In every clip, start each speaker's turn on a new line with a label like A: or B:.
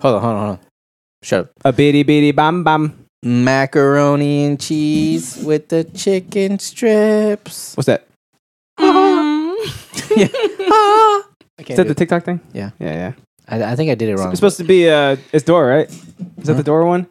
A: Hold on, hold on, hold on. Shut up.
B: A bitty bitty bam bam.
A: Macaroni and cheese with the chicken strips.
B: What's that?
C: Mm-hmm.
A: I,
B: Is
A: can't
B: that
A: do
B: the
A: it.
B: TikTok thing?
A: Yeah.
B: Yeah, yeah.
A: I, I think I did it wrong.
B: It's supposed to be uh it's Dora, right? Is that the Dora one?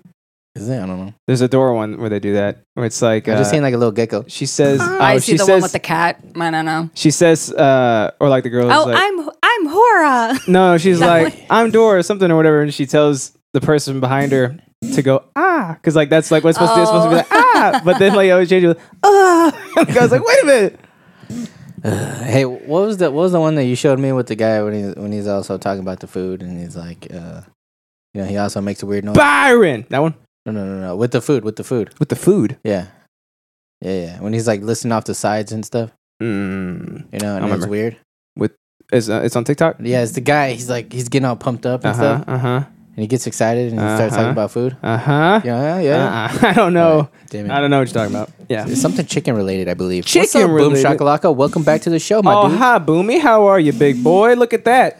A: Is it? I don't know.
B: There's a Dora one where they do that. Where it's like
A: I'm
B: uh,
A: just saying like a little gecko.
B: she says oh,
C: Ah, I see
B: she
C: the
B: says
C: one with the cat. I don't know.
B: she says uh or like the girl is
C: Oh,
B: like
C: I'm I'm Hora.
B: No, she's
C: That
B: like,
C: one.
B: I'm Dora or something or whatever, and she tells the person behind her to go ah, because like that's like what's supposed to be it's supposed to be like
C: Oh.
B: ah, but then like it always changes like, ah. I was like, wait a minute,
A: Hey, what was the what was the one that you showed me with the guy when he's when he's also talking about the food and he's like, uh, you know, he also makes a weird noise.
B: Byron, that one
A: No, no, no, no. With the food, with the food.
B: with the food.
A: Yeah, yeah, yeah. When he's like listening off the sides and stuff,
B: Mm.
A: you know,
B: I
A: and it's
B: remember.
A: weird.
B: It's uh, it's on TikTok.
A: Yeah, it's the guy. He's like he's getting all pumped up and
B: Uh huh.
A: stuff,
B: Uh huh.
A: and he gets excited and he starts
B: Uh-huh.
A: talking about food.
B: Uh huh.
A: Yeah, yeah.
B: Uh-uh. I don't know.
A: Uh-uh. Damn it.
B: I don't know what you're talking about. Yeah.
A: It's something chicken related, I believe. What's
B: Chicken
A: up,
B: related.
A: Boom shakalaka. Welcome back to the show, my
B: Oh
A: dude.
B: hi, Boomy. How are you, big boy? Look at that.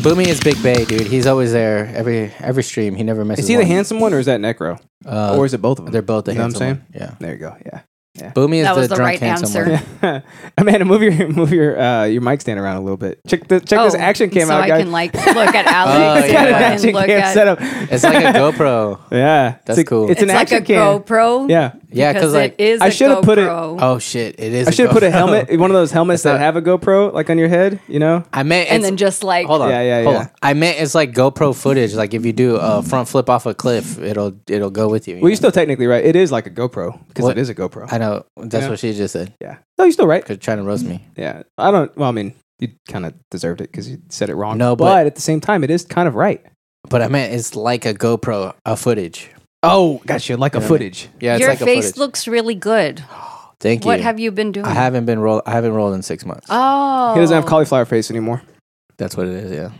A: Boomy is Big Bay, dude. He's always there every every stream. He never misses.
B: Is he the
A: one.
B: handsome one or is that Necro?
A: Uh,
B: or is it both of them?
A: They're both the
B: You know what I'm
A: handsome.
B: saying?
A: one. Yeah.
B: There you go. Yeah.
A: Boomy is
C: That
A: the,
C: was the
A: drunk
C: right
A: handsome
C: answer.
A: one.
B: Amanda, move your move your uh, your mic stand around a little bit. Check the check this action cam
C: Oh, so
B: out,
C: I
B: guys.
C: can like look at
A: Oh,
C: Alex.
A: yeah.
C: and
A: An
B: action
C: look
B: cam
C: at,
B: setup.
A: It's like a GoPro.
B: yeah,
A: That's
B: it's a-
A: cool.
B: It's,
C: It's
B: an
C: like a
B: action cam.
C: GoPro.
B: Yeah,
A: Yeah, because like
C: it is.
B: I
C: I should
B: should've
C: have
B: put
C: put
B: it-
C: it.
A: oh shit, it is.
B: I should have put a
A: GoPro.
B: helmet, one of those helmets that have a GoPro like on your head. You know,
A: I meant
C: and
A: it's-
C: then just like
A: hold on.
B: Yeah, yeah,
A: hold
B: yeah.
A: on. I meant it's like GoPro footage. Like if you do a front flip off a cliff, it'll it'll go with you. you
B: well,
A: know?
B: you're still technically right. It is like a GoPro because
A: What?
B: it is a GoPro.
A: I know that's
B: Yeah.
A: what she just said.
B: yeah, no, you're still right.
A: Cause trying to roast me.
B: Yeah, I don't. Well, I mean, you kind of deserved it because you said it wrong.
A: No, but-
B: at the same time, it is kind of right.
A: But I meant it's like a GoPro a footage.
B: Oh, gotcha, like a
A: Yeah.
B: footage.
A: Yeah, it's
C: your
A: like
C: face
A: a footage.
C: looks really good.
A: Thank
C: What
A: you.
C: have you been doing?
A: I haven't been roll. I haven't rolled in six months.
C: Oh,
B: He doesn't have cauliflower face anymore.
A: That's what it is. Yeah,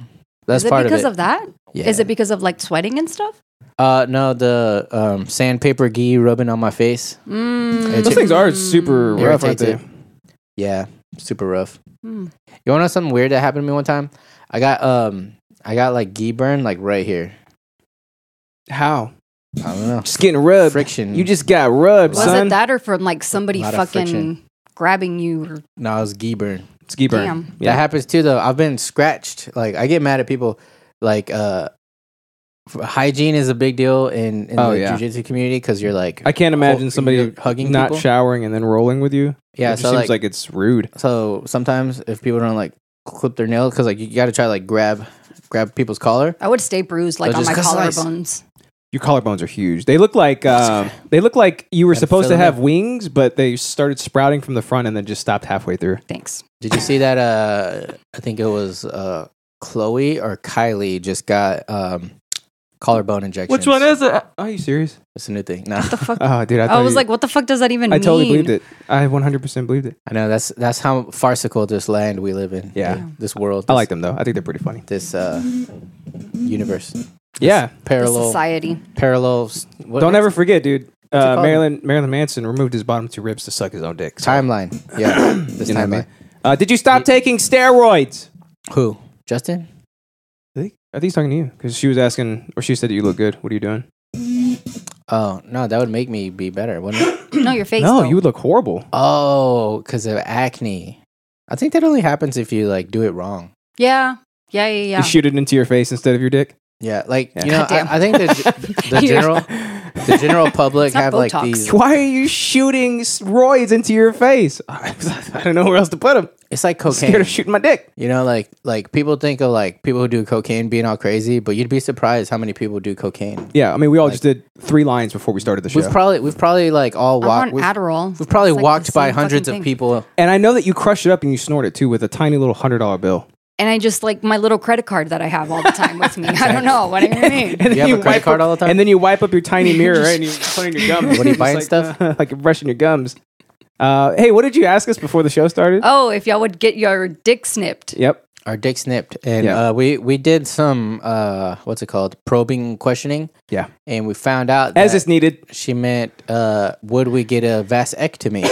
A: that's
C: is it
A: part
C: because
A: of it.
C: of, that? Is
A: yeah.
C: it because of like sweating and stuff?
A: Uh, no, the um, sandpaper ghee rubbing on my face.
C: Mm.
A: Those
B: Those things are super rough, aren't they?
A: Irritated. Yeah, super rough.
C: Mm.
A: You wanna know something weird that happened to me one time? I got um, I got like ghee burn like right here.
B: How?
A: I don't know.
B: Just getting rubbed.
A: Friction.
B: You just got rubbed,
C: Was
B: son.
C: it that or from like somebody
A: Lot of
C: fucking
A: friction.
C: grabbing you? Or,
A: No, it was ghee burn.
B: Ski burn.
C: Damn.
B: Yeah.
A: That happens too, though. I've been scratched. Like I get mad at people. Like uh, f- hygiene is a big deal in, in
B: Oh,
A: the
B: yeah.
A: jujitsu community because you're like
B: I can't imagine
A: Oh,
B: somebody
A: you're hugging
B: not
A: people?
B: showering and then rolling with you.
A: yeah.
B: it just
A: So
B: seems
A: like,
B: like, it's rude.
A: so sometimes if people don't like clip their nail because like you got to try to, like grab grab people's collar.
C: I would stay bruised like
A: So
C: on my
A: just slice.
C: collarbones.
B: Your collarbones are huge. They look like um, they look like you were
A: Gotta
B: supposed
A: fill
B: to
A: 'em
B: have
A: in.
B: wings, but they started sprouting from the front and then just stopped halfway through.
C: Thanks.
A: Did you see that? Uh, I think it was uh Chloe or Kylie just got um collarbone injections.
B: is it? Are you serious?
A: It's a new thing. No,
C: What the fuck?
B: Oh, dude, I,
C: I
B: thought
C: was
B: you-
C: like, what the fuck does that even
B: I
C: mean?
B: totally believed it. I 100 percent believed it.
A: I know that's that's how farcical this land we live in.
B: Yeah.
A: th- this world.
B: I like them though. I think they're pretty funny.
A: this uh universe
B: Yeah.
C: The
A: parallel
C: society.
A: parallels. What
B: Don't
A: is
B: ever forget, dude. Uh,
A: called?
B: Marilyn Marilyn Manson removed his bottom two ribs to suck his own dick.
A: it?
B: So,
A: timeline. Yeah, this
B: you know
A: timeline.
B: what I mean? Uh, did you stop taking steroids?
A: Who? Justin?
B: I think I think he's talking to you because she was asking, or she said that you look good. What are you doing?
A: Oh no, that would make me be better, wouldn't it?
C: No, your face.
B: no,
C: though.
B: you would look horrible.
A: Oh, because of acne. I think that only happens if you like do it wrong.
C: Yeah. Yeah, yeah, yeah.
B: You shoot it into your face instead of your dick.
A: Yeah, like
B: Yeah.
A: you know,
C: Goddamn.
A: I, I think the ge- the
C: You-
A: general the general public
C: It's not
A: have like
C: Botox.
A: these.
B: Why are you shooting steroids into your face? I don't know where else to put them.
A: It's like
B: Scared
A: cocaine.
B: of shooting my dick.
A: You know, like like people think of like people who do cocaine being all crazy, but you'd be surprised how many people do cocaine.
B: Yeah, I mean, we all just did three lines before we started the show.
A: We've probably we've probably like all
C: I'm
A: walked.
C: on Adderall.
A: We've probably
C: It's like the
A: walked by
C: same
A: hundreds
C: fucking
A: of
C: thing.
A: people.
B: and I know that you crush it up and you snort it too with a tiny little hundred dollar bill.
C: And I just like my little credit card that I have all the time with me. I don't know. What do you mean?
B: And then
A: You have a credit
B: wipe
A: card
B: up-
A: all the time?
B: And then you wipe up your tiny mirror right, and you're putting your gums.
A: What are you
B: Just
A: buying
B: like,
A: stuff?
B: uh, like you're brushing your gums. Uh, hey, what did you ask us before the show started?
C: Oh, if y'all would get your dick snipped.
B: Yep.
A: Our dick snipped, and
B: Yeah.
A: uh, we we did some uh, what's it called probing questioning,
B: Yeah.
A: and we found out
B: As
A: that
B: it's needed.
A: she meant uh, would we get a vasectomy?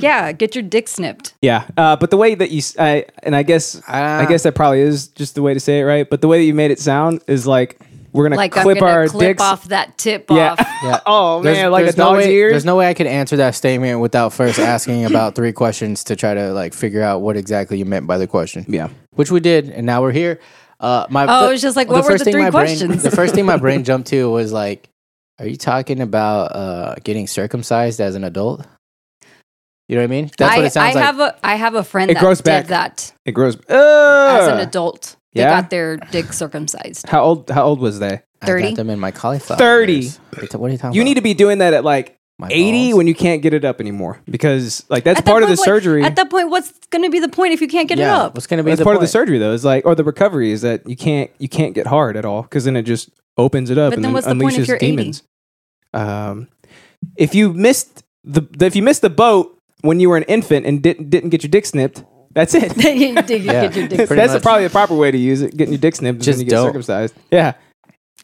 C: yeah, get your dick snipped.
B: Yeah, uh, but the way that you, s- I, and I guess, I guess that probably is just the way to say it, right? But the way that you made it sound is like we're gonna
C: Like
B: clip
C: I'm gonna
B: our
C: clip
B: dicks.
C: off that tip
B: Yeah.
C: off.
A: Yeah.
B: Oh man, like a
A: no
B: dog's
A: way,
B: ears.
A: There's no way I could answer that statement without first asking about three questions to try to like figure out what exactly you meant by the question.
B: Yeah.
A: which we did, and now we're here. Uh, my
C: Oh, it was just like, what were
A: first
C: the
A: thing
C: three
A: my brain-
C: questions?
A: the first thing my brain jumped to was like, "Are you talking about uh, getting circumcised as an adult?" You know what I mean? That's
C: I,
A: what it sounds
C: I
A: like.
C: have a I have a friend
B: It
C: that
B: grows
C: did
B: back.
C: that
B: it grows.
C: as an
B: Ugh.
C: adult. They
B: Yeah?
C: got their dick circumcised.
B: How old? How old was they?
A: I
C: 30?
A: got them in my cauliflower.
B: 30.
A: ears. What are you talking
B: You
A: about?
B: need to be doing that at like
A: My
B: eighty
A: balls?
B: when you can't get it up anymore because like that's
C: At that
B: part of the
C: point, what-
B: surgery.
C: At that point, what's going to be the point if you can't get it
A: yeah,
C: up?
A: what's gonna be
B: that's
A: the
B: part of
A: point?
B: the surgery though. Is like or the recovery is that you can't you can't get hard at all because then it just opens it up
C: But
B: and then
C: then what's the
B: unleashes
C: point if you're 80?
B: demons. Um, if you missed the if you missed the boat when you were an infant and didn't didn't get your dick snipped, that's it.
C: You dig- you
A: Yeah.
C: get your dick
A: Pretty
C: sucked.
B: that's
A: much.
B: probably the proper way to use it. Getting your dick snipped,
A: Just
B: and then you
A: don't.
B: get circumcised. Yeah,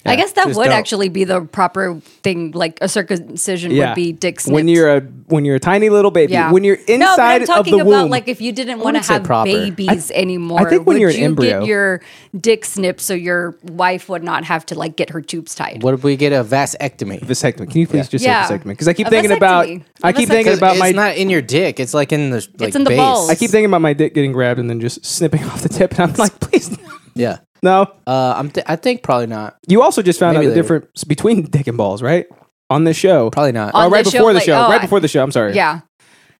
C: I guess that
A: Just
C: would
A: don't.
C: actually be the proper thing. Like a circumcision
B: Yeah.
C: would be dick snipped.
B: when you're a when you're a tiny little baby,
C: Yeah.
B: when you're
C: no, but
B: inside
C: I'm talking
B: of the
C: about
B: womb,
C: like if you didn't want to
A: wouldn't say
C: have
A: proper.
C: babies anymore.
B: I think when
C: would
B: you're an
C: you
B: embryo-
C: get your dick snipped so your wife would not have to like get her tubes tied.
A: What if we get a vasectomy?
B: vasectomy. Can you please just
C: Yeah.
B: say vasectomy? Because I keep
C: A
B: thinking about
C: vasectomy.
B: I
C: A
A: Because
B: keep thinking about
A: it's
B: my
A: not in your dick. It's like in the like
C: in the
A: base.
C: balls.
B: I keep thinking about my dick getting grabbed and then just snipping off the tip, and I'm like, please,
A: Yeah.
B: no.
A: Uh, I'm. Th- I think probably not.
B: You also just found
A: Maybe
B: out the
A: later.
B: difference between dick and balls, right? On this show,
A: Probably not.
C: On
B: Oh, right
C: this show,
B: before the
C: like-
B: show,
C: oh,
B: right
C: I-
B: before the show. I'm sorry,
C: Yeah,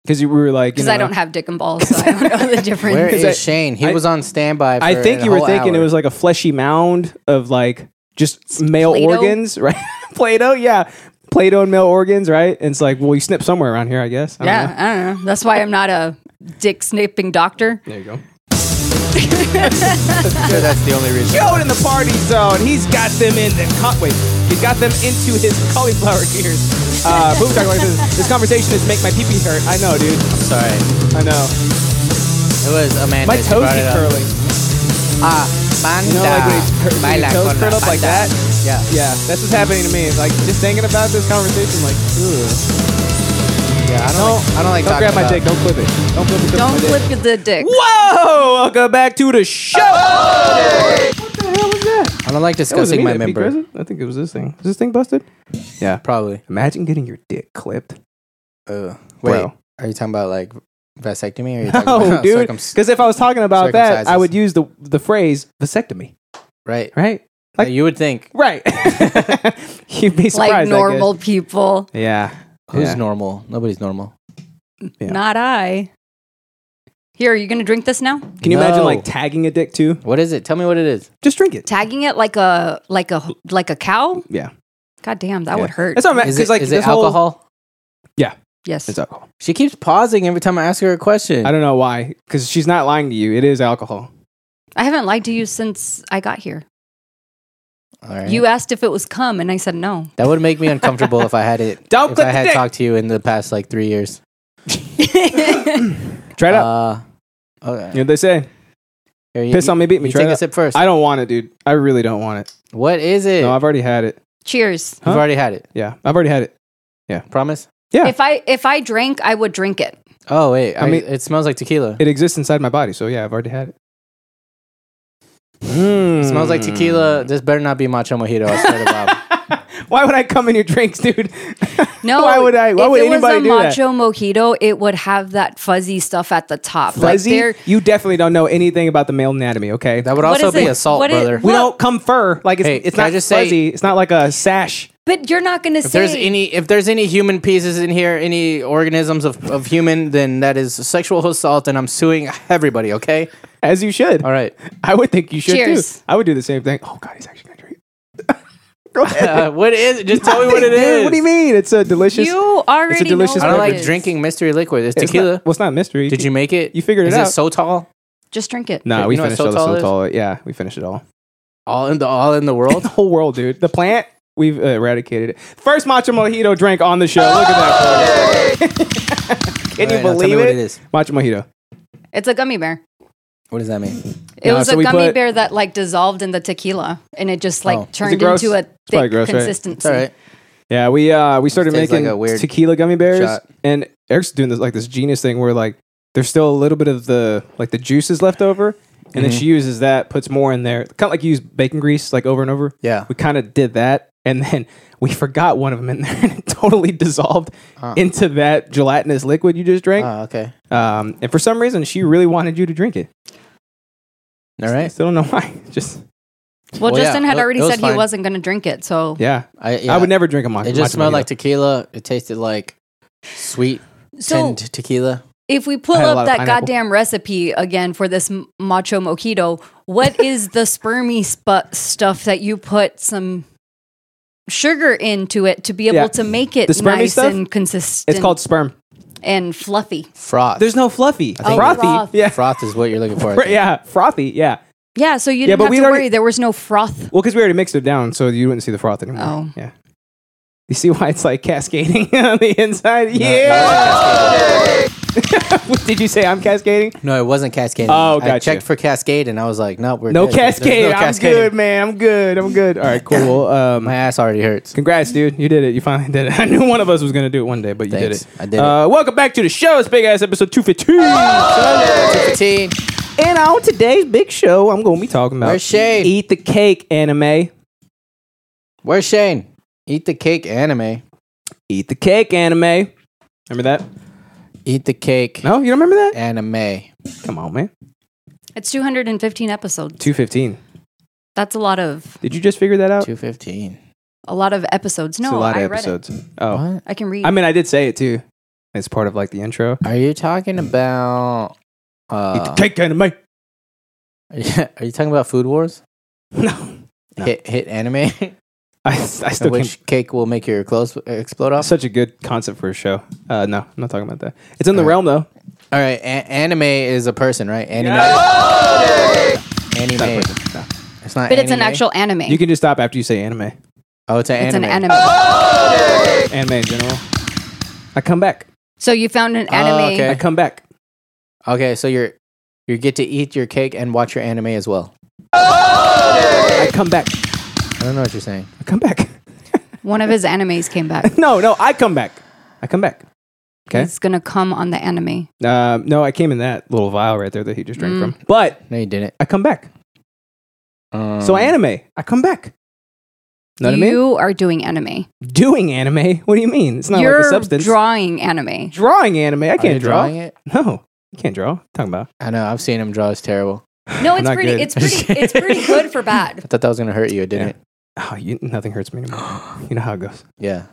B: because you were like, you
C: because I
B: know,
C: don't have dick and balls, so I don't know the difference.
A: Where is
B: I-
A: Shane? He
B: I-
A: was on standby. For
B: I think
A: a
B: you were
A: whole
B: thinking it
A: hour.
B: was like a fleshy mound of like just male
C: Play-Doh?
B: organs, right? Play-Doh, yeah, Play-Doh and male organs, right? And it's like, well, you snip somewhere around here, I guess. I don't
C: yeah,
B: know.
C: I don't know. That's why I'm not a dick snipping doctor.
B: there you go.
A: sure that's the only reason.
B: Yo, in the party zone, he's got them in the co- wait, he's got them into his cauliflower ears. Uh, Boom Talk Life says, this conversation is make my pee pee hurt. I know, dude.
A: I'm sorry.
B: I know.
A: It was Amanda.
B: My
A: she
B: toes
A: brought
B: keep
A: it up.
B: curling.
A: Ah,
B: You know, like when it's cur- when your toes curl up like that.
A: Yeah.
B: Yeah, that's what's happening to me. It's like just thinking about this conversation, like, ugh.
A: Yeah. I don't. like- I don't like.
B: Don't
A: talking
B: grab my
A: about-
B: dick. Don't flip it. Don't flip it.
C: Don't
B: my dick.
C: flip the dick.
B: Whoa! Welcome back to the show.
A: Oh!
B: What the hell was that?
A: I don't like
B: That wasn't
A: discussing
B: me,
A: my
B: that beat, was
A: member.
B: it? I think it was this thing. Is this thing busted? Yeah.
A: Probably.
B: Imagine getting your dick clipped.
A: Uh, wait.
B: Bro.
A: Are you talking about like vasectomy? Or are you talking
B: No,
A: about
B: dude.
A: circum-
B: Because if I was talking about that, I
A: Circumcises.
B: would use the the phrase vasectomy,
A: right.
B: right? Like-
A: you would think.
B: Right. You'd be surprised. I
C: like
B: guess.
C: normal people.
B: Yeah.
A: Who's
B: Yeah.
A: normal? Nobody's normal.
B: Yeah.
C: Not I. Here, are you going to drink this now?
B: Can you imagine
A: No.
B: like tagging a dick too?
A: What is it? Tell me what it is.
B: Just drink it.
C: Tagging it like a like a like a cow?
B: Yeah.
C: God damn, that
B: Yeah.
C: would hurt.
B: That's what I'm
A: Is
B: because
A: it,
B: like
A: is it
B: this whole-
A: alcohol?
C: yes.
B: It's alcohol.
A: She keeps pausing every time I ask her a question.
B: I don't know why. Because she's not lying to you. It is alcohol.
C: I haven't lied to you since I got here.
A: All right.
C: You asked if it was cum, and I said no.
A: that would make me uncomfortable if I had it.
B: Don't
A: if
B: click
A: I
B: the
A: had
B: dick.
A: talked to you in the past like three years.
B: Try it out.
A: Uh, okay.
B: You know what they say?
A: Here, you,
B: Piss on me, beat me.
A: You
B: Try
A: take
B: it
A: a
B: out.
A: sip first.
B: I don't want it, dude. I really don't want it.
A: what is it?
B: No, I've already had it.
C: Cheers.
A: You've
B: huh?
A: already had it.
B: Yeah, I've already had it.
A: Promise.
B: Yeah.
C: If I if I drank, I would drink it.
A: Oh wait, I,
B: I mean-
A: mean, it smells like tequila. It,
B: It exists inside my body, so yeah, I've already had it. Mm.
A: smells like tequila. This better not be macho mojito. I swear to God.
B: Why would I come in your drinks, dude?
C: No.
B: Why would I? Why
C: if
B: would
C: it
B: anybody
C: was a
B: do that?
C: macho mojito, it would have that fuzzy stuff at the top.
B: Fuzzy,
C: Like there,
B: you definitely don't know anything about the male anatomy. Okay,
A: That would
C: What
A: also
C: is
A: be
C: it?
A: assault,
C: What is-
A: brother.
B: we don't come fur. Like it's,
A: Hey,
B: it's
A: can I
B: not
A: just say-
B: fuzzy. it's not like a sash.
C: but you're not going to
A: if there's
C: say
A: any if there's any human pieces in here, any organisms of, of human, then that is sexual assault, and I'm suing everybody. Okay.
B: As you should.
A: All right.
B: I would think you should
C: Cheers.
B: too. I would do the same thing. Oh God, he's actually gonna drink. Go ahead.
A: Uh, what is? it? Just tell me what it
B: Dude,
A: is.
B: What do you mean? It's a delicious.
C: you already
B: delicious
C: know
A: I
C: what
A: don't
C: it
A: like
C: is.
A: drinking mystery liquid. It's
B: it's
A: tequila.
B: Not, well, it's not a mystery.
A: Did you make it?
B: You figured it
A: is
B: out.
A: Is it so tall?
C: Just drink it.
B: No,
A: You
B: we
A: know what
B: finished all the
A: Sotal is?
B: Sotal. Yeah, we finished it all.
A: All in the all in the world.
B: The whole world, dude. The plant. We've eradicated it. First matcha mojito drink on the show. Look at that. Can you
A: All right, now tell me
B: believe
A: what
B: it?
A: it is.
B: Matcha mojito.
C: It's a gummy bear.
A: What does that mean?
C: It
B: No,
C: was
B: so
C: a
B: we
C: gummy
B: put-
C: bear that like dissolved in the tequila, and it just like
A: Oh. Is
C: turned
B: gross?
C: into a
B: probably
C: thick
B: gross, right?
C: consistency.
A: It's all right.
B: Yeah, we uh we started
A: tastes like
B: making
A: a weird
B: tequila gummy bears,
A: shot.
B: and Eric's doing this like this genius thing where like there's still a little bit of the like the juice is left over, and then
A: Mhm.
B: she uses that, puts more in there, kind of like you use bacon grease like over and over.
A: Yeah.
B: We kind of did that, and then we forgot one of them in there, and it totally dissolved
A: Ah.
B: into that gelatinous liquid you just drank.
A: Oh, okay.
B: Um, and for some reason, she really wanted you to drink it.
A: All
B: I
A: right.
B: still don't know why. Just
C: Well,
A: Well,
C: Justin
A: yeah,
C: had
A: it-
C: already
A: it was
C: said he
A: fine.
C: wasn't going to drink it, so
B: yeah,
A: I, yeah.
B: I would never drink a mock.
A: It just smelled like tequila. It tasted like sweet
C: so
A: tinned tequila.
C: if we pull
B: I had a lot
C: up
B: of
C: that
B: pineapple.
C: goddamn recipe again for this m- macho mojito, what is the spermy sp- stuff that you put some sugar into it to be able
B: Yeah.
C: to make it
B: The spermy
C: nice
B: stuff?
C: and consistent?
B: it's called sperm.
C: and fluffy.
A: Froth.
B: There's no fluffy.
A: I think-
B: frothy.
C: Froth.
B: Yeah.
A: froth is what you're looking for. I
B: Fr-
A: think.
B: yeah, frothy. Yeah.
C: Yeah, so you
B: Yeah,
C: didn't
B: but
C: have
B: we'd
C: to
B: already-
C: worry. There was no froth.
B: Well, because we already mixed it down, so you wouldn't see the froth anymore.
C: Oh.
B: Yeah. You see why it's like cascading on the inside?
A: No,
B: yeah. Did you say I'm cascading?
A: No, it wasn't cascading.
B: Oh,
A: I
B: gotcha.
A: checked for cascade and I was like, no, we're
B: No
A: good. There's
B: cascade.
A: no
B: I'm good, man. I'm good. I'm good. All right, cool. Well,
A: My
B: Um,
A: ass already hurts.
B: congrats, dude. You did it. You finally did it. I knew one of us was going to do it one day, but you
A: Thanks.
B: did it.
A: I did it.
B: uh, Welcome back to the show. It's Big Ass Episode 215.
A: Ah! Fifteen.
B: And on today's big show, I'm going to be talking about
A: Where's Shane?
B: Eat the Cake anime.
A: Where's Shane? Eat the cake anime.
B: Eat the Cake anime. Remember that?
A: Eat the cake
B: No, you don't remember that?
A: anime.
B: Come on, man.
C: It's 215 episodes.
B: 215.
C: That's a lot of
B: Did you just figure that out?
A: Two fifteen.
C: a lot of episodes. No,
B: it's a lot
C: I
B: of
C: read it.
B: episodes. Oh,
A: What?
C: I can read.
B: I mean, I did say it too. It's part of like the intro.
A: Are you talking
B: Mm.
A: about? Uh,
B: cake anime.
A: are you talking about Food Wars?
B: No, No.
A: Hit hit anime,
B: I, I still can't.
A: which cake will make your clothes explode off.
B: Such a good concept for a show. Uh, no, I'm not talking about that. It's in the
A: All right.
B: realm though.
A: All right, a- anime is a person, right? Anime.
B: Not a
A: Anime.
B: person. No.
A: It's not.
C: but it's
A: anime?
C: an actual anime.
B: You can just stop after you say anime.
A: Oh, it's an
C: it's
A: anime.
C: an anime.
B: Anime in general. I come back.
C: So you found
B: Oh,
C: an anime.
A: okay.
B: I come back.
A: Okay, so you're you get to eat your cake and watch your anime as well.
B: I come back.
A: I don't know what you're saying.
B: I come back.
C: One of his animes came back.
B: No, no, I come back. I come back. Okay.
C: He's gonna come on the anime.
B: Um, no, I came in that little vial right there that he just drank
C: Mm.
B: from. But
A: No, you didn't.
B: I come back.
A: Um,
B: So anime, I come back. Know what I mean?
C: you are doing anime.
B: Doing anime? What do you mean? It's not
C: You're
B: like a substance.
C: drawing anime.
B: drawing anime? I
A: Are you
B: can't draw.
A: drawing it.
B: No, you can't draw. What are you talking about?
A: I know. I've seen him draw. It's terrible.
C: No, it's
B: Not
C: pretty.
B: good.
C: It's pretty. It's pretty good for bad.
A: I thought that was gonna hurt you. It didn't.
B: Oh, you, nothing hurts me anymore. You know how it goes.
A: Yeah.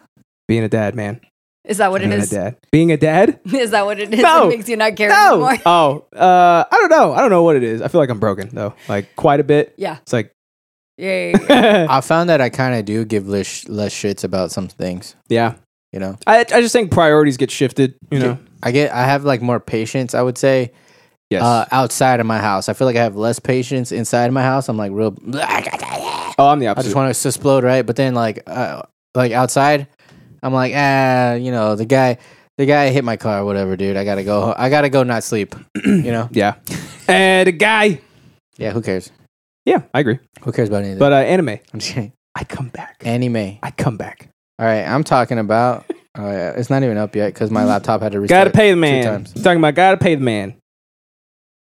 B: Being a dad, man.
C: Is that what it
B: Being
C: is?
B: a dad. Being a dad?
C: Is that what it is?
B: No.
C: That makes you not care
B: No.
C: anymore.
B: Oh, uh, I don't know. I don't know what it is. I feel like I'm broken though. Like quite a bit.
C: Yeah.
B: It's like
C: Yeah. yeah, yeah.
B: yeah.
A: I found that I kind of do give less less shits about some things. You know.
B: I I just think priorities get shifted. You know.
A: I get. I have like more patience. I would say
B: Yes.
A: uh, outside of my house. I feel like I have less patience inside of my house. I'm like real.
B: oh, I'm the
A: I
B: opposite.
A: just want to explode, right? But then like uh, like outside, I'm like ah, you know the guy. The guy hit my car, whatever, dude. I gotta go. I gotta go, not sleep. you know?
B: yeah. And a guy.
A: Yeah. Who cares?
B: Yeah, I agree.
A: Who cares about anything?
B: But uh, anime,
A: I'm just kidding.
B: I come back.
A: Anime.
B: I come back.
A: All right, I'm talking about. All right, it's not even up yet because my laptop had to restart.
B: Gotta pay the
A: two
B: man.
A: times.
B: I'm talking about gotta pay the man.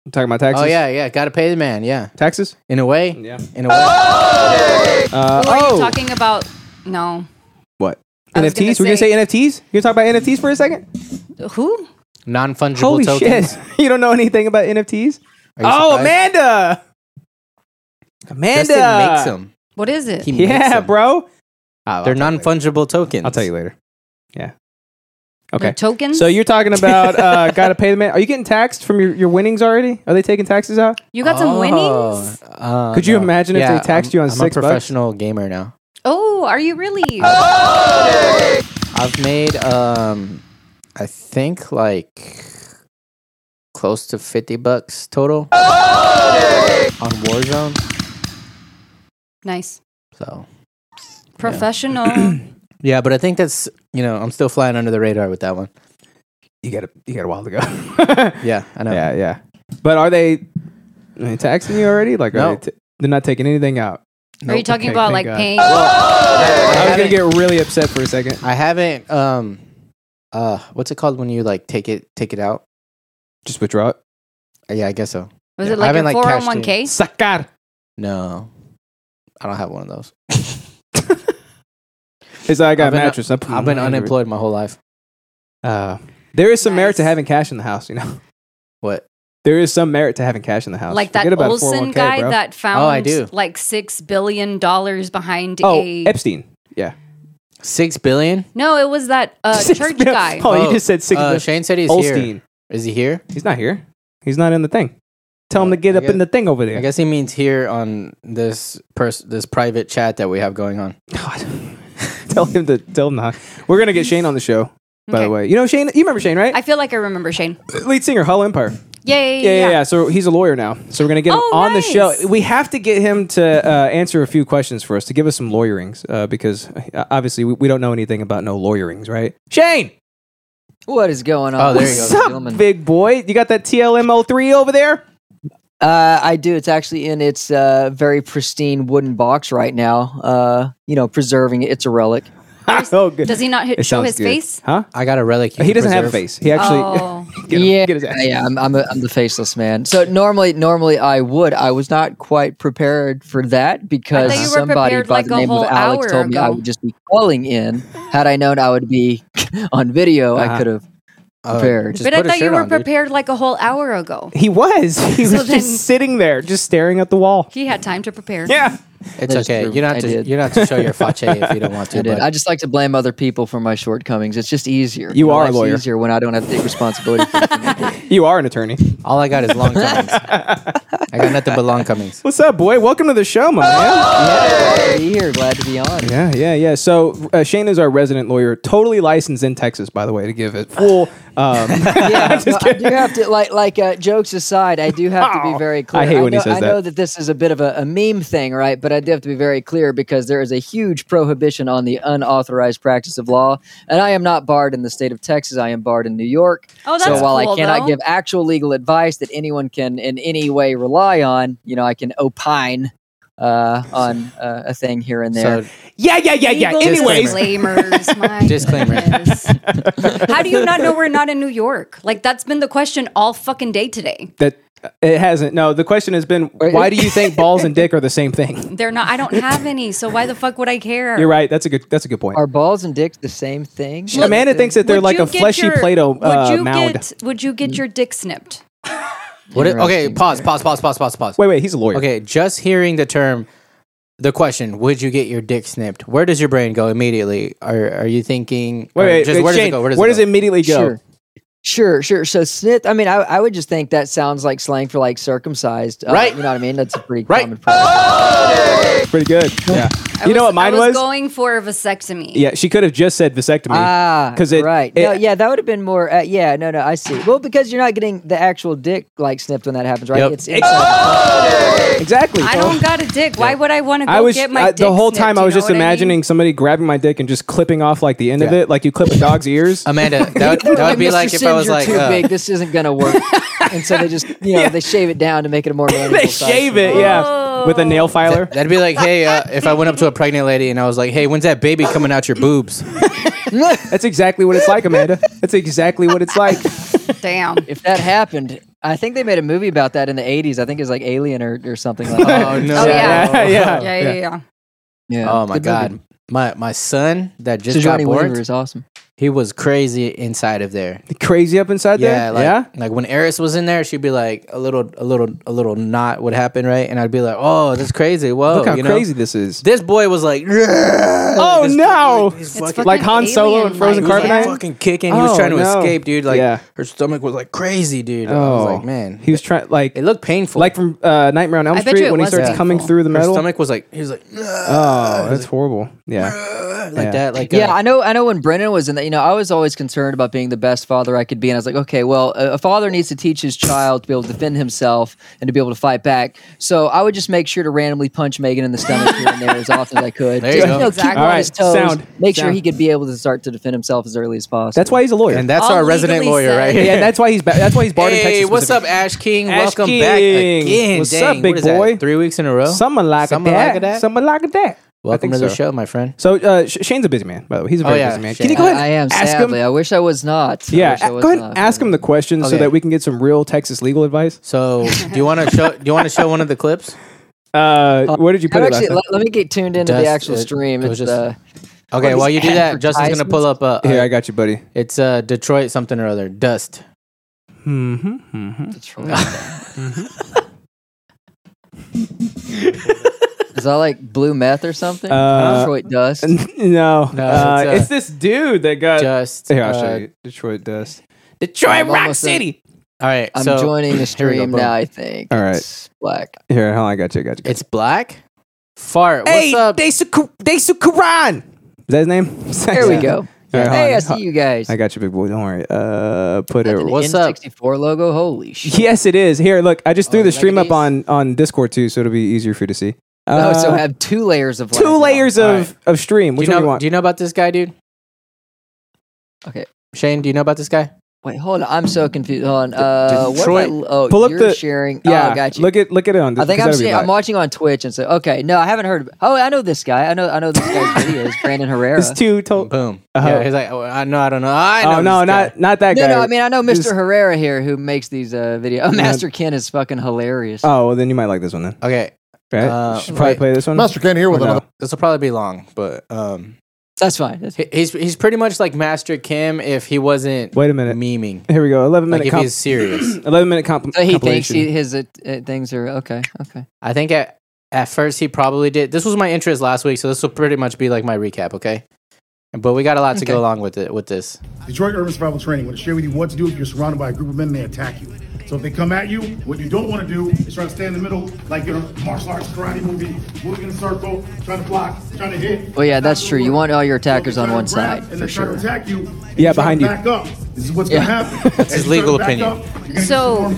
B: I'm talking about taxes.
A: Oh yeah, yeah. Gotta pay the man. Yeah.
B: taxes.
A: In a way.
B: Yeah.
A: In a way.
B: Uh,
C: Who are you talking about? No.
B: what?
C: I was
B: NFTs?
C: gonna
B: We're gonna
C: say-
B: say NFTs. You gonna talk about NFTs for a second?
C: Who?
A: Non fungible
B: Holy
A: tokens.
B: shit! You don't know anything about NFTs?
A: Are you
B: Oh,
A: surprised?
B: Amanda. Amanda
A: Justin makes them.
C: What is it?
A: He makes
B: uh, Yeah,
A: them.
B: bro. Ah,
A: They're non fungible tokens.
B: I'll tell you later. Yeah.
C: The
B: Okay.
C: tokens.
B: So you're talking about uh, gotta pay the man. Are you getting taxed from your, your winnings already? Are they taking taxes out?
C: you got
B: Oh.
C: some winnings.
A: Uh,
B: Could you imagine if they taxed
A: I'm-
B: you on
A: I'm
B: six
A: a
B: bucks?
A: professional gamer now.
C: Oh, are you really?
A: I've made um, I think like close to fifty bucks total on Warzone.
C: nice.
A: So
C: Professional.
A: yeah, but I think that's you know I'm still flying under the radar with that one.
B: You got a you got a while to go.
A: Yeah, I know.
B: Yeah, yeah. But are they, are they taxing you already? Like,
A: No.
B: are they t- they're not taking anything out.
C: Are you talking about like
B: pain?
C: paint?
B: I was gonna
A: haven't-
B: get really upset for a second.
A: I haven't. Um, uh, what's it called when you like take it take it out?
B: Just withdraw it.
A: Uh, Yeah, I guess so.
C: Was
A: Yeah,
C: it
A: I
C: like a
A: haven't, like, cashed
C: 401k?
B: Sacar.
A: No, I don't have one of those.
B: It's like I got
A: I've
B: a
A: been-
B: mattress. I put
A: I've been
B: my-
A: unemployed my whole life.
B: Uh, there is some merit to
C: Nice.
B: having cash in the house. You know,
A: What?
B: there is some merit to having cash in the house.
C: Like that
B: Forget about a
C: Olson
B: 401k,
C: guy
B: bro.
C: that found
A: Oh, I do.
C: like six billion dollars behind
B: Oh,
C: a
B: Epstein. Yeah.
A: Six billion?
C: No, it was that uh,
B: Six
C: church
B: mil-
C: guy.
B: Oh, you
A: Oh,
B: just said six.
A: Uh,
B: mil-
A: Shane said he's here.
B: Olstein.
A: Is he here?
B: He's not here. He's not in the thing. Tell him to get
A: Uh, I
B: up in
A: guess-
B: the thing over there.
A: I guess he means here on this pers- this private chat that we have going on.
B: God. tell him to tell him not. We're gonna get Shane on the show. By
C: Okay.
B: the way, you know Shane. You remember Shane, right?
C: I feel like I remember Shane.
B: Lead singer, Hollow Empire.
C: Yeah, yeah, yeah.
B: Yeah, yeah,
C: yeah.
B: yeah. So he's a lawyer now. So we're gonna get him
C: Oh,
B: on
C: nice.
B: the show. We have to get him to uh, answer a few questions for us to give us some lawyerings uh, because uh, obviously we, we don't know anything about no lawyerings, right? Shane,
D: What is going on?
A: Oh, there you
D: ladies
A: go.
B: what's
D: and
B: up,
D: gentlemen?
B: big boy? You got that TLMO3 over there?
D: Uh, I do. It's actually in its uh, very pristine wooden box right now. Uh, you know, preserving it. It's a relic.
B: oh, good.
C: Does he not hit,
B: It
C: show
B: sounds
C: his
B: good.
C: face?
B: Huh?
A: I got a relic. you
B: He
A: can
B: doesn't have a
A: preserve.
B: face. He actually.
C: oh,
B: Get him,
D: yeah,
B: get his ass.
D: yeah. I'm I'm, a, I'm the faceless man. So normally, normally I would. I was not quite prepared for that because
C: I thought you were
D: somebody
C: prepared
D: by
C: like
D: the
C: a
D: name
C: whole
D: of Alex
C: hour
D: told me I
C: ago.
D: would just be calling in. Had I known I would be on video,
B: Uh-huh.
D: I could have
A: Uh,
D: prepared.
A: just
C: but
A: put a
C: I thought you
A: shirt
C: were
A: on, dude.
C: prepared like a whole hour ago.
B: He was. He was
C: So
B: just
C: then-
B: sitting there, just staring at the wall.
C: He had time to prepare.
B: Yeah.
A: It's
D: That is
A: okay.
D: true.
A: You don't have
D: I
A: to.
D: did.
A: You don't have to show your face if you don't want to.
D: I did.
A: but-
D: I just like to blame other people for my shortcomings. It's just easier.
B: You are a
D: life's
B: lawyer.
D: Easier when I don't have to take responsibility. for anything.
B: You are an attorney.
A: All I got is long comings. I got nothing but long comings.
B: What's up, boy? Welcome to the show, my
C: Oh,
B: man.
D: Glad to be here. Glad to be on.
B: Yeah, yeah, yeah. So uh, Shane is our resident lawyer, totally licensed in Texas, by the way, to give it full. Um,
D: yeah,
B: Just
D: no, I
B: kidding.
D: do have to like like uh, jokes aside. I do have to
B: Oh,
D: be very clear.
B: I hate when he
D: know,
B: says
D: I
B: that.
D: know that this is a bit of a, a meme thing, right? But I do have to be very clear because there is a huge prohibition on the unauthorized practice of law, and I am not barred in the state of Texas. I am barred in New York.
C: Oh,
D: so
C: that's
D: while
C: cool,
D: I cannot
C: though.
D: give actual legal advice that anyone can in any way rely on, you know, I can opine uh, on uh, a thing here and there.
A: So
B: yeah, yeah, yeah, yeah.
C: Legal
B: Anyways,
C: disclaimers. My
A: Disclaimer.
C: goodness. How do you not know we're not in New York? Like that's been the question all fucking day today.
B: that uh, it hasn't. No, the question has been,
D: Wait,
B: why do you think balls and dick are the same thing?
C: They're not. I don't have any, so why the fuck would I care?
B: You're right. That's a good. That's a good point.
D: are balls and dicks the same thing?
B: Amanda thinks that they're
C: Would
B: like
C: you
B: a
C: get
B: fleshy
C: your-
B: Play-Doh
C: would
B: uh,
C: you
B: mound.
C: Get, would you get your dick snipped?
A: what? Is, okay.
D: Interesting.
A: Pause. Pause. Pause. Pause. Pause. Pause.
B: Wait, wait. He's a lawyer.
A: Okay. Just hearing the term, the question, "Would you get your dick snipped?" Where does your brain go immediately? Are Are you thinking?
B: Wait,
A: or
B: wait.
A: just
B: wait,
A: where does
B: Shane,
A: it go? Where does, it, go?
B: immediately go?
D: Sure. Sure, sure. So snip. I mean, I, I would just think that sounds like slang for like circumcised. Uh,
A: Right.
D: You know what I mean? That's a pretty
A: Right. Ah!
D: common problem.
B: Pretty good. Yeah.
C: I
B: you know what Oh,
C: was-
B: mine
C: I was,
B: was?
C: going for a vasectomy.
B: yeah, she could have just said vasectomy.
D: Ah,
B: 'Cause it-
D: right.
B: it-
D: no, yeah, that would have been more. Uh, yeah, no, no, I see. Well, because you're not getting the actual dick like snipped when that happens, right?
A: Yep.
D: It's inside.
B: exactly.
C: I
B: So-
C: don't got a dick. Why would I want to go
B: I was
C: get my
B: I-
C: dick
B: the whole
C: snipped,
B: time.
C: you
B: I was
C: know
B: just
C: what mean?
B: imagining somebody grabbing my dick and just clipping off like the end of
A: Yeah.
B: it, like you clip a dog's ears.
A: Amanda, that would, that would be
D: Mr.
A: like
D: Sims,
A: if I was
D: you're
A: like,
D: too
A: uh,
D: big. This isn't gonna work. and so they just, you know, they shave it down to make it a more manageable.
B: they
D: size.
B: shave it,
C: Oh.
B: yeah, with a nail filer.
A: that'd be like, hey, uh, if I went up to a pregnant lady and I was like, hey, when's that baby coming out your boobs?
B: That's exactly what it's like, Amanda. That's exactly what it's like.
C: Damn.
D: If that happened, I think they made a movie about that in the '80s. I think it was like Alien or, or something like that.
A: Oh no!
C: Oh, yeah.
B: yeah, yeah.
C: Yeah, yeah, yeah. yeah.
D: Yeah.
A: Oh my
D: Good movie.
A: god, my my son that just
D: Sigourney
A: got born,
D: Weaver is awesome.
A: he was crazy inside of there.
B: Crazy up inside
A: Yeah,
B: there.
A: like,
B: yeah.
A: like when Eris was in there, she'd be like a little, a little, a little knot would happen, right? And I'd be like, "Oh, that's crazy! Whoa,
B: Look how
A: you know?
B: crazy this is.
A: This boy was like,
B: Oh
A: "Oh
B: no!
C: fucking
B: like Han Solo and
C: alien,
B: Frozen
C: like,
B: Carbonite.
C: yeah.
A: fucking kicking! He was
B: Oh,
A: trying to
B: no.
A: escape, dude. Like
B: Yeah.
A: her stomach was like crazy, dude. I
B: oh
A: was like, man,
B: he was trying like
A: it looked painful.
B: like from uh, Nightmare on Elm
C: I bet you
B: Street
C: it
B: when he
C: was
B: starts
C: painful.
B: coming through the
A: her
B: metal.
A: stomach was like, he was like, "Ugh,"
B: oh, that's horrible. Yeah.
A: like
B: Yeah.
A: that, like
D: Yeah,
A: uh,
D: I know. I know when Brennan was in that, you know, I was always concerned about being the best father I could be. And I was like, okay, well, a, a father needs to teach his child to be able to defend himself and to be able to fight back. So I would just make sure to randomly punch Megan in the stomach here and there as often as I could.
A: There
D: just,
A: you go.
D: keep him
C: Exactly.
D: on
B: All
D: his
B: right,
D: toes,
B: sound,
D: Make sure
B: sound.
D: he could be able to start to defend himself as early as possible.
B: That's why he's a lawyer.
A: And that's
C: All
A: our resident
C: legally
A: lawyer right
C: said.
A: here.
B: yeah, that's why he's ba- that's why he's barred in
A: Hey,
B: Texas.
A: what's up,
B: specifically.
A: Ash King?
B: Ash
A: Welcome back
B: King.
A: again.
B: What's
A: Dang,
B: up, big
A: what is that,
B: boy?
A: Three weeks in a row.
B: Something like
A: Something
B: that.
A: like that?
B: Something like that. I
A: Welcome
B: think
A: to the
B: so.
A: show, my friend.
B: So uh, Sh- Shane's a busy man, by the way. He's a
A: Oh,
B: very
A: yeah,
B: busy man.
A: Shane.
B: Can you go
D: I,
B: ahead?
D: I am
B: and ask
D: sadly.
B: him?
D: I wish I was not. I
B: Yeah,
D: wish I
B: a-
D: was
B: go ahead
D: not.
B: and ask him the questions so
A: Okay.
B: that we can get some real Texas legal advice.
A: So, do you want to show? Do you want to show one of the clips?
B: Uh, where did you put
D: I'm
B: it? Last
D: actually,
B: time?
D: let, let me get tuned into
A: Dust,
D: the actual
A: it-
D: stream.
A: it was
D: It's,
A: just-
D: uh,
A: Okay,
D: these
A: while you do that, Justin's gonna pull up. Uh,
B: Here,
A: uh,
B: I got you, buddy.
A: it's uh, Detroit something or other. Dust.
B: Mm-hmm, mm-hmm.
D: Detroit. Is that like blue meth or something?
B: Uh,
D: Detroit dust.
B: no,
A: mm-hmm. No,
B: uh,
A: it's, uh,
B: it's, this dude that got.
A: Just.
B: Here, I'll
A: uh,
B: show you. Detroit Dust. Detroit
D: I'm
B: Rock
D: almost there.
B: City.
A: All right,
D: I'm
A: so
D: joining the
A: here we go,
D: stream
A: boom.
D: now. I think.
B: All right.
D: It's black.
B: Here, hold on, I got you. I got you.
A: It's black. Fart.
B: hey,
A: What's up?
B: Desu Desu Karan. Is that his name?
D: There we
B: Yeah.
D: go.
B: All right, hold
D: Hey,
B: on.
D: I see you guys.
B: I got you, big boy. Don't worry. Uh, put it.
D: An
A: What's up?
D: N64 logo. Holy shit.
B: Yes, it is. Here, look. I just threw
D: Oh,
B: the
D: like
B: stream
D: it
B: up
D: is?
B: on on Discord too, so it'll be easier for you to see.
D: oh, so
B: Uh,
D: have two layers of
B: two
D: lights
B: layers
A: All
B: of of stream.
A: do
B: Which
A: you know?
B: one
A: Do
B: do you
A: you know about this guy, dude?
D: Okay.
A: Shane, do you know about this guy?
D: on. Wait, hold on. I'm so confused. Hold on. Uh, what am I-
A: Detroit-
D: oh,
B: Pull up
D: you're
B: the-
D: sharing.
B: want? Yeah,
D: Oh, got you.
B: Look at look at it on.
D: I think I'm
B: because that'll be
D: seeing, I'm
B: live.
D: watching on Twitch and so okay no I haven't heard of, oh I know this guy I know I know this guy's videos Brandon Herrera
B: It's two total.
A: Boom.
B: Uh-huh.
A: Yeah, he's like, oh, I know, I don't know. I know
B: Oh no,
A: this guy.
B: not not that
D: no
B: guy.
D: no I mean I know Mr
B: Just-
D: Herrera here who makes these uh, videos oh, Master Ken is fucking hilarious
A: Uh,
B: Oh, well, then you might like this one then.
A: Okay,
B: Right?
A: Uh,
B: you should probably
A: wait.
B: play this one.
E: Master Ken here with
B: Or no.
E: another.
A: this will probably be long, but um,
D: that's fine that's
A: he- he's he's pretty much like Master Kim if he wasn't
B: Wait a minute.
A: memeing.
B: Here we go. Eleven
A: Like
B: minute.
A: if
B: comp-
A: he's serious,
B: Eleven minute comp-
D: So he thinks
B: compilation.
D: he, his uh, uh, things are okay. Okay.
A: I think at at first he probably did. This was my interest last week, so this will pretty much be like my recap. Okay, but we got a lot to go
D: Okay.
A: along with it with this.
E: Detroit Urban Survival Training. want to share with you what to do if you're surrounded by a group of men and they attack you. So if they come at you, what you don't want to do is try to stay in the middle like in a martial arts karate movie, moving in a circle, trying to block, trying to hit.
D: Well, yeah, that's true. You want all your attackers on one side,
E: and
D: for
E: they're trying
D: sure.
E: to attack you. and
B: Yeah,
E: you try
B: behind
E: to
B: you.
E: Back up. This is what's
D: Yeah.
E: gonna happen. That's
A: his legal opinion.
C: So,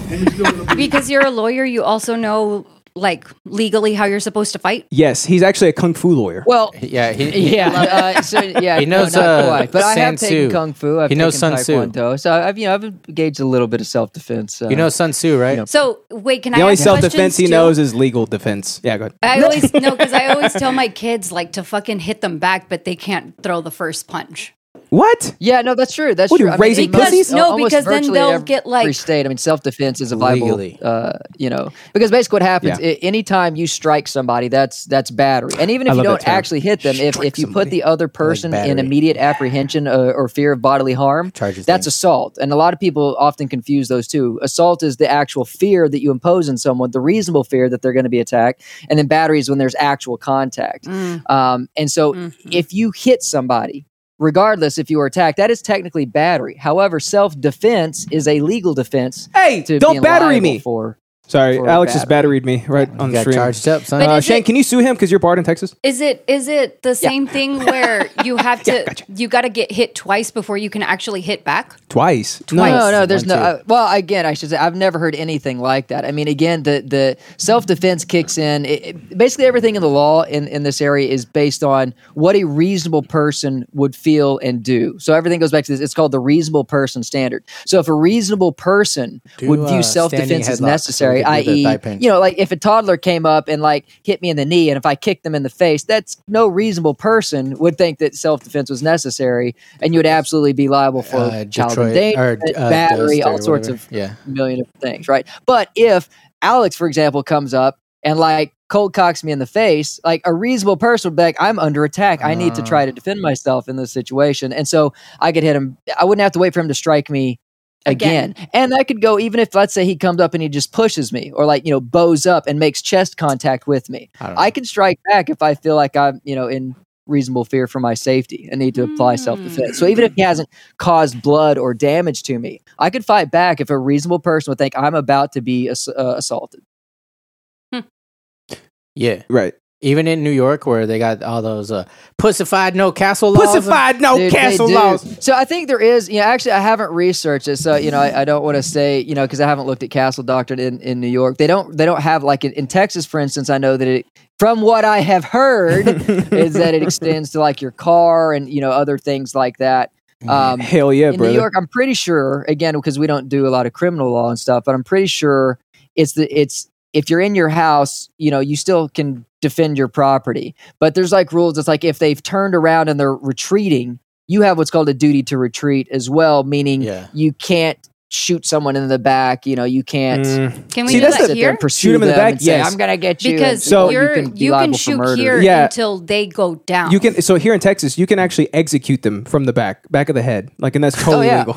C: Because you're a lawyer, you also know like legally how you're supposed to fight.
B: yes, he's actually a kung fu lawyer.
D: Well,
A: Yeah, he, he-
D: yeah, uh, so, yeah.
A: He knows,
D: no, not
A: uh,
D: quite. But I have
A: Sun
D: taken
A: Tzu.
D: kung fu. I've
A: He knows
D: taken
A: Sun Tzu.
D: taekwondo. So I've you know I've engaged a little bit of self defense. Uh,
A: you know Sun Tzu, right?
C: So wait, can
B: the
C: I
B: only
C: ask
B: self defense
C: questions
B: he
C: too?
B: knows is legal defense. Yeah, go ahead.
C: I always no, because I always tell my kids like to fucking hit them back, but they can't throw the first punch.
B: What?
D: Yeah, no, that's true. That's
B: What are
D: true.
B: you, raising
D: most-
B: pussies?
C: No,
D: almost
C: because then
D: virtually
C: they'll
D: every
C: get, like-
D: state. I mean, self defense is a viable,
A: Legally.
D: uh, you know, because basically what happens
B: Yeah.
D: i- anytime you strike somebody, that's that's battery. And even
B: I
D: if you
B: love that
D: don't
B: term.
D: actually hit them, if,
B: Strike
D: if you
B: somebody.
D: put the other person in
A: battery.
D: immediate apprehension uh, or fear of bodily harm,
A: Charges
D: that's
A: thing.
D: assault. And a lot of people often confuse those two. Assault is the actual fear that you impose on someone, the reasonable fear that they're going to be attacked, and then battery is when there's actual contact.
B: Mm.
D: Um, and so
B: Mm-hmm.
D: if you hit somebody, regardless if you were attacked, that is technically battery. However, self defense is a legal defense.
B: Hey,
D: To
B: don't
D: being
B: battery
D: liable
B: me.
D: For
B: Sorry,
D: for
B: Alex
D: battery.
B: just batteried me right
A: He
B: on the
A: got
B: stream.
A: charged up, son.
C: But
B: Uh,
C: Is
B: Shane,
C: it-
B: can you sue him because you're barred in Texas?
C: Is it is it the same thing where you have to you got to get hit twice before you can actually hit back?
B: Twice.
D: No, no, there's no.
A: One, two.
D: Uh, well, again, I should say I've never heard anything like that. I mean, again, the the self defense kicks in. It, it- basically, everything in the law in in this area is based on what a reasonable person would feel and do. So everything goes back to this. It's called the reasonable person standard. So if a reasonable person
A: Do,
D: would
A: uh,
D: view self defense
A: standing
D: as
A: headlocks so we can do
D: necessary,
A: the
D: i.e.,
A: thigh pinch.
D: you know, like if a toddler came up and like hit me in the knee, and if I kicked them in the face, that's no reasonable person would think that self defense was necessary, and you would absolutely be liable for
A: Uh,
D: child
A: Detroit-
D: endangerment,
A: or, uh,
D: battery,
A: Dust or
D: all sorts
A: whatever.
D: of
A: Yeah.
D: million different things, right? But if Alex, for example, comes up and like cold cocks me in the face, like a reasonable person would be like, I'm under attack. I need to
A: Uh.
D: try to defend myself in this situation. And so I could hit him. I wouldn't have to wait for him to strike me again. And I could go even if let's say he comes up and he just pushes me or like, you know, bows up and makes chest contact with me.
A: I don't know.
D: I can strike back if I feel like I'm, you know, in reasonable fear for my safety and need to apply self defense. So even if he hasn't caused blood or damage to me, I could fight back if a reasonable person would think I'm about to be ass- uh, assaulted.
A: yeah.
B: Right.
A: even in New York where they got all those uh, pussified no castle laws. and-
B: Pussified, no
D: Dude, they
B: castle
D: do.
B: laws.
D: So I think there is, you know, actually, I haven't researched it. So, you know, I, I don't want to say, you know, because I haven't looked at castle doctrine in, in New York. They don't, they don't have like in, in Texas, for instance, I know that it, from what I have heard, is that it extends to like your car and, you know, other things like that. Um,
B: Hell yeah,
D: in
B: brother.
D: New York, I'm pretty sure again because we don't do a lot of criminal law and stuff, but I'm pretty sure it's the it's if you're in your house, you know, you still can defend your property. But there's like rules. It's like if they've turned around and they're retreating, you have what's called a duty to retreat as well, meaning
A: Yeah.
D: you can't shoot someone in the back. You know, you can't.
B: Mm.
C: Can we
B: See,
C: do
B: that's
C: that
B: the-
D: sit there
C: here?
D: and pursue
B: 'em in the
D: them
B: back,
D: and say,
B: yes.
D: I'm gonna get you. and,
C: Because
D: you know,
B: So-
C: you're, you
D: you
C: can,
D: be liable for
C: shoot
D: murder.
C: here
B: Yeah.
C: until they go down.
B: You can so here in Texas, you can actually execute them from the back, back of the head, like, and that's totally
D: yeah.
B: legal.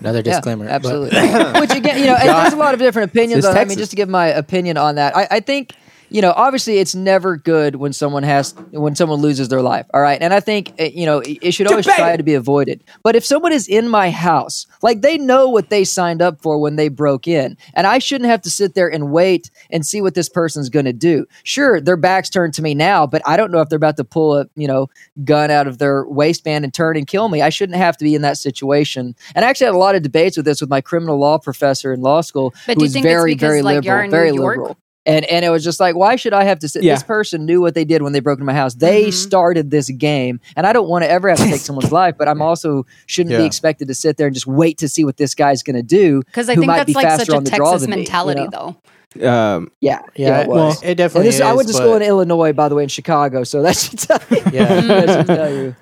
A: Another
D: Yeah,
A: disclaimer. but-
D: absolutely. Which again, you know, and there's a lot of different opinions.
B: It's
D: On, I mean,
B: Texas.
D: just to give my opinion on that, I, I think you know, obviously, it's never good when someone has when someone loses their life. All right, and I think uh, you know it it should always
B: Japan!
D: try to be avoided. But if someone is in my house, like they know what they signed up for when they broke in, and I shouldn't have to sit there and wait and see what this person's going to do. Sure, their backs turned to me now, but I don't know if they're about to pull a you know gun out of their waistband and turn and kill me. I shouldn't have to be in that situation. And I actually had a lot of debates with this with my criminal law professor in law school,
C: But
D: who
C: do you
D: was
C: think it's
D: very
C: because,
D: very
C: like, you're
D: liberal,
C: in
D: very
C: New York?
D: liberal. And, and it was just like, why should I have to sit?
B: Yeah.
D: This person knew what they did when they broke into my house.
C: Mm-hmm.
D: They started this game, and I don't want to ever have to take someone's life, but I'm also shouldn't be
A: Yeah.
D: expected to sit there and just wait to see what this guy's going to do.
C: Because I
D: who
C: think
D: might be
C: that's like
D: faster
C: such a
D: on the draw
C: Texas
D: than me, you
C: mentality,
D: know?
C: though.
B: Um,
D: Yeah,
A: yeah,
D: yeah, it was.
A: it
D: And
A: definitely
D: this,
A: is.
D: I went to
A: but-
D: school in Illinois, by the way, in Chicago. So that should tell you.
A: Yeah.
D: that should tell you.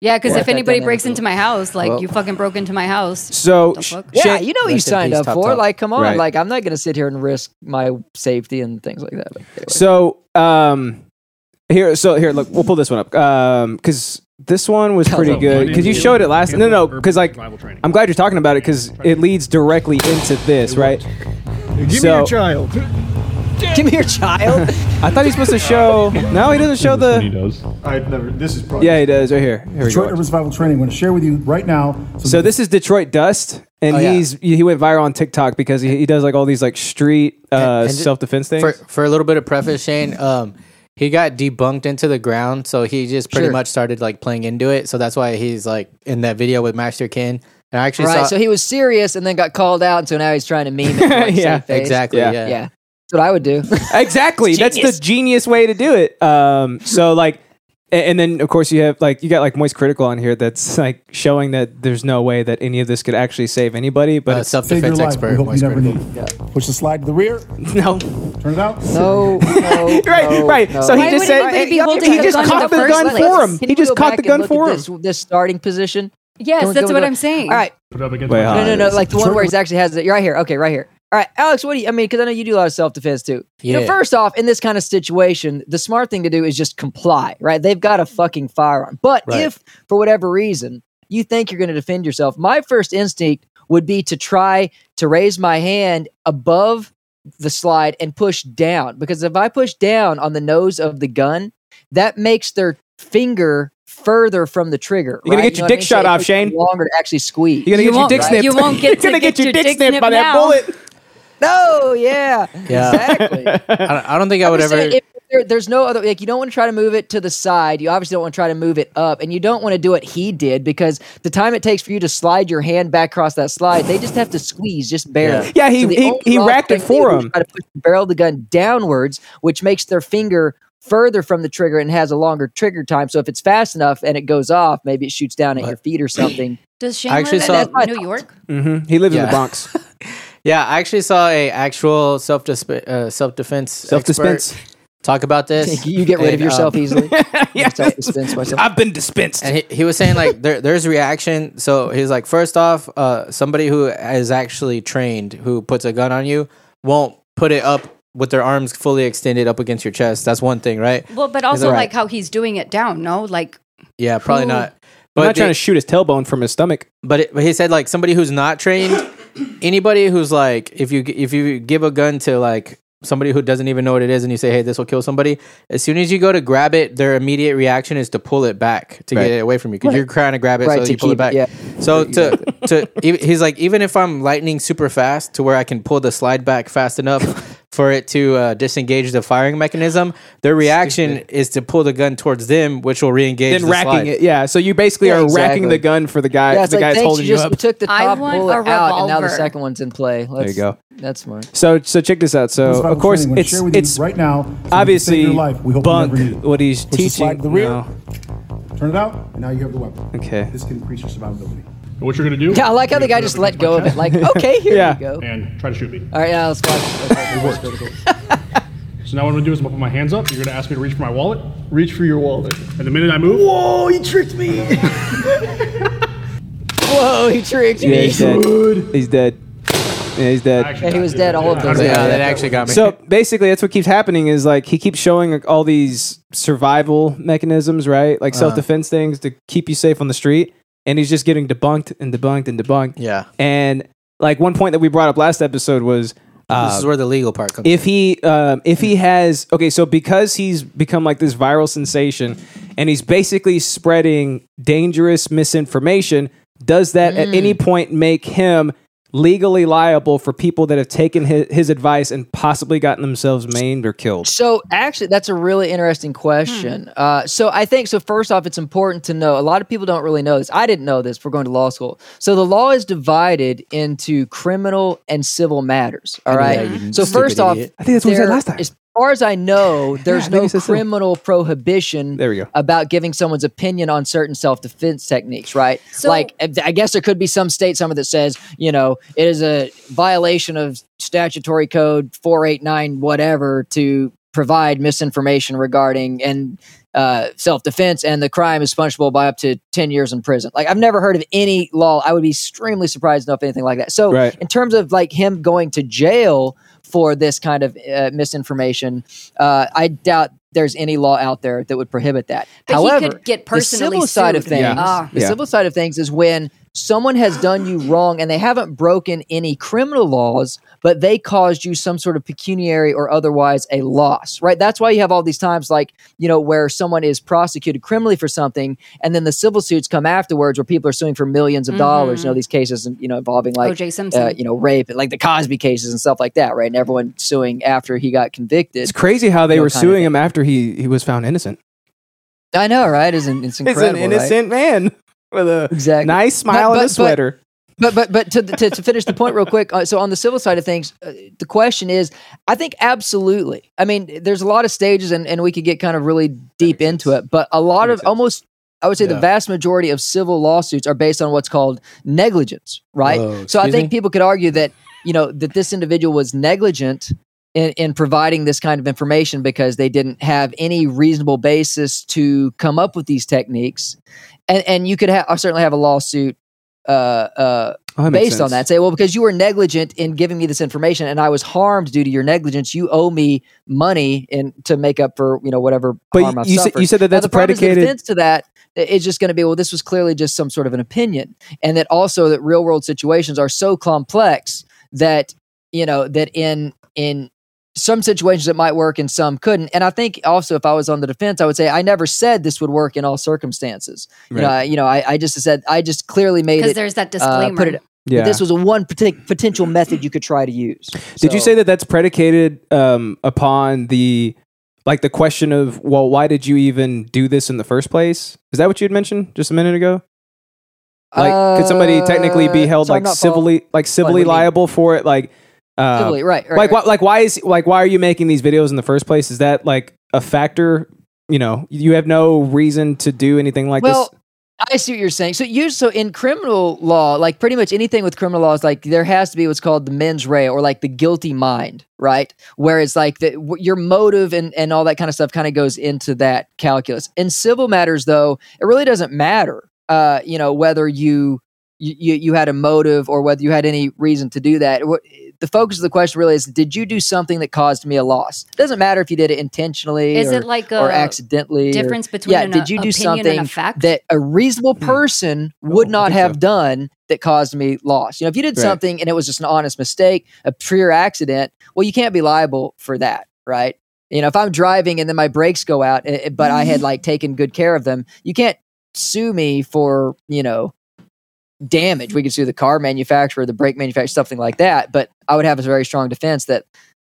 C: Yeah, because
D: Yeah.
C: if anybody breaks
D: Dynamic.
C: into my house, like
D: Well.
C: you fucking broke into my house.
B: so
C: The
B: sh-
C: fuck?
D: Yeah,
B: Shane-
D: you know what
A: Rest in
D: you signed
A: peace,
D: up
A: Top
D: for.
A: Top.
D: Like, come on.
B: Right.
D: Like, I'm not going to sit here and risk my safety and things like that. But anyway.
B: So, um, here, so here, look, we'll pull this one up, um, because this one was pretty good. Because you showed it last. No, no, because like, I'm glad you're talking about it because it leads directly into this, right?
F: Give
B: So-
F: me your child.
D: Give me your child.
B: I thought he's supposed to show. No, he doesn't show
G: he
B: the.
G: does.
F: I've never. This is probably.
B: Yeah, he does. Right here. Here we
E: Detroit
B: go.
E: Urban Survival Training. I'm going to share with you right now.
B: So this is Detroit Dust, and
A: Oh, yeah.
B: he's he went viral on TikTok because he, he does like all these like street uh,
A: and ju-
B: self defense things.
A: for for a little bit of preface, Shane. Um, he got debunked into the ground, so he just pretty
D: Sure.
A: much started like playing into it. So that's why he's like in that video with Master Kin. And I actually
D: right.
A: saw
D: So he was serious and then got called out. And so now he's trying to meme it. to, Like,
B: Yeah,
D: save face.
A: exactly.
B: Yeah.
A: Yeah.
D: Yeah. That's what I would do.
B: exactly that's
D: Genius.
B: the genius way to do it um so like a- and then of course you have like you got like moist critical on here that's like showing that there's no way that any of this could actually save anybody but
A: Uh,
B: it's
A: self
E: Save your
A: defense
E: life.
A: expert.
E: We hope you
A: Moist
E: never
A: Critical.
E: need. Push the slide to the rear.
B: no
E: Turn it out.
D: no, no,
B: right
D: no,
B: right
D: no.
B: so he
C: Why
B: just
C: would
B: said
C: anybody be
B: he
C: holding
B: he
C: the
B: just
C: gun in
B: caught
C: the
B: the
C: first
B: gun
C: place?
B: for him
D: Can
B: he
D: we
B: just
D: go
B: caught
D: back
B: the
D: and
B: gun
D: look at
B: for him
D: this, this starting position. Can
C: Yes,
D: we
C: that's
D: go
C: what
D: to-
C: I'm saying.
D: All right.
G: Put up against
B: Wait,
G: my
B: hold
D: No,
B: on.
D: no, no. Like the one
E: Detroit
D: where
E: was-
D: he's actually has it. Right here. Okay, right here. All right, Alex. What do you? I mean, because I know you do a lot of self defense too. You know,
A: Yeah.
D: first off, in this kind of situation, the smart thing to do is just comply. Right? They've got a fucking firearm. But
A: Right.
D: if for whatever reason you think you're going to defend yourself, my first instinct would be to try to raise my hand above the slide and push down because if I push down on the nose of the gun, that makes their finger further from the trigger.
B: You're gonna
D: right?
B: get your
D: You know what I
B: dick
D: mean? So
B: shot
D: it
B: off,
D: takes them
B: Shane.
D: Longer to actually squeeze.
B: you're gonna
C: You
B: get your
C: won't-
B: dick snipped
C: you won't get
B: You're gonna
C: to
B: get
C: get
B: your
C: your
B: dick
C: dick
B: snipped by
C: snipped
B: that
C: now.
B: bullet
D: No, yeah,
A: Yeah.
D: exactly.
A: I don't, I don't think I
D: I'm
A: would
D: just
A: ever.
D: saying, if there- there's no other like you don't want to try to move it to the side. You obviously don't want to try to move it up, and you don't want to do what he did because the time it takes for you to slide your hand back across that slide, they just have to squeeze just barely.
B: Yeah. Yeah, he-
D: the
B: he-
D: only
B: he
D: logical
B: racked it
D: thing to do
B: for
D: is
B: him.
D: Try to push the barrel of the gun downwards, which makes their finger further from the trigger and has a longer trigger time. So if it's fast enough and it goes off, maybe it shoots down at your feet or something.
C: Does Shane
A: I
C: live
A: actually
C: in
A: saw-
C: New York?
B: Mhm. he lives in
A: Yeah.
B: the Bronx
A: yeah, I actually saw a actual self uh, self defense
B: self dispense
A: talk about this.
D: you get rid of
A: And,
D: yourself
A: um,
D: easily.
B: yeah
D: Self-defense myself.
B: I've been dispensed
A: And he, he was saying like there, there's reaction. So he's like, first off, uh, somebody who is actually trained who puts a gun on you won't put it up with their arms fully extended up against your chest. That's one thing, right?
C: Well, but also
A: right.
C: like how he's doing it down. No, like
A: Yeah, probably
C: Who-
A: not.
B: I'm
A: But
B: not trying
A: they-
B: to shoot his tailbone from his stomach
A: but, it, but he said like somebody who's not trained, anybody who's like if you g- if you give a gun to like somebody who doesn't even know what it is and you say hey this will kill somebody, as soon as you go to grab it, their immediate reaction is to pull it back to
B: Right.
A: get it away from you because you're trying to grab it
D: Right,
A: so
D: to
A: you pull
D: keep
A: it back.
D: it, yeah.
A: So to to e- he's like even if I'm lightning super fast to where I can pull the slide back fast enough for it to uh, disengage the firing mechanism, their reaction is to pull the gun towards them, which will re-engage
B: Then
A: the
B: racking
A: slide.
B: it. Yeah. So you basically
D: Yeah,
B: are racking
D: exactly.
B: the gun for the guy.
D: Yeah, it's
B: the
D: like
B: guy's
D: thanks,
B: holding
D: you
B: you
D: just
B: up.
D: took the
C: I
D: top
C: want
D: bullet
C: a
D: out, and now the
C: revolver.
D: second one's in play. Let's,
B: go.
D: That's smart.
B: So so check this out. So
E: That's why
B: of
E: we're
B: course
E: sharing. We're
B: it's
E: sharing with you
B: it's
E: right now. so you can save
B: obviously
E: your life. We hope you never
B: bunk
E: need it.
B: what he's
E: Push the slide
B: teaching.
E: to the rear.
B: No.
E: Turn it out, and now you have the weapon.
B: Okay.
E: This can increase your survivability.
F: What you're gonna do?
D: Yeah, I like how the
F: You're
D: guy
F: gonna
D: just
F: put it
D: let go of it.
F: against my
D: Like, okay, here
B: Yeah.
D: you go.
F: chest And try to shoot me.
D: All right, now let's go. Okay, let's go.
F: So now what I'm gonna do is I'm gonna put my hands up. You're gonna ask me to reach for my wallet. Reach for your wallet. And the minute I move, whoa, he tricked me.
D: Whoa, he tricked
B: Yeah,
D: me.
B: he's dead. He's dead. Yeah, he's dead.
D: he was dead all of those
A: Yeah,
D: Yeah,
A: uh, that
D: yeah.
A: actually got me.
B: So basically, that's what keeps happening is like he keeps showing all these survival mechanisms, right?
D: Uh-huh.
B: Like self defense things to keep you safe on the street. And he's just getting debunked and debunked and debunked.
A: yeah,
B: And like one point that we brought up last episode was uh,
A: this is where the legal part comes.
B: if he um, if he has okay, so because he's become like this viral sensation, and he's basically spreading dangerous misinformation, does that at
D: Mm.
B: any point make him legally liable for people that have taken his, his advice and possibly gotten themselves maimed or killed?
D: So actually, that's a really interesting question. Uh, so I think so. First off, it's important to know. A lot of people don't really know this. I didn't know this. We're going to law school. So the law is divided into criminal and civil matters. All right. So
A: stupid
D: first off,
A: idiot.
B: I think that's what we said
D: there-
B: last time.
D: As far as I know,
B: I
D: there's
B: think
D: no
B: we said civil.
D: criminal prohibition
B: There we go.
D: about giving someone's opinion on certain self-defense techniques, right?
C: So-
D: like, I guess there could be some state somewhere that says, you know, it is a violation of statutory code 489 whatever to provide misinformation regarding and uh, self-defense, and the crime is punishable by up to 10 years in prison. Like, I've never heard of any law. I would be extremely surprised to know if anything like that. So,
B: Right.
D: in terms of like him going to jail for this kind of uh, misinformation, uh, I doubt there's any law out there that would prohibit that.
C: But he
D: However,
C: could get personally
D: the civil side of
C: sued.
D: things,
B: Yeah.
C: Ah.
D: the
B: Yeah.
D: civil side of things is when someone has done you wrong and they haven't broken any criminal laws, but they caused you some sort of pecuniary or otherwise a loss, right? That's why you have all these times like, you know, where someone is prosecuted criminally for something and then the civil suits come afterwards where people are suing for millions of dollars, you know, these cases, you know, involving like,
C: O.J. Simpson.
D: uh, you know, rape, like the Cosby cases and stuff like that, right? And everyone suing after he got convicted.
B: It's crazy how they
D: No
B: were
D: kind of
B: suing
D: thing.
B: him after he, he was found innocent.
D: I know, right? Isn't
B: It's
D: it's incredible?
B: an
D: right?
B: innocent man with a
D: Exactly.
B: nice smile
D: But-
B: and a
D: but- but-
B: sweater.
D: but but but to, to, to finish the point real quick uh, so on the civil side of things uh, the question is i think absolutely i mean there's a lot of stages and, and we could get kind of really deep into it but a lot of almost i would say the vast majority of civil lawsuits are based on what's called negligence right
A: Whoa,
D: so i
A: excuse
D: think
A: me?
D: people could argue that you know that this individual was negligent in, in providing this kind of information because they didn't have any reasonable basis to come up with these techniques and and you could ha- certainly have a lawsuit uh, uh,
B: Oh, that makes
D: based on
B: sense.
D: that. Say, well, because you were negligent in giving me this information, and I was harmed due to your negligence, you owe me money and to make up for you know whatever
B: But
D: harm
B: you-
D: I've
B: you said-
D: suffered.
B: you said that
D: Now,
B: that's
D: the problem is the
B: predicated-
D: defense to that i- is just going to be well, this was clearly just some sort of an opinion, and that also that real world situations are so complex that you know that in in some situations it might work and some couldn't and i think also if i was on the defense i would say i never said this would work in all circumstances you know
B: Right.
D: I, you know I, I just said i just clearly made
C: because
D: it
C: there's that
D: uh,
C: disclaimer.
D: put it
B: Yeah.
D: but this was a one partic- potential method you could try to use.
B: Did you
D: So-
B: say that that's predicated um, upon the like the question of well, why did you even do this in the first place? Is that what you had mentioned just a minute ago? Like, could somebody
D: Uh,
B: technically be held
D: so
B: like
D: I'm not following-
B: civilly like civilly
D: do you mean?
B: liable for it? Like, uh,
D: Civilly, right? right
B: like
D: right.
B: why, like why is like why are you making these videos in the first place? Is that like a factor? You know, you have no reason to do anything like
D: well,
B: this.
D: I see what you're saying. So you so in criminal law, like pretty much anything with criminal laws, like there has to be what's called the mens rea or like the guilty mind, right? Where it's like the, w- your motive and and all that kind of stuff kind of goes into that calculus. In civil matters, though, it really doesn't matter. Uh, you know whether you you you- you had a motive or whether you had any reason to do that. What- The focus of the question really is: Did you do something that caused me a loss? It doesn't matter if you did it intentionally.
C: Is
D: or,
C: it like
D: or
C: a
D: accidentally? or-
C: difference between
D: yeah,
C: an uh,
D: did you do
C: opinion
D: something
C: and a fact?
D: that a reasonable person would
B: I
D: not
B: think
D: have
B: so.
D: done that caused me loss. You know, if you did
B: Right.
D: something and it was just an honest mistake, a pure accident, well, you can't be liable for that, right? You know, if I'm driving and then my brakes go out, eh, eh, but I had like taken good care of them, you can't sue me for you know damage. We could sue the car manufacturer, the brake manufacturer, something like that. But I would have a very strong defense that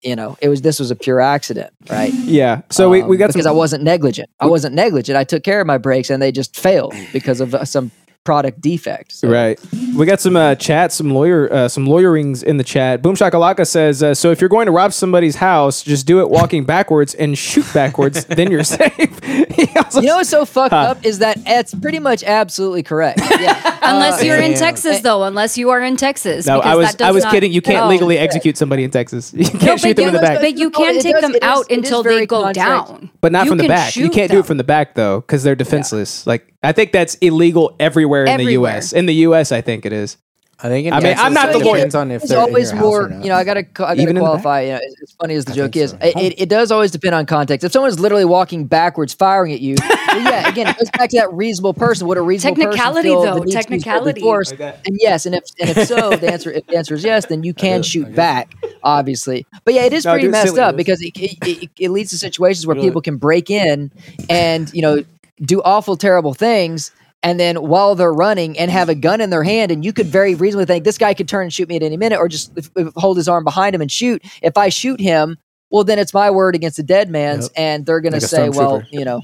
D: you know, it was this was a pure accident, right?
B: Yeah. So we, we
D: Um,
B: got
D: because
B: some.
D: I wasn't negligent. I wasn't negligent. I took care of my brakes, and they just failed because of uh, some product defect. So-
B: Right. We got some uh, chat, some lawyer, uh, some lawyerings in the chat. Boom Shakalaka says, uh, "So if you're going to rob somebody's house, just do it walking backwards and shoot backwards, then you're safe." He also-
D: You know what's so fucked up is that it's pretty much absolutely correct. Yeah.
C: Unless you're in
D: yeah.
C: Texas, though. Unless you are in Texas.
B: no,
C: because
B: I was
C: that does
B: I was
C: not-
B: kidding. You can't
C: Oh.
B: legally execute somebody in Texas. You can't
C: No,
B: shoot
C: but,
B: them in the
C: you-
B: back,
C: but you
D: No,
C: can
D: it
C: take
D: does-
C: them
D: it is-
C: out
D: it is
C: until
D: very
C: they go
D: contract-
C: down.
B: but not
C: You
B: from the
C: can
B: back. You
C: shoot
B: can't do
C: them.
B: it from the back though, because they're defenseless. Like I think that's illegal everywhere in the
C: Everywhere.
B: U.S. In the U.S., I think it is.
A: I think. In
B: I mean,
A: Texas,
B: I'm not
A: it
B: the lawyer.
A: Depends on if
D: It's
A: they're in
D: always
A: your house or
D: more,
A: not.
D: you know, I gotta, co- I
B: Even in
D: gotta
B: the
D: qualify. You know, as, as funny as the joke
A: think
D: is,
A: so.
D: it, it, it does always depend on context. If someone's literally walking backwards, firing at you, well, yeah, again, it goes back to that reasonable person. What a reasonable person
C: Technicality,
D: feel the
C: though,
D: need to use deadly
C: technicality.
D: force.
B: Like that.
D: and yes, and if and if so, the answer if the answer is yes, then you can shoot back, obviously. But yeah, it is
B: No,
D: pretty
B: do it
D: messed
B: silly,
D: up
B: do it
D: because it, it, it, it leads to situations where
A: Really?
D: people can break in and you know do awful, terrible things. And then while they're running and have a gun in their hand, and you could very reasonably think this guy could turn and shoot me at any minute, or just if, if- hold his arm behind him and shoot. If I shoot him, well, then it's my word against the dead man's,
A: Yep.
D: and they're going
A: Like a
D: to say, well,
A: stormtrooper.
D: you know,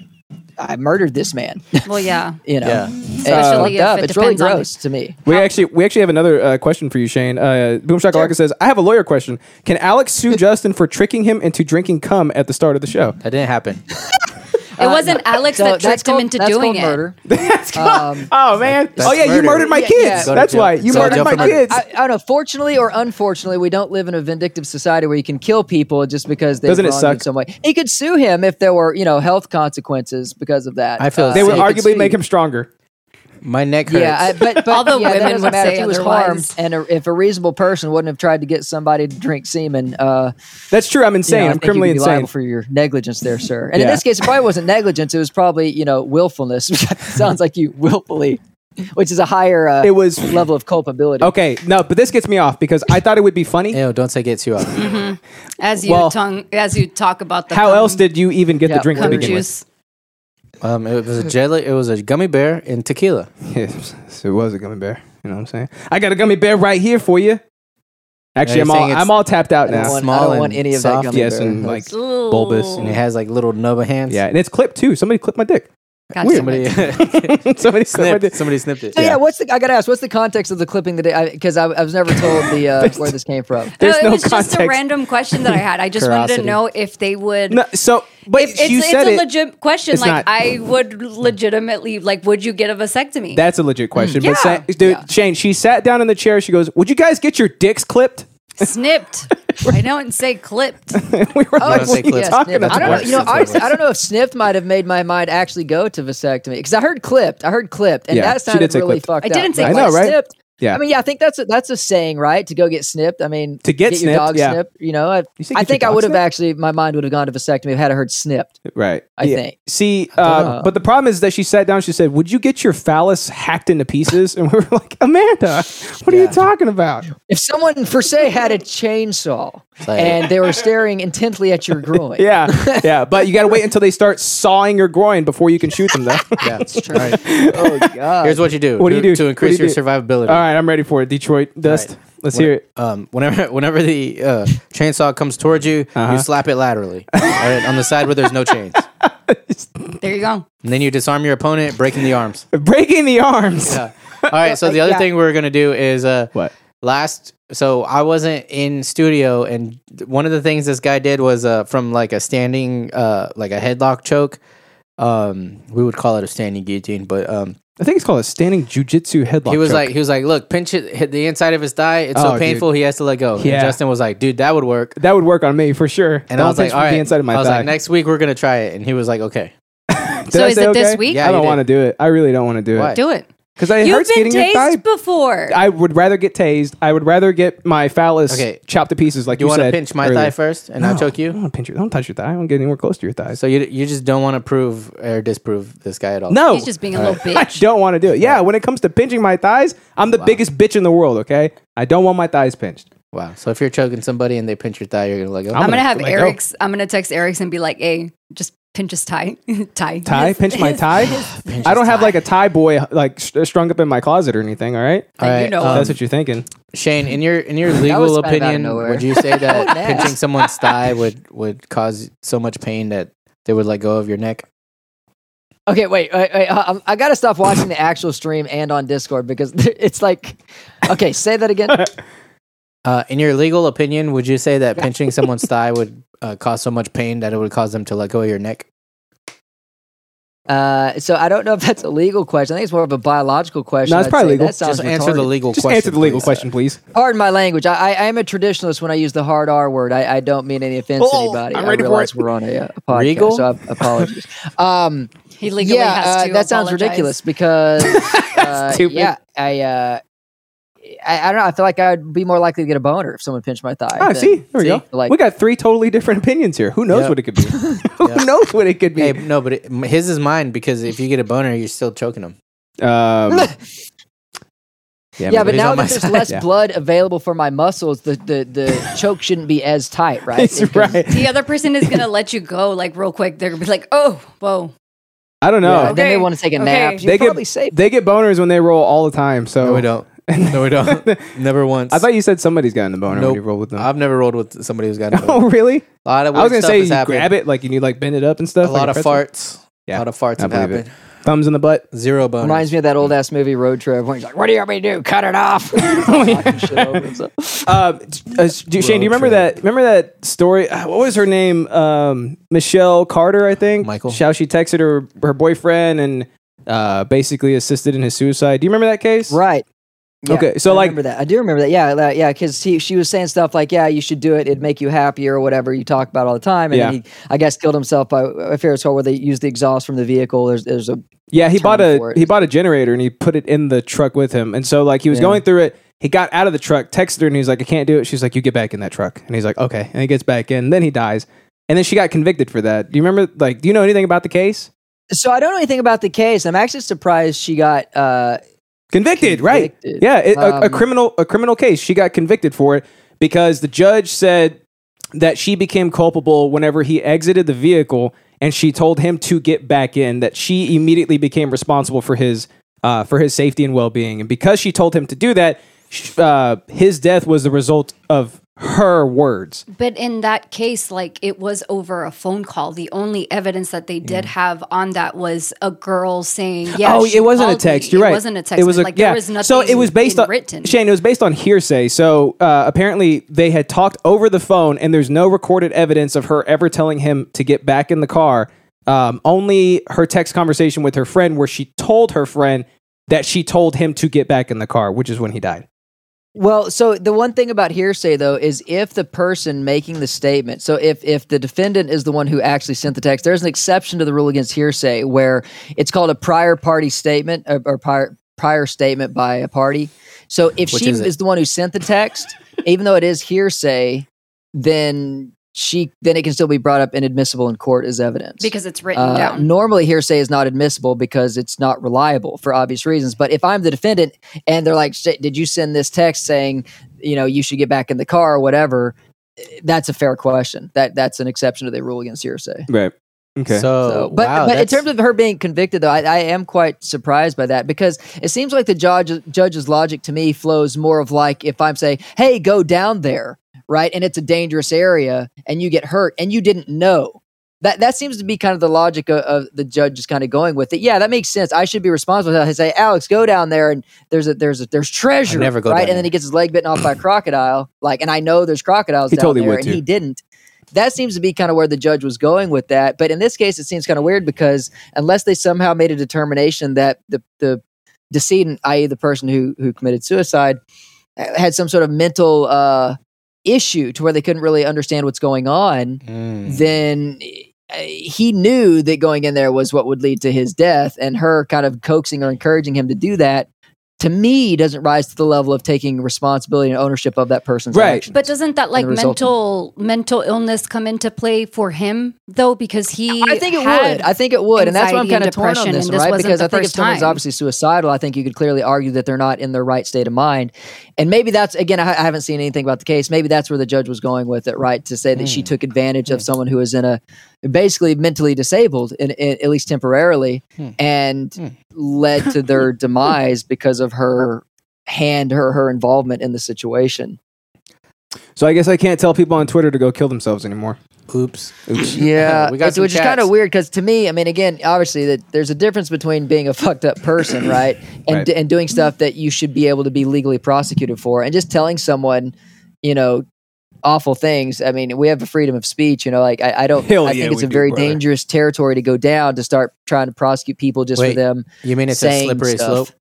D: I murdered this man.
C: Well, yeah.
D: You know,
A: Yeah.
D: And it's
C: Especially if
D: fucked up.
C: it
D: it's really
C: depends on-
D: gross to me.
B: We actually we actually have another uh, question for you, Shane. Uh, Boom Shakalaka says, "I have a lawyer question. Can Alex sue Justin for tricking him into drinking cum at the start of the show?"
A: That didn't happen.
C: It wasn't Alex
D: So
C: that
D: that's
C: tricked him
D: called-
C: into
D: that's
C: doing
D: called
C: it.
D: murder.
B: oh man!
A: That's
B: oh yeah, you
A: murder.
B: murdered my
D: Yeah,
B: kids.
D: yeah.
B: That's
A: Go to
B: why
A: jail.
B: you
A: Go to
B: murdered
A: jail
B: my
A: for murder.
B: kids.
D: I, I don't know. Fortunately or unfortunately, we don't live in a vindictive society where you can kill people just because they
B: Doesn't it
D: wronged you
B: suck?
D: in some way. He could sue him if there were, you know, health consequences because of that. Uh,
A: I feel
B: they would
A: sick.
B: arguably make him stronger.
A: My neck hurts.
D: Yeah, I, but, but
C: All the
D: yeah, that
C: women
D: doesn't
C: would
D: matter
C: say
D: if he was
C: otherwise.
D: harmed, and a, if a reasonable person wouldn't have tried to get somebody to drink semen, uh,
B: That's true. I'm
D: you know,
B: insane.
D: I
B: I'm
D: think you
B: criminally
D: could be
B: insane.
D: liable for your negligence there, sir. And in
B: Yeah.
D: this case, it probably wasn't negligence; it was probably you know willfulness. which sounds like you willfully, which is a higher uh,
B: It was-
D: level of culpability.
B: okay, no, but this gets me off because I thought it would be funny.
A: Ew, don't say gets you up.
C: As you
B: Well-
C: tongue, as you talk about the
B: How
C: cum-
B: else did you even get
D: Yeah,
B: the drink to
C: cum
B: begin
C: juice.
A: um, it was a jelly. It was a gummy bear and tequila.
B: with? it was a gummy bear. You know what I'm saying? I got a gummy bear right here for you. Actually,
A: you're
B: I'm all
A: saying it's-
B: I'm all tapped out now.
D: I don't,
A: Small
D: want, I don't want
A: and
D: any of
A: soft,
D: that. Gummy
B: yes,
D: bear.
B: and like
C: Ooh.
B: bulbous.
A: And it has like little nub hands.
B: Yeah, and it's clipped too. Somebody clipped my dick.
C: God damn
A: Somebody
C: it.
B: Somebody clipped my dick.
A: snipped. Somebody snipped it.
D: So yeah. what's the? I gotta ask, what's the context of the clipping today? Because I, I, was never told the uh, where this came from.
B: There's
C: no, it
B: no
C: was just a
B: context.
C: random question that I had. I just wanted to
A: Curiosity.
C: know if they would.
B: No, so, but
C: if it's,
B: you
C: it's
B: said
C: a
B: it.
C: legit question.
B: It's
C: Like
B: not-
C: I would legitimately like, would you get a vasectomy?
B: That's a legit question.
C: Mm. Yeah.
B: But sa- dude, Shane, she sat down in the chair. She goes, "Would you guys get your dicks clipped?"
C: Snipped. I don't say clipped.
B: we
C: Oh,
B: were like,
A: don't
B: "What
A: say
B: are you
A: clipped.
B: talking
A: That's
D: I
B: about?"
D: don't know. You know,
A: That's
D: honestly,
A: worse.
D: I don't know if sniffed might have made my mind actually go to vasectomy because I heard clipped. I heard clipped, and
B: Yeah,
D: that
B: she
D: sounded
B: did say
D: really
B: clipped.
D: fucked
C: I
D: up.
C: didn't say
D: Like,
B: clipped. I know, right?
D: Snipped,
B: Yeah.
D: I mean, yeah, I think that's a, that's a saying, right? To go get snipped. I mean,
B: To get
D: your
B: snipped,
D: dog
B: yeah.
D: snipped. You know, I,
B: You say get
D: I
B: your
D: think I
B: dog
D: would have
B: snipped?
D: actually, my mind would have gone to vasectomy had I heard snipped.
B: Right.
D: I think.
B: See, uh, but the problem is that she sat down. She said, "Would you get your phallus hacked into pieces?" And we were like, "Amanda, what are you talking about?"
D: If someone per se had a chainsaw
A: like-
D: and they were staring intently at your groin,
B: Yeah, yeah. But you got to wait until they start sawing your groin before you can shoot them. Though.
A: Yeah. All right.
D: oh god,
A: Here's what you do.
B: What do you do?
A: to increase
B: What do
A: your
B: you do?
A: survivability?
B: All right, I'm ready for it. Detroit dust.
A: Right.
B: Let's
A: When-
B: hear it.
A: Um, whenever, whenever the uh, chainsaw comes towards you,
B: Uh-huh.
A: you slap it laterally all right, on the side where there's no chains,
C: There you go.
A: and then you disarm your opponent, breaking the arms.
B: Breaking the arms.
A: Yeah. All right. So the other thing we're gonna do is uh,
B: What?
A: last. So I wasn't in studio, and one of the things this guy did was uh, from like a standing, uh, like a headlock choke. Um, we would call it a standing guillotine, but um,
B: I think it's called a standing jujitsu headlock.
A: he was
B: choke.
A: like, he was like, look, pinch it, hit the inside of his thigh. It's
B: Oh,
A: so painful, he has to let go. And
B: Yeah.
A: Justin was like, dude, that would work.
B: "That would work on me for sure."
A: And
B: Don't
A: I was
B: pinch
A: like, all
B: the
A: right.
B: inside of my
A: I was
B: thigh.
A: like, next week we're gonna try it, and he was like, okay.
B: Did
C: So
B: I
C: is
B: say
C: it this
B: okay?
C: week?
A: Yeah,
B: I
A: you
B: don't
A: did.
B: want to do it. I really don't want to do
A: Why?
B: it
C: Do it.
B: because I
C: You've
B: hurt
C: been
B: getting your thigh.
C: tased before.
B: I would rather get tased. I would rather get my phallus
A: Okay.
B: chopped to pieces, like
A: You,
B: you,
A: want to
B: said
A: pinch my
B: earlier.
A: thigh first, and I'll choke
B: I don't
A: you.
B: want to pinch your. Don't touch your thigh. I don't get anywhere close to your thighs.
A: So you you just don't want to prove or disprove this guy at all.
B: no,
C: He's just being a little
B: I
C: bitch.
B: don't want to do it. Yeah, when it comes to pinching my thighs, I'm the biggest bitch in the world. Okay, I don't want my thighs pinched.
A: Wow. So if you're choking somebody and they pinch your thigh, you're gonna let go.
C: I'm
B: I'm
C: gonna
B: gonna
C: have
B: let go.
C: Eric's. I'm gonna text Eric's and be like, "Hey, just pinch his tie, tie,
B: Tie, pinch my tie. I don't have like a tie boy like st- strung up in my closet or anything. All right,
A: All
C: you
A: right,
C: know.
A: um,
B: that's what you're thinking.
A: Shane, in your in your
D: was
A: legal
D: spun out of
A: opinion,
D: nowhere.
A: would you say that
B: Oh,
D: What next?
A: pinching someone's thigh would would cause so much pain that they would let go of your neck?
D: Okay, wait, wait, wait I, I gotta stop watching the actual stream and on Discord because it's like, okay, say that again.
A: Uh, in your legal opinion, would you say that pinching someone's thigh would uh, cause so much pain that it would cause them to let go of your neck?
D: Uh, so I don't know if that's a legal question. I think it's more of a biological question.
B: No, it's
D: I'd
B: probably
D: say.
B: legal.
D: That sounds
A: Just answer the
D: retarded.
A: legal
B: Just
A: question.
B: answer the legal
A: please.
B: question, please.
D: Pardon my language. I, I, I am a traditionalist when I use the hard R word. I, I don't mean any offense to
B: Oh,
D: anybody.
B: I'm
D: I
B: ready for
D: realize
B: it.
D: we're on a, uh, podcast,
A: Regal?
D: so I- apologies. Um,
C: He legally
D: yeah,
C: has
D: uh,
C: to.
D: that sounds
C: apologize.
D: ridiculous because uh,
B: Stupid.
D: yeah, I, uh, I I don't know. I feel like I'd be more likely to get a boner if someone pinched my thigh.
B: Ah,
D: than-
B: see, there we go.
D: Like,
B: we got three totally different opinions here. Who knows
A: Yep.
B: what it could be? Who knows what it could be?
A: Hey, no, but it, m- his is mine because if you get a boner, you're still choking him.
B: Um,
D: yeah, but
A: he's
D: now
A: on my
D: that there's
A: side.
D: less
B: Yeah.
D: blood available for my muscles, the the, the choke shouldn't be as tight, right?
B: it's
D: It can-
B: right.
C: The other person is gonna let you go like real quick. They're gonna be like, "Oh, whoa,
B: I don't know.
D: Then they
C: Okay,
D: want to take a
C: okay.
D: nap. You
B: They get-
D: probably save.
B: They get boners when they roll all the time. So
A: No, we don't. No, we don't. never once.
B: I thought you said somebody's gotten a boner
A: Nope.
B: when you roll with them.
A: I've never rolled with somebody who's got a boner.
B: oh, really?
A: A lot of
B: I was
A: weird
B: gonna
A: stuff
B: say
A: has
B: you
A: happened.
B: grab it, like, and you like bend it up and
A: a
B: stuff.
A: lot
B: like
A: of
B: pretzel.
A: farts. a
B: Yeah,
A: lot of farts
B: I
A: have
B: believe it.
A: happened.
B: thumbs in the butt.
A: Zero boners.
D: Reminds me of that old ass movie Road Trip where he's like, "What do you want me to do? Cut it off." Knocking shit over and stuff.
B: Uh, d- uh, s- do- Shane, do you
A: Road
B: remember that? Remember that story? Uh, What was her name? Um, Michelle Carter, I think.
A: Michael.
B: How she texted her her boyfriend and uh, basically assisted in his suicide. Do you remember that case?
D: right. Yeah,
B: Okay, so,
D: I
B: like-
D: remember that. I do remember that. Yeah, that, yeah, because he she was saying stuff like, "Yeah, you should do it. It'd make you happier," or whatever you talk about all the time. And then
B: Yeah.
D: he, I guess, killed himself by a fair tour where they used the exhaust from the vehicle. There's there's a
B: Yeah, he bought
D: term
B: a
D: for it.
B: he bought a generator and he put it in the truck with him. And so like he was going through it, he got out of the truck, texted her, and he's like, "I can't do it." She's like, "You get back in that truck." And he's like, "Okay." And he gets back in. Then he dies. And then she got convicted for that. Do you remember? Like, do you know anything about the case?
D: So I don't know anything about the case. I'm actually surprised she got. Uh,
B: Convicted, right?
D: Convicted.
B: Yeah, it, a, a
D: Um,
B: criminal a criminal case. She got convicted for it because the judge said that she became culpable whenever he exited the vehicle and she told him to get back in that she immediately became responsible for his uh, for his safety and well-being and because she told him to do that sh- uh, his death was the result of her words
C: But in that case, like it was over a phone call. The only evidence that they did have on that was a girl saying, "Yeah."
B: oh
C: she
B: it wasn't a
C: called me."
B: text you're right
C: e, It wasn't a text. like there was nothing.
B: so it was based
C: in
B: on
C: written.
B: shane it was based on hearsay so uh, apparently they had talked over the phone and there's no recorded evidence of her ever telling him to get back in the car um, only her text conversation with her friend where she told her friend that she told him to get back in the car which is when he died
D: well, so the one thing about hearsay though is if the person making the statement, so if if the defendant is the one who actually sent the text, there's an exception to the rule against hearsay where it's called a prior party statement uh, or, or prior prior statement by a party. So if
A: Which
D: she
A: is
D: is,
A: it?
D: the one who sent the text, even though it is hearsay, then she then it can still be brought up and admissible in court as evidence
C: because it's written
D: Uh,
C: down.
D: Normally, hearsay is not admissible because it's not reliable for obvious reasons. But if I'm the defendant and they're like, "Shit, "Did you send this text saying, you know, you should get back in the car or whatever?" eh, That's a fair question. That that's an exception to the rule against hearsay.
B: right okay
A: So,
D: So, but
A: Oh, wow,
D: but in
A: that's-
D: terms of her being convicted, though, I, I am quite surprised by that because it seems like the judge judge's logic to me flows more of like if I'm saying, "Hey, go down there," right, and it's a dangerous area, and you get hurt, and you didn't know. That that seems to be kind of the logic of, of the judge is kind of going with it. Yeah, that makes sense. I should be responsible. I say, Alex, go down there, and there's a there's a there's treasure,
A: never go
D: right?
A: down
D: and
A: there.
D: then he gets his leg bitten off by a crocodile, like, and I know there's crocodiles
B: He
D: down
B: totally
D: there,
B: would,
D: and
B: too.
D: he didn't that seems to be kind of where the judge was going with that. But in this case, it seems kind of weird because unless they somehow made a determination that the the decedent, i.e., the person who who committed suicide, ha- had some sort of mental uh, issue to where they couldn't really understand what's going on,
B: Mm-hmm.
A: Mm.
D: then uh, he knew that going in there was what would lead to his death, and her kind of coaxing or encouraging him to do that. To me, doesn't rise to the level of taking responsibility and ownership of that person's
B: Right.
D: actions.
C: but doesn't that like
D: the result-
C: mental mental illness come into play for him though? Because he,
D: I think it
C: had-
D: would. I think it would, and that's why I'm
C: anxiety
D: kind
C: and
D: of torn on
C: depression,
D: this,
C: and this
D: right?
C: wasn't
D: Because
C: the
D: I think if
C: first
D: someone's
C: time.
D: obviously suicidal, I think you could clearly argue that they're not in their right state of mind, and maybe that's again, I, I haven't seen anything about the case. Maybe that's where the judge was going with it, right? To say that
C: Hmm.
D: she took advantage of someone who was in a basically mentally disabled, in, in, at
C: Hmm.
D: least temporarily, and led to their demise because of her hand her her involvement in the situation.
B: So I guess I can't tell people on Twitter to go kill themselves anymore.
A: Oops.
B: Oops.
D: Yeah,
A: We got
D: it's-
A: some
D: which is
A: chats.
D: kind of weird because to me, I mean, again, obviously, that there's a difference between being a fucked up person, right, and
B: Right.
D: and doing stuff that you should be able to be legally prosecuted for, and just telling someone, you know, awful things. I mean, we have a freedom of speech, you know. Like, I, I don't,
B: Hell
D: I
B: yeah,
D: think it's
B: we
D: a
B: do,
D: very
B: brother.
D: dangerous territory to go down to start trying to prosecute people just
A: Wait.
D: for them.
A: You mean it's a
D: saying
A: slippery
D: stuff.
A: slope?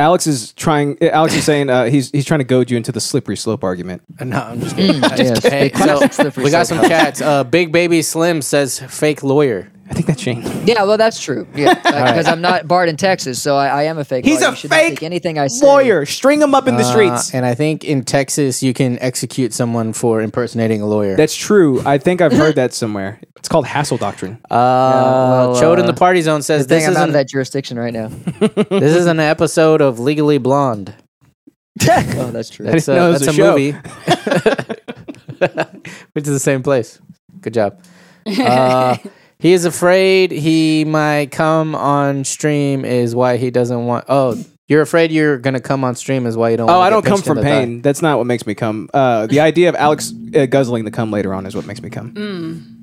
B: Alex is trying. Alex is saying uh, he's he's trying to goad you into the slippery slope argument.
A: Uh, No, I'm just kidding.
D: Mm. Yes.
A: Hey, so
D: Classic slippery
A: we got
D: slope
A: some
D: help.
A: chats. Uh, Big Baby Slim says fake lawyer.
B: I think that changed.
D: Yeah, well, that's true. Yeah, because I'm not barred in Texas, so I, I am a fake.
B: He's
D: lawyer.
B: a
D: You should not
B: fake
D: take anything I say.
B: Lawyer, string him up in the
A: Uh,
B: streets.
A: and I think in Texas you can execute someone for impersonating a lawyer.
B: That's true. I think I've heard that somewhere. It's called hassle doctrine.
A: uh,
D: well,
A: Chode in
D: uh,
A: the party zone
D: The
A: says
D: thing
A: this
D: I'm
A: is
D: out
A: an,
D: of that jurisdiction right now.
A: this is an episode of Legally Blonde.
D: oh, that's true.
A: That's,
B: didn't know
A: uh,
B: it was
A: that's a,
B: a show.
A: movie. Which is the same place. Good job. Uh, he is afraid he might come on stream is why he doesn't want. Oh, you're afraid you're gonna come on stream is why you don't.
B: Oh,
A: wanna
B: I
A: get
B: don't come
A: pinched in
B: from
A: the thigh.
B: pain. That's not what makes me come. Uh, the idea of Alex uh, guzzling the cum later on is what makes me come.
D: Mm.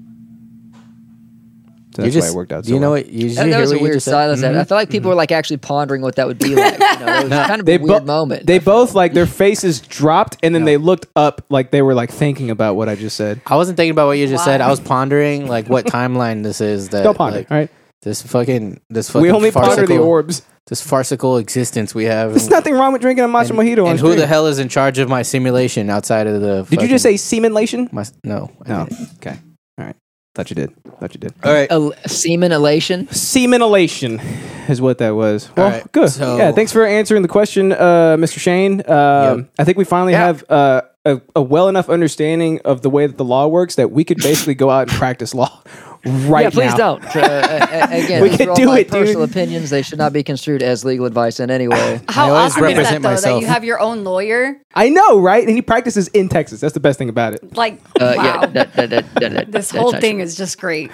B: So
A: You
B: that's why
A: just,
B: it worked out.
A: Do
B: so
A: you know
B: well.
A: what? You, did
D: That,
A: you
D: that
A: hear
D: was a
A: what you
D: weird
A: just said?
D: silence.
B: Mm-hmm.
D: I I feel like people were like actually pondering what that would be like. You know, it was kind of
B: They
D: a
B: bo-
D: weird moment.
B: They both like their faces dropped, and then they looked up like they were like thinking about what I just said.
A: I wasn't thinking about what you just
C: Wow.
A: said. I was pondering like what timeline this is. That
B: Don't ponder.
A: like,
B: all right,
A: this fucking this fucking
B: we only ponder the
A: farcical-
B: orbs.
A: this farcical existence we have.
B: There's nothing wrong with drinking a matcha
A: and,
B: mojito. on
A: and who
B: stream.
A: the hell is in charge of my simulation outside of the?
B: Did you just
A: fucking-
B: say semenlation?
A: My, no. I
B: No.
A: didn't.
B: Okay. All right. Thought you did. Thought you did.
A: All right.
D: El- semen elation.
B: Semenlation is what that was. Well,
A: right,
B: good.
A: so-
B: yeah. Thanks for answering the question, uh, Mr. Shane. Um,
A: Yep.
B: I think we finally have uh, a, a well enough understanding of the way that the law works that we could basically go out and practice law right
D: yeah, please
B: now.
D: don't. Uh, uh, again,
B: We
D: these
B: could
D: are all
B: do
D: my
B: it, dude.
D: personal opinions. They should not be construed as legal advice in any way.
A: I
C: How
A: always
C: awesome is that
A: represent
C: though?
A: myself.
C: That you have your own lawyer?
B: I know, right? And he practices in Texas. That's the best thing about it.
C: Like,
D: Uh,
C: wow.
D: yeah, that, that, that, that, that,
C: this
D: that's
C: whole
D: not
C: thing
D: true.
C: is just great.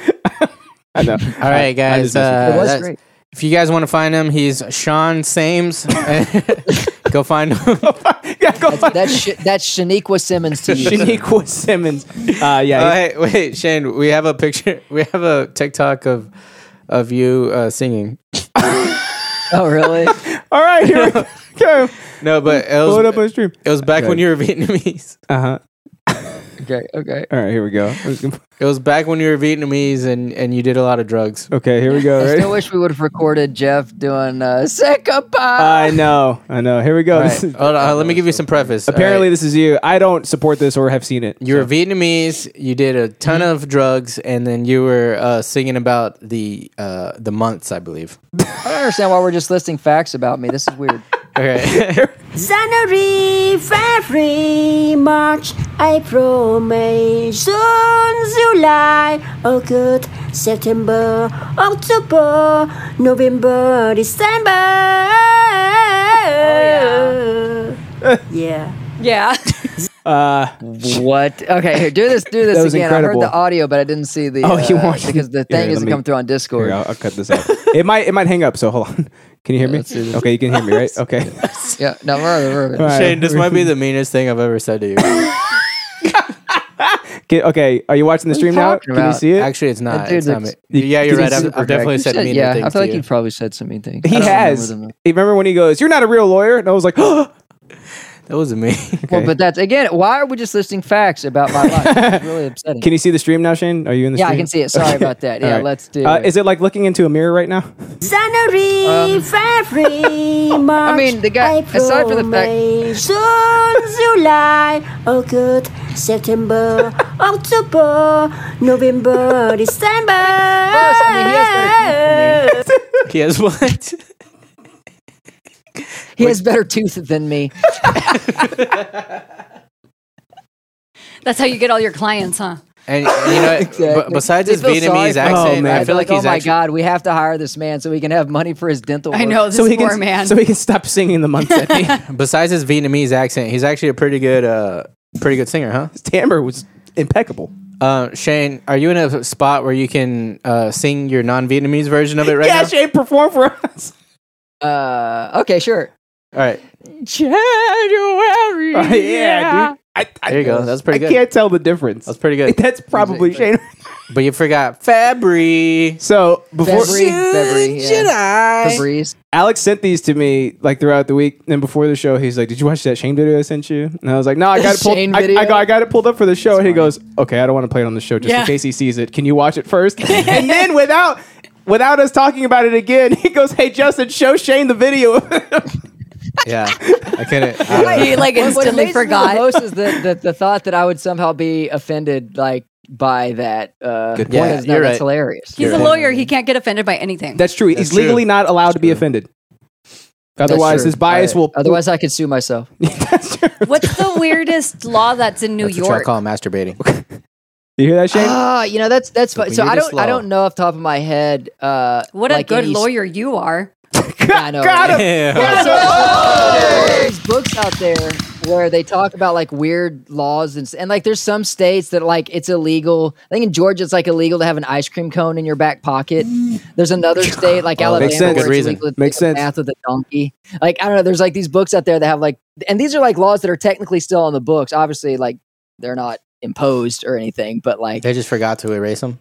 B: I know.
A: All right, guys.
B: just messed with you.
A: uh,
D: It was
A: that's-
D: great.
A: If you guys want to find him, he's Sean Sames. Go find him.
B: yeah, go find
D: That's sh- that's Shaniqua Simmons to you.
B: Shaniqua Simmons. Uh, yeah.
A: Oh, hey, wait, Shane. We have a picture. We have a TikTok of of you uh, singing.
D: Oh, really?
B: All right, here we go.
A: No, but it
B: Blow it up uh,
A: was,
B: on stream.
A: it was back
B: Okay.
A: when you were Vietnamese.
B: Uh huh.
D: Okay, okay.
B: All right, here we go. I'm just gonna-
A: It was back when you were Vietnamese and and you did a lot of drugs.
B: Okay, here we go.
D: I still
B: Right?
D: wish we would have recorded Jeff doing uh, Seca Pie.
B: I know, I know. Here we go.
A: All right,
B: This is-
A: hold on, let me give you some preface. All
B: apparently,
A: right.
B: this is you. I don't support this or have seen it.
A: you were Vietnamese. You did a ton
D: Mm-hmm.
A: of drugs, and then you were uh, singing about the uh, the months, I believe.
D: I don't understand why we're just listing facts about me. This is weird.
A: Okay.
G: January, February, March, April, May, June, July, August, September, October, November, December.
D: Oh,
G: yeah.
C: Yeah.
B: Uh,
D: What? Okay, here, do this, do
B: That
D: this
B: was
D: again.
B: incredible.
D: I heard the audio, but I didn't see the.
B: Oh, you
D: uh,
B: want-
D: because the
B: Here,
D: thing
B: let
D: isn't
B: me-
D: coming through on Discord.
B: here, I'll, I'll cut this out. it might, it might hang up. So hold on. Can you hear me? Okay, you can hear me, right? Okay.
D: Yeah, no, we're, we're,
B: All right.
A: Shane, this might be the meanest thing I've ever said to you.
B: Get- okay, are you watching the stream now?
D: talking
B: Can you
D: about?
B: see it?
A: Actually, it's not.
D: dude's
A: It's not
D: like-
A: me- yeah, you're
B: dude's
A: right. I've,
B: super
A: I've definitely
D: You
A: said
D: said-
A: meaner
D: yeah,
A: things
D: I feel
A: to
D: like
A: you.
D: he probably said some mean things. I
B: he
D: don't remember
B: has.
D: them.
B: Remember when he goes, "You're not a real lawyer," and I was like, "Oh,
A: That wasn't me.
D: Well, but that's again. Why are we just listing facts about my life? It's really upsetting.
B: Can you see the stream now, Shane? Are you in the
D: yeah,
B: stream?
D: I can see it. Sorry about that.
B: All
D: Yeah,
B: right.
D: let's do.
B: Uh,
D: it.
B: is it like looking into a mirror right now?
G: January, February, March,
D: Um, mean, the guy-
G: April,
D: aside from the fact-
G: May, June, July, August, September, October, November, December.
D: I mean, he has better teeth than me.
A: he has what?
D: He has better tooth than me.
C: That's how you get all your clients, huh?
A: And, and you know,
D: Exactly.
A: b- besides
D: They
A: his
D: feel sorry
A: Vietnamese
D: for
A: accent,
B: him. Oh, man.
A: I feel like,
D: oh
A: he's
D: my
A: actually.
D: god, we have to hire this man so we can have money for his dental.
C: I
D: work."
C: know this
B: so he
C: poor
B: can,
C: man.
B: so he can stop singing the months at me.
A: Besides his Vietnamese accent, he's actually a pretty good, uh, pretty good singer, huh?
B: His timbre was impeccable.
A: Uh, Shane, are you in a spot where you can uh, sing your non-Vietnamese version of it right
B: yeah,
A: now?
B: Shane performed for us.
D: Uh, okay, sure.
A: All right.
B: January. Oh, yeah, dude. I, I,
A: There you go. That's pretty
B: I
A: good.
B: can't tell the difference.
A: That's pretty good.
B: That's probably Shane.
A: But you forgot February.
B: So before
D: February. February, yeah. Febreze.
B: Alex sent these to me like throughout the week, and before the show, he's like, "Did you watch that Shane video I sent you?" And I was like, "No, I got it pulled.
D: Shane
B: I, I
D: video?
B: got, I got it pulled up for the show." and he goes, "Okay, I don't want to play it on the show just
C: Yeah.
B: in case he sees it. Can you watch it first? and then without without us talking about it again, he goes, "Hey Justin, show Shane the video."
A: Yeah. I couldn't. I don't know.
C: he like
D: What- what
C: instantly
D: amazes me The
C: forgot.
D: most is that the, the thought that I would somehow be offended, like by that. Uh,
B: Good
A: point.
D: because,
A: Yeah, you're
D: no, that's
A: right.
D: hilarious.
C: He's a
A: Yeah.
C: lawyer. He can't get offended by anything.
B: That's true. he's
A: That's true.
B: legally not allowed to be offended. Otherwise,
D: true.
B: his bias
A: Right.
B: will.
D: Otherwise, I could sue myself.
B: That's true.
C: What's the weirdest law that's in New
A: That's what y'all
C: York?
A: call masturbating.
B: You hear that, Shane?
D: Ah, you know that's that's fun. So I
A: weirdest
D: don't I
A: law.
D: don't know off the top of my head. Uh,
C: What a
D: like
C: good
D: any-
C: lawyer you are.
D: I know.
B: Got
D: right?
B: him.
A: Yeah.
D: So there's- there's books out there where they talk about like weird laws and s- and like there's some states that like it's illegal. I think in Georgia it's like illegal to have an ice cream cone in your back pocket. There's another state like
A: Oh,
D: Alabama
A: makes sense.
D: where
A: Good
D: it's
A: reason.
D: illegal to
B: Makes
D: take a
B: sense.
D: bath with a donkey. Like I don't know. There's like these books out there that have like and these are like laws that are technically still on the books. Obviously, like they're not imposed or anything, but like
A: They just forgot to erase them.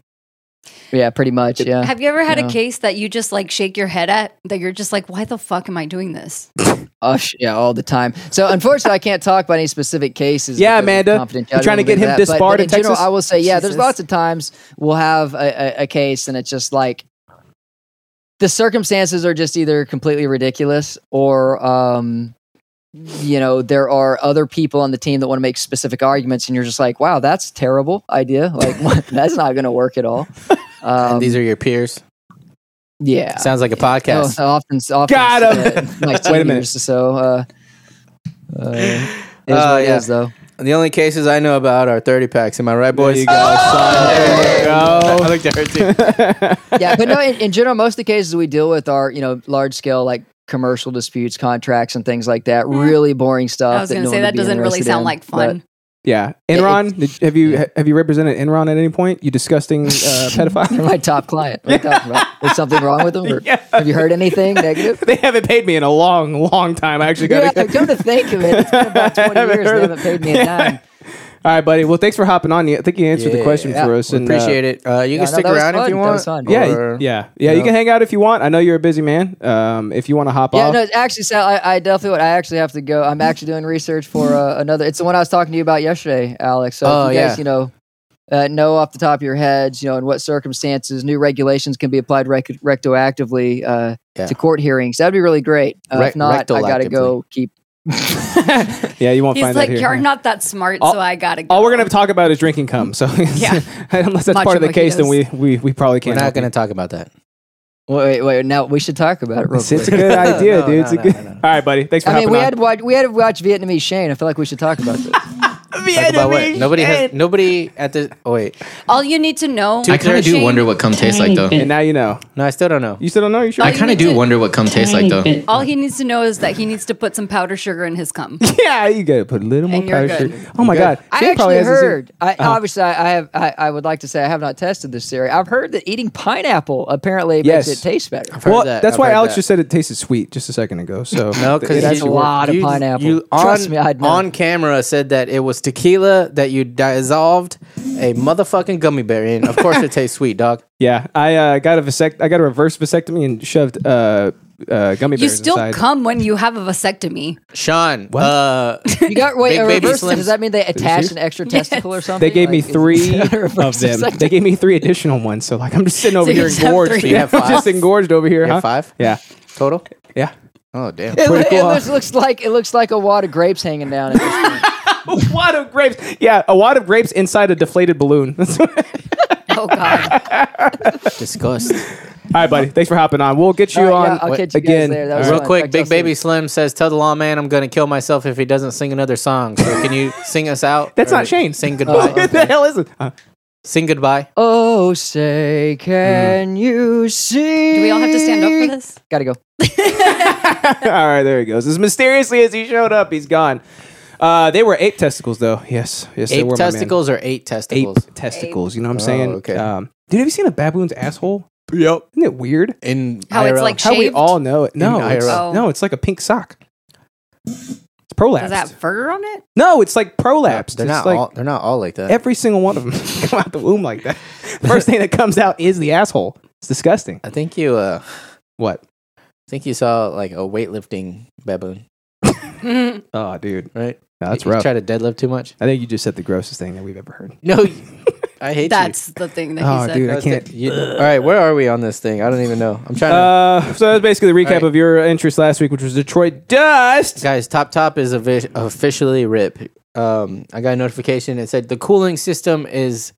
D: yeah, pretty much yeah.
C: Have you ever had
D: Yeah.
C: a case that you just like shake your head at that you're just like, why the fuck am I doing this?
D: Oh sh- yeah, all the time. So unfortunately, I can't talk about any specific cases.
B: Yeah,
D: because of
B: Amanda.
D: confidentiality
B: You trying to
D: and things
B: get him
D: like that. But-
B: disbarred
D: but
B: in
D: in general,
B: Texas?
D: I will say, yeah,
B: Jesus.
D: there's lots of times we'll have a, a, a case, and it's just like the circumstances are just either completely ridiculous or. um you know there are other people on the team that want to make specific arguments and you're just like wow that's a terrible idea like what? that's not going to work at all um,
A: and these are your peers.
D: yeah
A: Sounds like a
D: Oh,
A: podcast.
D: so often, often
B: Got him.
D: uh, like two
B: Wait a minute.
D: years, So, uh, uh, it is
A: Uh,
D: what it
A: yeah.
D: is, though.
A: The only cases I know about are 30 packs. Am I right, boys?
B: you go,
A: Oh!
B: There you go.
A: I looked at her too.
D: Yeah, but no. In, in general, most of the cases we deal with are you know large scale like commercial disputes, contracts, and things like that. Really boring stuff.
C: Mm-hmm. I was going to
D: no
C: say
D: one would
C: that
D: be
C: doesn't really
D: interested
C: sound
D: in,
C: like fun.
B: Yeah,
D: It-
B: Enron. did- have you have you represented Enron at any point? You disgusting uh,
D: but
B: pedophile.
D: my top client. What are you talking about? Is something wrong with them? or Have you heard anything negative?
B: they haven't paid me in a long, long time. I actually
D: Yeah,
B: got. to
D: come to think of it, it's been about
B: I
D: 20
B: haven't
D: years. They
B: heard
D: haven't
B: of-
D: paid me a dime.
B: All right, buddy. Well, thanks for hopping on. I think you answered the
A: Yeah,
B: question
D: yeah.
B: for us. and, uh,
A: Appreciate it. Uh, you
D: no,
A: can stick
D: that was
A: around if
D: fun.
A: you
D: That
A: want.
D: was fun.
B: Yeah,
A: Or-
B: you- yeah, yeah. You
A: know.
B: can hang out if you want. I know you're a busy man. Um, if you want to hop
D: Yeah,
B: off,
D: no, actually, Sal, I, I definitely would. I actually have to go. I'm actually doing research for uh, another. It's the one I was talking to you about yesterday, Alex. So
A: Oh,
D: if you guys,
A: yeah.
D: you know, uh, know off the top of your heads, you know, in what circumstances new regulations can be applied rec- rectoactively uh,
A: Yeah.
D: to court hearings. That'd be really great. Uh,
A: Rec-
D: if not, I gotta
A: rectoactively.
D: go keep.
B: yeah, you won't
C: He's
B: find
C: like,
B: that here.
C: you're not that smart,
B: All-
C: so I got to go.
B: All we're gonna talk about is drinking cum. So
C: Yeah.
B: unless that's
C: Matcha
B: part of the case, then we
C: mojitos.
B: we, we probably
A: We're
B: can't.
A: not
B: help
A: going to
B: you.
A: talk about that.
D: Wait, wait, wait. Now we should talk about it. Real
B: It's, it's a
D: quick.
B: good idea,
A: No,
B: dude.
A: no,
B: it's a
A: no,
B: good.
A: no, no.
B: All right, buddy. Thanks for
D: I mean,
B: hopping
D: we
B: on.
D: had watch, we had to watch Vietnamese Shane. I feel like we should talk about this.
A: Talk about what? Nobody has. Nobody at the. Oh wait.
C: All you need to know.
H: I kind of do wonder what cum tastes like, though.
B: and now you know.
A: No, I still don't know.
B: You still don't know? You sure?
H: I kind of do wonder what cum tastes like, though.
C: All he needs to know is that he needs to put some powder sugar in his cum.
B: yeah, you gotta put a little more
C: And you're
B: powder
C: good.
B: sugar. Oh my
A: You're good.
B: god,
D: I
B: Shane probably
D: actually
B: has Uh-huh. this-
D: heard. I, Obviously, I, I have. I, I would like to say I have not tested this theory. I've heard that eating pineapple apparently
B: Yes.
D: makes it taste better.
A: heard
B: Well,
A: that.
B: that's
A: I've
B: why
A: heard
B: Alex
A: that.
B: just said it tasted sweet just a second ago. So
A: No, because
D: That's a lot of pineapple.
A: You on,
D: Trust me, I'd know.
A: on camera said that it was tequila that you dissolved a motherfucking gummy bear in. Of course, it tastes sweet, dog.
B: yeah, I uh, got a vasect- I got a reverse vasectomy and shoved uh, uh, gummy
C: You
B: bears
C: still
B: inside.
C: cum when you have a vasectomy.
A: Sean, uh,
D: You got wait.
A: Big
D: a
A: baby
D: reverse,
A: slims.
D: does that mean they attach an extra testicle or something?
B: they gave me
D: Like, is-
B: three
D: is that a
B: of
D: reverse
B: them.
D: vasectomy?
B: They gave me three additional ones. So like I'm just sitting over
C: you
B: here
C: just have
B: engorged.
C: three.
A: You have
B: I'm
A: five?
B: just engorged over here.
A: You have
B: huh?
A: five?
B: Yeah,
A: total.
B: yeah.
A: Oh damn.
D: It,
B: Pretty
D: it
B: cool, huh?
D: looks, looks like it looks like a wad of grapes hanging down. At this point.
B: a wad of grapes. Yeah, a wad of grapes inside a deflated balloon. That's what- All
C: Oh God!
A: Disgust.
B: right, buddy. Thanks for hopping on. We'll get you
D: All right,
B: on
D: yeah, I'll catch you guys
B: again.
D: later. That was
A: Real
D: fun.
A: quick,
D: Talk to
A: Big
D: y'all
A: Baby
D: soon.
A: Slim says, "Tell the lawman I'm gonna kill myself if he doesn't sing another song." So can you sing us out?
B: That's
A: Or
B: not Shane.
A: Sing
B: What
A: goodbye.
B: the hell is it? Uh,
A: Sing goodbye.
D: Oh,
B: Mm.
D: say can you see?
C: Do we all have to stand up for this?
D: Gotta go.
B: All right, there he goes. As mysteriously as he showed up, he's gone. Uh, they were ape testicles, though. Yes, yes, they
A: Eight
B: were. my man.
A: testicles or eight testicles?
B: ape testicles. You know what I'm saying?
A: Oh, okay.
B: Um, dude, have you seen a baboon's asshole?
A: Yep.
B: Isn't it weird?
A: In
C: How it's
A: IRL.
C: like
B: How we
C: Shaved?
B: all know it? No, it's,
A: IRL.
B: no, it's like a pink sock. It's prolapsed.
C: Does that have fur on it?
B: no, it's like prolapsed.
A: They're
B: it's
A: not
B: like
A: all. They're not all like that.
B: every single one of them come out the womb like that. First thing that comes out is the asshole. It's disgusting.
A: I think you. Uh,
B: What?
A: I think you saw like a weightlifting baboon,
B: Oh, dude,
A: right?
B: No, that's
A: you,
B: rough.
A: You try to deadlift too much.
B: I think you just said the grossest thing that we've ever heard.
A: No, I hate
C: That's the thing that he
B: Oh,
C: said.
B: dude,
A: you.
B: I
A: That's
B: can't-
A: it. You- all right, where are we on this thing? I don't even know. I'm trying to.
B: Uh, so that's basically the recap
A: Alright.
B: of your interest last week, which was Detroit Dust.
A: Guys, Top Top is offi- officially RIP. Um, I got a notification. It said the cooling system is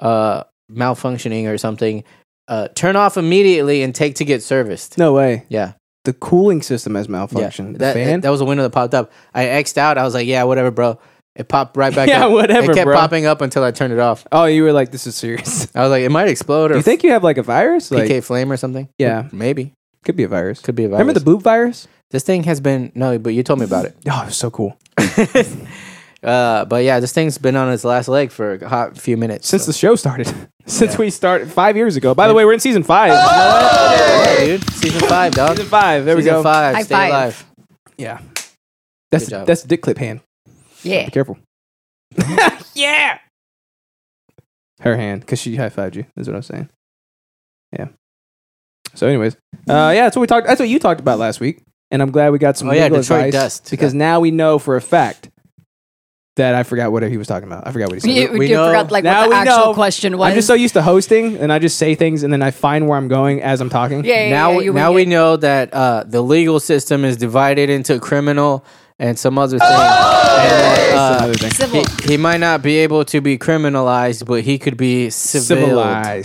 A: uh, malfunctioning or something. Uh, turn off immediately and take to get serviced.
B: No way.
A: Yeah.
B: The cooling system has
A: yeah.
B: malfunctioned. The
A: That,
B: fan?
A: that was a window that popped up. I X'd out. I was like, yeah, whatever, bro. It popped right back
B: Yeah,
A: up.
B: whatever,
A: It kept
B: bro.
A: popping up until I turned it off.
B: oh, you were like, this is serious.
A: I was like, it might explode
B: Do
A: or
B: you think you have like a virus?
A: PK
B: Like,
A: flame or something.
B: yeah,
A: Maybe.
B: could be a virus.
A: Could be a virus.
B: Remember the boob virus?
A: this thing has been, no, but you told me about it.
B: Oh, it was so cool.
A: Uh, but yeah, this thing's been on its last leg for a hot few minutes.
B: Since the show started, since we started five years ago. By the way, we're in season
A: Oh!
B: five.
A: Yeah, dude. Season five, dog.
B: Oh! Season five. There
A: Season
B: we go.
A: five.
C: High
A: stay
C: five.
A: alive.
B: Yeah, that's
A: Good job.
B: that's the dick clip hand.
C: yeah.
B: Be careful. yeah. Her hand, because she high fived you. Is what I'm saying. Yeah. So, anyways, uh, yeah, that's what we talked. That's what you talked about last week, and I'm glad we got some
A: Oh, yeah,
B: legal
A: Detroit
B: advice
A: dust.
B: because now we know for a fact that I forgot what he was talking about. I forgot what he said.
C: You,
A: we
C: you
A: know-
C: forgot like
B: now
C: what
B: we
C: the actual
B: know.
C: question was.
B: I'm just so used to hosting, and I just say things, and then I find where I'm going as I'm talking.
C: yeah, yeah,
A: now
C: yeah,
A: we
C: you were
A: now we
C: good.
A: know that uh, the legal system is divided into criminal and some other thing.
B: Oh! That's
A: and that,
B: another thing.
A: uh,
C: civil.
A: he, he might not be able to be criminalized, but he could be civil. Oh!
B: Civilized.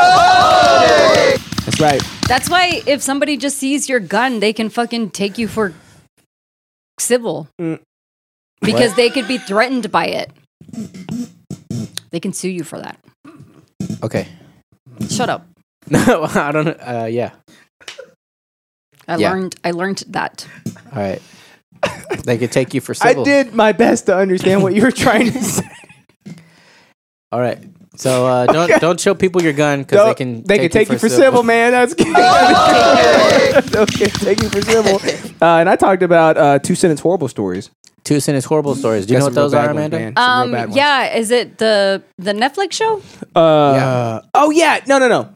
B: That's right.
C: That's why if somebody just sees your gun, they can fucking take you for civil
B: Mm.
C: because they could be threatened by it. They can sue you for that.
A: Okay.
C: Shut up.
A: No, I don't. Uh, yeah.
C: I
A: Yeah.
C: learned. I learned that.
A: All right. They could take you for civil.
B: I did my best to understand what you were trying to say.
A: All right. So uh, don't don't show people your gun because they
B: Don't-
A: can
B: they can take you for civil, man. That's good. Oh, okay, take you for civil. Uh, and I talked about uh, two sentence horrible stories.
A: Two sentence horrible stories. Do you
B: Got
A: know
B: some
A: what
B: real
A: those
B: bad
A: are, Amanda?
B: ones, man. Some real
C: Um,
B: bad ones.
C: yeah, is it the the Netflix show?
B: Uh, Oh yeah. No, no, no.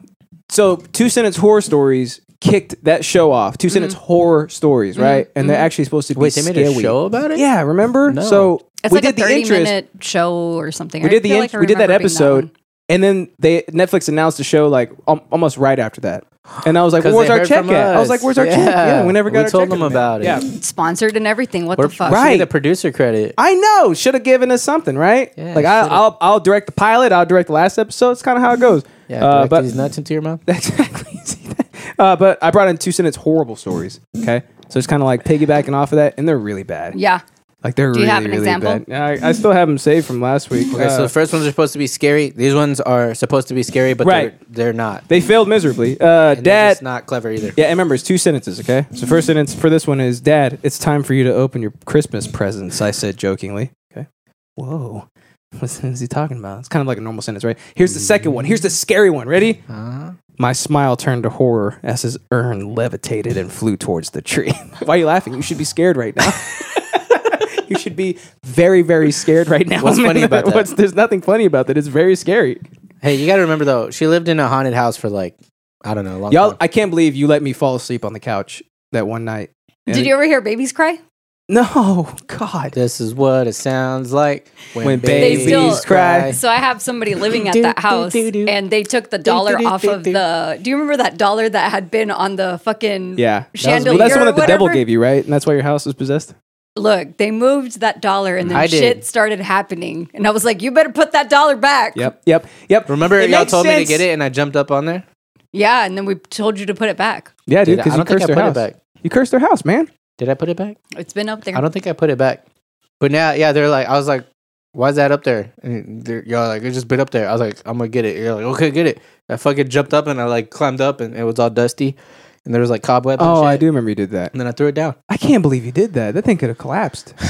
B: So two sentence horror stories kicked that show off. Two
C: Mm-hmm.
B: sentence horror stories, right? And they're actually supposed to be
A: Wait, they made a
B: scary.
A: show about it?
B: Yeah, remember?
A: No.
B: So
C: It's
B: we
C: like
B: did
C: a
B: the
C: thirty
B: interest.
C: minute show or something.
B: we
C: I
B: did the
C: feel
B: in-
C: like I
B: we did that
C: remember being
B: episode,
C: one.
B: and then they Netflix announced the show like um, almost right after that. And I was like,
A: 'Cause
B: well, "Where's
A: they
B: our
A: heard
B: check
A: from
B: at?" I was
A: us.
B: like, "Where's our check?"
A: Yeah.
B: Yeah, we never
A: We
B: got. our
A: told
B: check
A: them
B: in the
A: about
B: mail.
A: it.
B: Yeah,
C: sponsored and everything. What
A: We're
C: the fuck?
B: Right.
A: right. the producer credit.
B: I know. Should have given us something, right?
A: Yeah,
B: like I,
A: should've.
B: I'll I'll direct the pilot. I'll direct the last episode. It's kind of how it goes.
A: Yeah,
B: uh,
A: direct
B: but
A: these nuts into your mouth.
B: exactly. See that? Uh, but I brought in two sentence horrible stories. Okay, so it's kind of like piggybacking off of that, and they're really bad.
C: Yeah.
B: like they're
C: Do you
B: really
C: have an
B: really
C: example?
B: bad. I, I still have them saved from last week.
A: Okay, so
B: Uh,
A: the first ones are supposed to be scary. These ones are supposed to be scary, but
B: Right.
A: they're, they're not.
B: they failed miserably. Uh,
A: And they're
B: Dad,
A: just not clever either.
B: Yeah, and remember, it's two sentences, okay? So, first sentence for this one is Dad, it's time for you to open your Christmas presents, I said jokingly. Okay. Whoa. What sentence is he talking about? It's kind of like a normal sentence, right? Here's the second one. Here's the scary one. Ready?
A: Uh-huh.
B: My smile turned to horror as his urn levitated and flew towards the tree. Why are you laughing? You should be scared right now. you should be very, very scared right now.
A: What's funny about that?
B: What's- there's nothing funny about that. It's very scary.
A: Hey, you got to remember though, she lived in a haunted house for like I don't know, a long
B: Y'all,
A: time.
B: I can't believe you let me fall asleep on the couch that one night. And-
C: Did you ever hear babies cry?
B: No, God.
A: this is what it sounds like when,
B: When
A: babies
C: babies
A: cry.
C: So I have somebody living at
A: Do,
C: that
A: do,
C: house,
A: do, do.
C: and they took the dollar
A: do, do,
C: off
A: do,
C: of
A: do.
C: the. Do you remember that dollar that had been on the fucking
B: Yeah.
C: chandelier?
B: well, that's the one
C: or
B: that the devil
C: whatever?
B: gave you, right? And that's why your house was possessed?
C: Look, they moved that dollar, and
A: I
C: then
A: did.
C: shit started happening, and I was like, "You better put that dollar back."
B: Yep. Yep. Yep.
A: Remember,
B: It
A: y'all
B: makes
A: told me
B: sense.
A: to get it, and I jumped up on there.
C: Yeah, and then we told you to put it back.
B: Yeah, dude,
A: Did I-
B: because
A: I
B: you
A: don't think
B: cursed
A: I
B: their
A: put it
B: house.
A: back.
B: You cursed their house, man.
A: Did I put it back?
C: It's been up there.
A: I don't think I put it back. But now, yeah, they're like, I was like, why is that up there? And they're- y'all like, it's just been up there. I was like, I'm gonna get it. You're like, okay, get it. I fucking jumped up and I like climbed up and it was all dusty, and there was like cobwebs. and
B: Oh, I
A: shit.
B: do remember you did that.
A: And then I threw it down.
B: I can't believe you did that. That thing could have collapsed.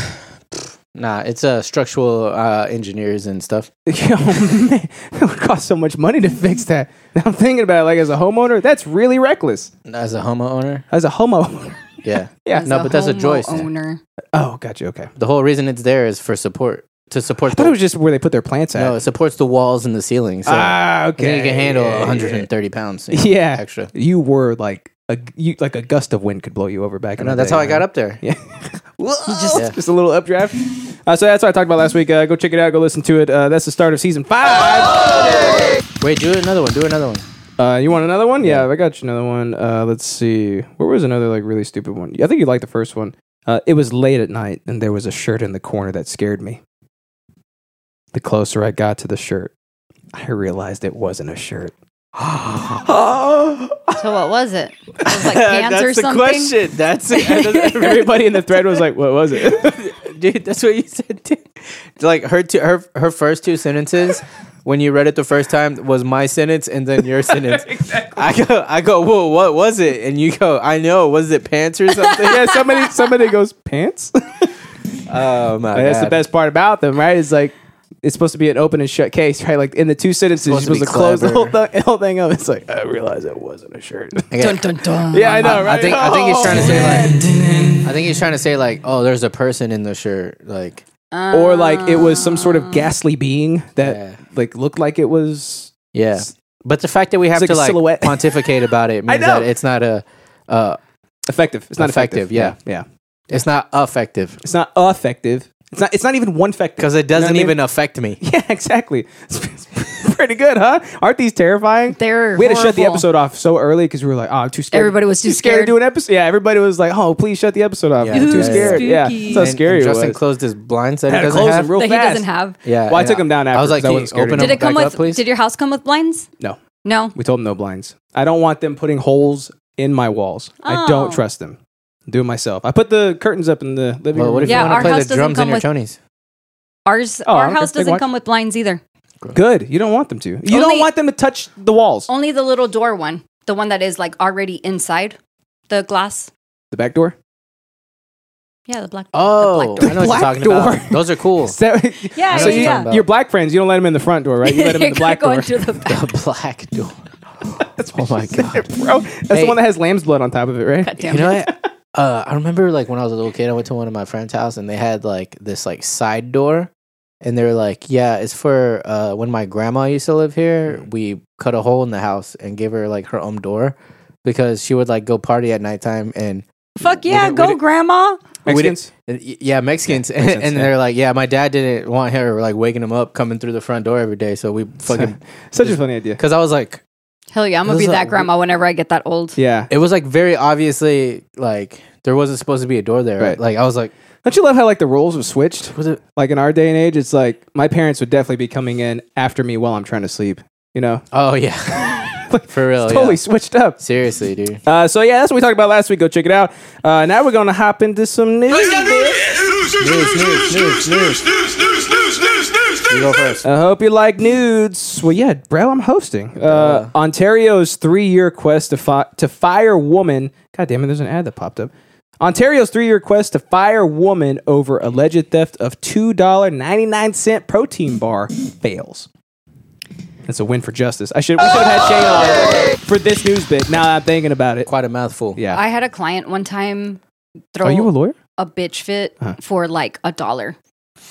A: Nah, it's uh, structural uh, engineers and stuff.
B: Yo, man, it would cost so much money to fix that. Now I'm thinking about it, like as a homeowner, that's really reckless.
A: As a homeowner,
B: As a homeowner,
A: Yeah.
B: Yeah.
C: as
A: No, but that's a joyce.
C: Owner.
B: Oh, gotcha. Okay.
A: The whole reason it's there is for support to
B: I
A: support.
B: thought it
A: The,
B: was just where they put their plants at.
A: no, it supports the walls and the ceiling. So
B: ah,
A: I think
B: okay.
A: it can handle
B: Yeah,
A: 130 pounds. you
B: Yeah.
A: know,
B: yeah.
A: extra.
B: You were like a you like a gust of wind could blow you over
A: I
B: back. in
A: know
B: the
A: that's
B: day,
A: how I got
B: man.
A: up there.
B: Yeah. just,
A: Yeah.
B: just a little updraft. Uh, so that's what I talked about last week. Uh, go check it out. Go listen to it. Uh, that's the start of season five.
A: Wait, do another one. Do another one.
B: Uh, you want another one? Yeah, I got you another one. Uh, let's see. Where was another like really stupid one? I think you liked the first one. Uh, it was late at night, and there was a shirt in the corner that scared me. The closer I got to the shirt, I realized it wasn't a shirt.
C: So what was it? It was like pants or something.
A: That's
B: Everybody in the thread was like, "What was it?"
A: dude. That's what you said. Dude. Like her two, her her first two sentences when you read it the first time was my sentence and then your sentence. I go, I go. Whoa, what was it? And you go, I know. Was it pants or something?
B: yeah, somebody somebody goes pants.
A: oh my
B: That's the
A: God.
B: best part about them, right? It's like it's supposed to be an open and shut case, right? Like in the two sentences, you're
A: Supposed to
B: supposed
A: be
B: to, close the whole,
A: clever.
B: th- whole thing up. It's like I realize it wasn't a shirt.
A: I got-
B: yeah, I know,
A: I
B: right?
A: think I think he's
B: Oh,
A: trying to say like I think he's trying to say like oh there's a person in the shirt like
B: or like it was some sort of ghastly being that
A: Ah. Yeah.
B: like looked like it was
A: yeah but the fact that we have
B: like
A: to
B: a
A: like
B: silhouette.
A: pontificate about it means
B: know.
A: that it's not a uh
B: effective. It's not effective.
A: Effective,
B: yeah, yeah.
A: it's not effective
B: It's not effective. It's not. It's not even one effective
A: because it doesn't
B: You know what I
A: even
B: mean?
A: affect me
B: Yeah, exactly. It's, it's pretty good, huh? Aren't these terrifying?
C: They're
B: we had to shut the
C: horrible.
B: episode off so early because we were like, "Oh, I'm too scared."
C: Everybody was too
B: scared, to
C: scared.
B: do an episode. Yeah, everybody was like, "Oh, please shut the episode off."
A: Yeah,
B: I'm too
A: yeah,
B: scared.
C: yeah.
B: Yeah,
C: Spooky.
B: so
A: And-
B: scary.
A: and
B: it
A: Justin
B: was.
A: closed his blinds that
B: Had
A: he
B: to
A: doesn't
B: close
A: have
B: him real
C: that he
B: fast.
C: doesn't have.
A: yeah
B: Well, I
A: and
B: took him down
A: I was
B: after
A: like
B: 'cause I
A: "Can you
B: wasn't scared
A: open
B: anymore."
C: Did
A: him
C: it come
A: back
C: with?
A: up, please
C: Did your house come with blinds?
B: No,
C: No.
B: we told them no blinds. I don't want them putting holes in my walls. I
C: Oh.
B: don't trust them. Do it myself. I put the curtains up in the living
A: well,
B: room.
A: what if
C: Yeah,
A: you
C: our
A: want to play
C: house
A: the
C: doesn't
A: drums in
C: come
A: your
C: with-
A: chonies
C: Ours,
B: Oh,
C: our
B: okay.
C: house
B: Big
C: doesn't
B: watch.
C: come with blinds either.
B: Good. You don't want them to. You don't
C: Only-
B: want them to touch the walls.
C: Only the little door one, the one that is like already inside the glass.
B: The back door.
C: Yeah, the black.
A: oh
C: the black door.
A: I know what
B: Black
A: you're talking
B: door.
A: about those are cool
B: Is that-
C: Yeah,
B: so
A: yeah,
B: you,
A: yeah.
B: your black friends, you don't let them in the front door, right? You let them in the black
C: Go
B: door.
C: into the back.
A: the black door oh my god
B: Bro, that's
A: Hey.
B: the one that has lamb's blood on top of it, right?
C: Goddamn
A: you know
C: it.
A: what? Uh, I remember like when I was a little kid, I went to one of my friend's house and they had like this like side door, and they were like, "Yeah, it's for uh, when my grandma used to live here. We cut a hole in the house and gave her like her own door because she would like go party at nighttime and
C: Fuck yeah,
A: we
C: go,
A: didn't-
C: grandma.
A: we didn't-
B: Mexicans?
A: and y- yeah Mexicans and,
B: makes sense, yeah.
A: they're like, "Yeah, my dad didn't want her like waking him up coming through the front door every day, so we fucking
B: Such a funny idea.
A: because I was like,
C: Hell yeah, I'm gonna
A: This
C: be
A: is
C: that
A: a-
C: grandma whenever I get that old.
B: Yeah.
A: it was like very obviously like there wasn't supposed to be a door there.
B: Right.
A: Like I was like,
B: Don't you love how like the roles have switched?
A: was it?
B: Like in our day and age, it's like my parents would definitely be coming in after me while I'm trying to sleep. You know,
A: Oh yeah, for real,
B: totally
A: yeah.
B: switched up.
A: Seriously, dude.
B: Uh, so yeah, that's what we talked about last week. Go check it out. Uh, now we're gonna hop into some news.
A: You go first.
B: I hope you like nudes. Well, yeah, bro, I'm hosting. Uh, Ontario's three-year quest to, fi- to fire woman. God damn it, there's an ad that popped up. Ontario's three-year quest to fire woman over alleged theft of two dollar ninety-nine cent protein bar fails. That's a win for justice. I should we should have had Shane on for this news bit. Now that I'm thinking about it.
A: Quite a mouthful.
B: Yeah.
C: I had a client one time throw
B: Are you a lawyer?
C: a bitch fit for like a dollar.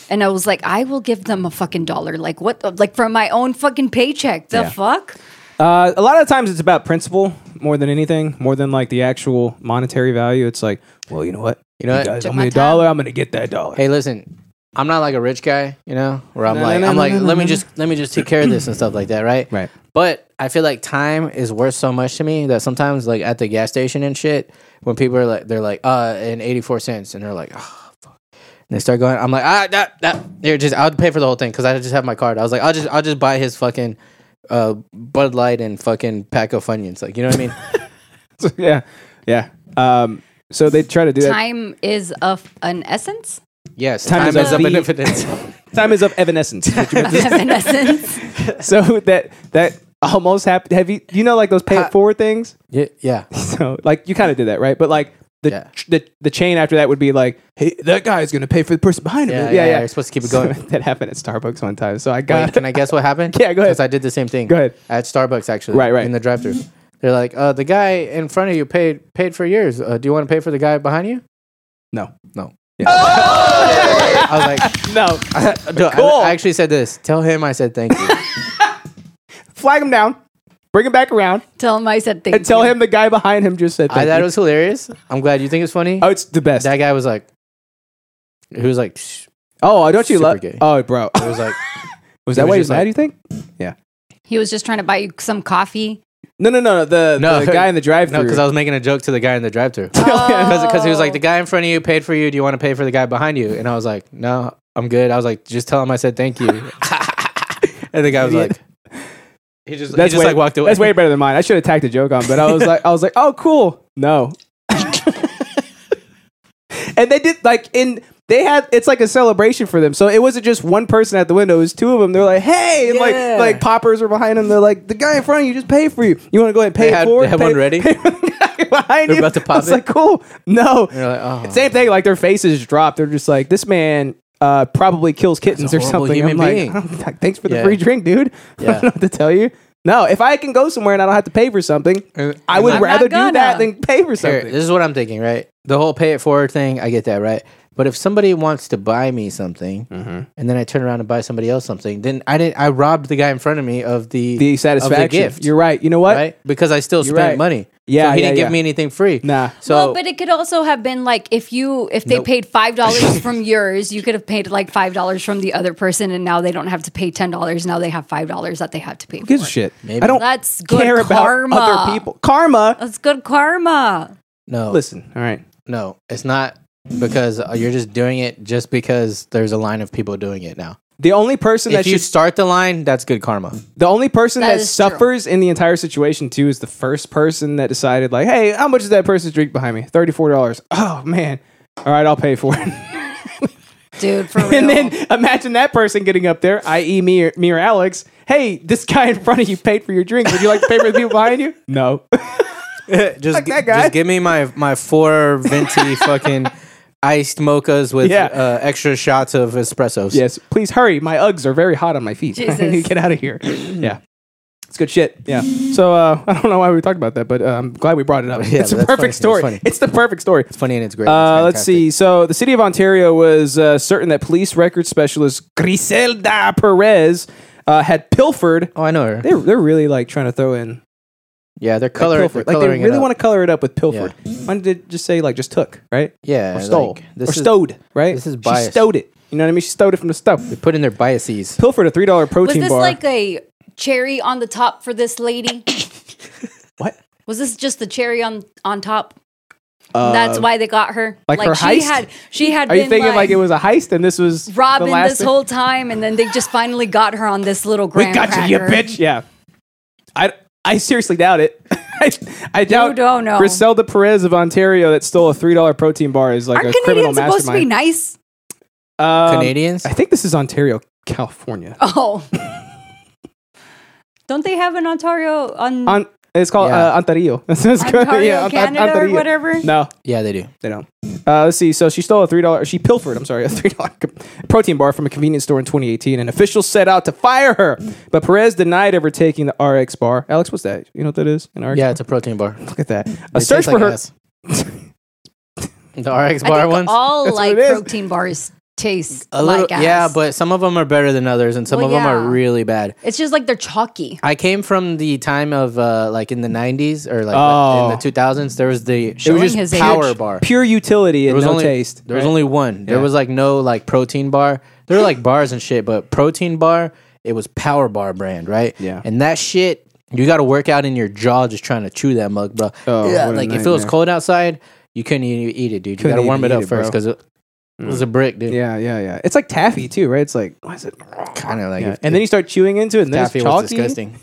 C: And I was like, I will give them a fucking dollar. Like what the- like from my own fucking paycheck. The
B: Yeah.
C: fuck?
B: Uh, a lot of times it's about principle more than anything, more than like the actual monetary value. It's like, well, you know what?
A: You know
B: You
A: what?
B: guys
C: Took
B: owe me
C: my
B: a
C: time.
B: dollar. I'm gonna get that dollar.
A: Hey, listen. I'm not like a rich guy, you know, where I'm
B: No,
A: like,
B: no, no,
A: I'm
B: no,
A: like,
B: no, no,
A: let me
B: no.
A: just, let me just take care of this and stuff like that, right?
B: Right.
A: But I feel like time is worth so much to me that sometimes, like at the gas station and shit, when people are like, they're like, uh, and 84 cents, and they're like, oh, fuck. And they start going, I'm like, ah, that, that, here, just, I'll pay for the whole thing because I just have my card. I was like, I'll just, I'll just buy his fucking, uh, Bud Light and fucking pack of Funyuns, like, you know what I mean?
B: yeah, yeah. Um, so they try to do that.
C: Time is of an essence.
A: Yes,
B: Time
A: time,
B: is
A: is
B: of
A: up in
B: the-
A: evidence.
B: Time is of evanescence. is what you meant to
C: Of an essence.
B: say. so that that almost happened. Have you you know like those pay it forward things?
A: yeah, yeah.
B: So like you kind of did that right, but like the
A: Yeah.
B: the the chain after that would be like, hey, that guy is gonna pay for the person behind him.
A: Yeah, yeah, you're supposed to keep it
B: So
A: going.
B: that happened at Starbucks one time. So I got
A: Wait, can I guess what happened?
B: Yeah, go ahead.
A: Because I did the same thing.
B: Go ahead.
A: At Starbucks, actually.
B: Right, right.
A: In the drive-thru. They're like, uh, the guy in front of you paid paid for yours. Uh, do you want to pay for the guy behind you? No, no. I was like,
B: No,
A: no, I-
B: Cool.
A: I, actually said this. Tell him I said thank you.
B: flag him down, bring him back around,
C: Tell him I said thank
B: and tell
C: you.
B: him the guy behind him just said.
A: I
B: Thank
A: thought it
B: you.
A: was hilarious. I'm glad you think it's funny.
B: oh, it's the best.
A: that guy was like, he was like, "Psh."
B: Oh, don't you
A: Super
B: love?
A: gay.
B: Oh, bro,
A: it was like,
B: was
A: It
B: that
A: was
B: why he was
A: just
B: mad?
A: like-
B: do you think?
C: He was just trying to buy you some coffee.
B: No, no, no, no. The,
A: No.
B: the guy in the drive-through.
A: no, because I was making a joke to the guy in the drive-through.
C: Oh.
A: because he was like the guy in front of you paid for you do you want to pay for the guy behind you and i was like no i'm good i was like just tell him i said thank you and the guy was like he just,
B: that's
A: he just
B: way,
A: like walked away
B: That's way better than mine. I should have tacked a joke on, but I was like, I was like, oh, cool. No. and they did like in they had it's like a celebration for them. So it wasn't just one person at the window; it was two of them. They're like, hey, and
D: Yeah.
B: like like poppers are behind them. They're like, the guy in front of you just paid for you. You want to go ahead and pay
A: They had-
B: for
A: they had one ready?
B: behind
A: They're
B: you.
A: about to pop
B: I was
A: it?
B: like, cool. No.
A: And you're like, oh.
B: Same thing. Like their faces drop. They're just like, this man. Uh, probably kills kittens
A: a
B: or
A: horrible
B: something.
A: human
B: I'm like,
A: being.
B: I don't- like, thanks for the
A: Yeah.
B: free drink, dude. I
A: Yeah.
B: don't know what to tell you. No, if I can go somewhere and I don't have to pay for something,
A: And-
B: I would
C: I'm not
B: rather do
C: gonna.
B: that than pay for
A: Here,
B: something.
A: this is what i'm thinking right the whole pay it forward thing i get that right but if somebody wants to buy me something
C: Mm-hmm.
A: and then i turn around and buy somebody else something then i didn't i robbed the guy in front of me of the
B: the
A: of
B: satisfaction.
A: gift
B: You're right. You know what?
A: right because i still
B: You're
A: spent
B: right.
A: money so he
B: Yeah, yeah,
A: didn't
B: yeah.
A: give me anything free
B: Nah.
A: so
C: well, but it could also have been like if you if they
A: Nope.
C: paid five dollars from yours, you could have paid like five dollars from the other person, and now they don't have to pay ten dollars. Now they have five dollars that they have to pay.
B: Who gives a
C: for.
B: shit?
A: Maybe.
B: I don't
C: That's good
B: care about
C: karma.
B: other people. Karma.
C: That's good karma.
A: no
B: Listen. All right.
A: No, it's not because uh, you're just doing it just because there's a line of people doing it now.
B: The only person that
A: if you
B: should,
A: start the line, that's good karma.
B: the only person
C: That
B: that,
C: is true.
B: suffers in the entire situation too is the first person that decided like, hey, how much is that person's drink behind me? Thirty four dollars. Oh man. All right, I'll pay for it.
C: Dude, for real.
B: and then imagine that person getting up there, i.e., me or, me or Alex. Hey, this guy in front of you paid for your drink. Would you like to pay for the people behind you? No.
A: Just,
B: Fuck
A: gi-
B: that guy.
A: just give me my my four venti fucking iced mochas with
B: Yeah.
A: uh, extra shots of espressos.
B: Yes, please hurry. My Uggs are very hot on my feet. I need
C: Jesus.
B: to get out of here. yeah. It's good shit. Yeah. So uh, I don't know why we talked about that, but uh, I'm glad we brought it up.
A: Yeah,
B: it's a
A: that's
B: perfect
A: funny. That's
B: story.
A: funny.
B: It's the perfect story.
A: It's funny and it's great.
B: Uh,
A: It's
B: let's
A: fantastic.
B: see. So the city of Ontario was uh, certain that police record specialist Griselda Perez uh, had pilfered.
A: Oh, I know her.
B: They're, they're really like trying to throw in
A: yeah, they're
B: like,
A: color. they're
B: pilfered. Like, they
A: coloring
B: really
A: it up.
B: want to color it up with pilfered. Why did it just say like just took right
A: yeah,
B: or stole
A: like, this
B: or
A: is-
B: stowed right?
A: this is
B: She
A: biased.
B: stowed it. You know what I mean? She stowed it from the stove.
A: They put in their biases.
B: Pilfered a three dollar
C: was
B: protein
C: this
B: bar.
C: like a cherry on the top for this lady?
B: What?
C: Was this just the cherry on on top? That's why they got her.
B: Uh, like her
C: she
B: heist?
C: had she had
B: Are
C: been
B: you thinking like,
C: like,
B: it was a heist and this was
C: robbing
B: the last
C: this
B: thing?
C: whole time, and then they just finally got her on this little
B: We
C: grand.
B: got you, you
C: cracker.
B: bitch. Yeah, I I seriously doubt it. I, I doubt.
C: don't know.
B: Griselda Perez of Ontario that stole a three dollar protein bar is like
C: Aren't
B: a criminal
C: Canadians supposed to be
B: mastermind.
C: nice?
B: Um,
A: Canadians.
B: I think this is Ontario, California.
C: Oh. Don't they have an Ontario on,
B: On, it's called
A: Yeah.
B: uh, Ontario. Ontario,
C: Ontario, Canada, or whatever?
B: No,
A: yeah, they do.
B: They don't. Uh, let's see. So she stole a three dollar. She pilfered. I'm sorry, a three dollar protein bar from a convenience store in 2018, and officials set out to fire her. But Perez denied ever taking the RX bar. Alex, what's that? You know what that is? An RX.
A: Yeah, it's a protein bar.
B: Look at that.
A: They
B: A search
A: taste
B: for
A: like
B: her.
A: ass. the RX
C: I
A: bar
C: think
A: ones.
C: all
B: That's what
C: like
B: it is.
C: protein bars taste
A: A little-
C: like ass.
A: yeah, but some of them are better than others, and some
C: Well,
A: of them
C: yeah.
A: are really bad.
C: it's just like they're chalky.
A: I came from the time of uh, like in the '90s or like
B: Oh.
A: in the 2000s. There was the it
C: Showing
A: was
C: his
A: just
C: age.
A: power bar.
B: Pure utility
A: There
B: and
A: was
B: no
A: only
B: taste.
A: there was
B: Right.
A: only one. There
B: Yeah.
A: was like no like protein bar. There were like bars and shit, but protein bar it was power bar brand, right?
B: Yeah.
A: and that shit you got to work out in your jaw just trying to chew that mug, bro.
B: Oh,
A: yeah,
B: what a
A: like if it was
B: nightmare.
A: cold outside, you couldn't even eat it, dude. You
B: Couldn't
A: got to warm
B: even
A: it
B: eat
A: up
B: it,
A: first
B: bro.
A: because
B: Mm.
A: it, it was a brick, dude.
B: Yeah, yeah, yeah. It's like taffy too, right? It's like why is it
A: kind of like
B: Yeah.
A: if-
B: And then you start chewing into it, and
A: if
B: then
A: taffy
B: it's
A: was
B: chalky.
A: disgusting.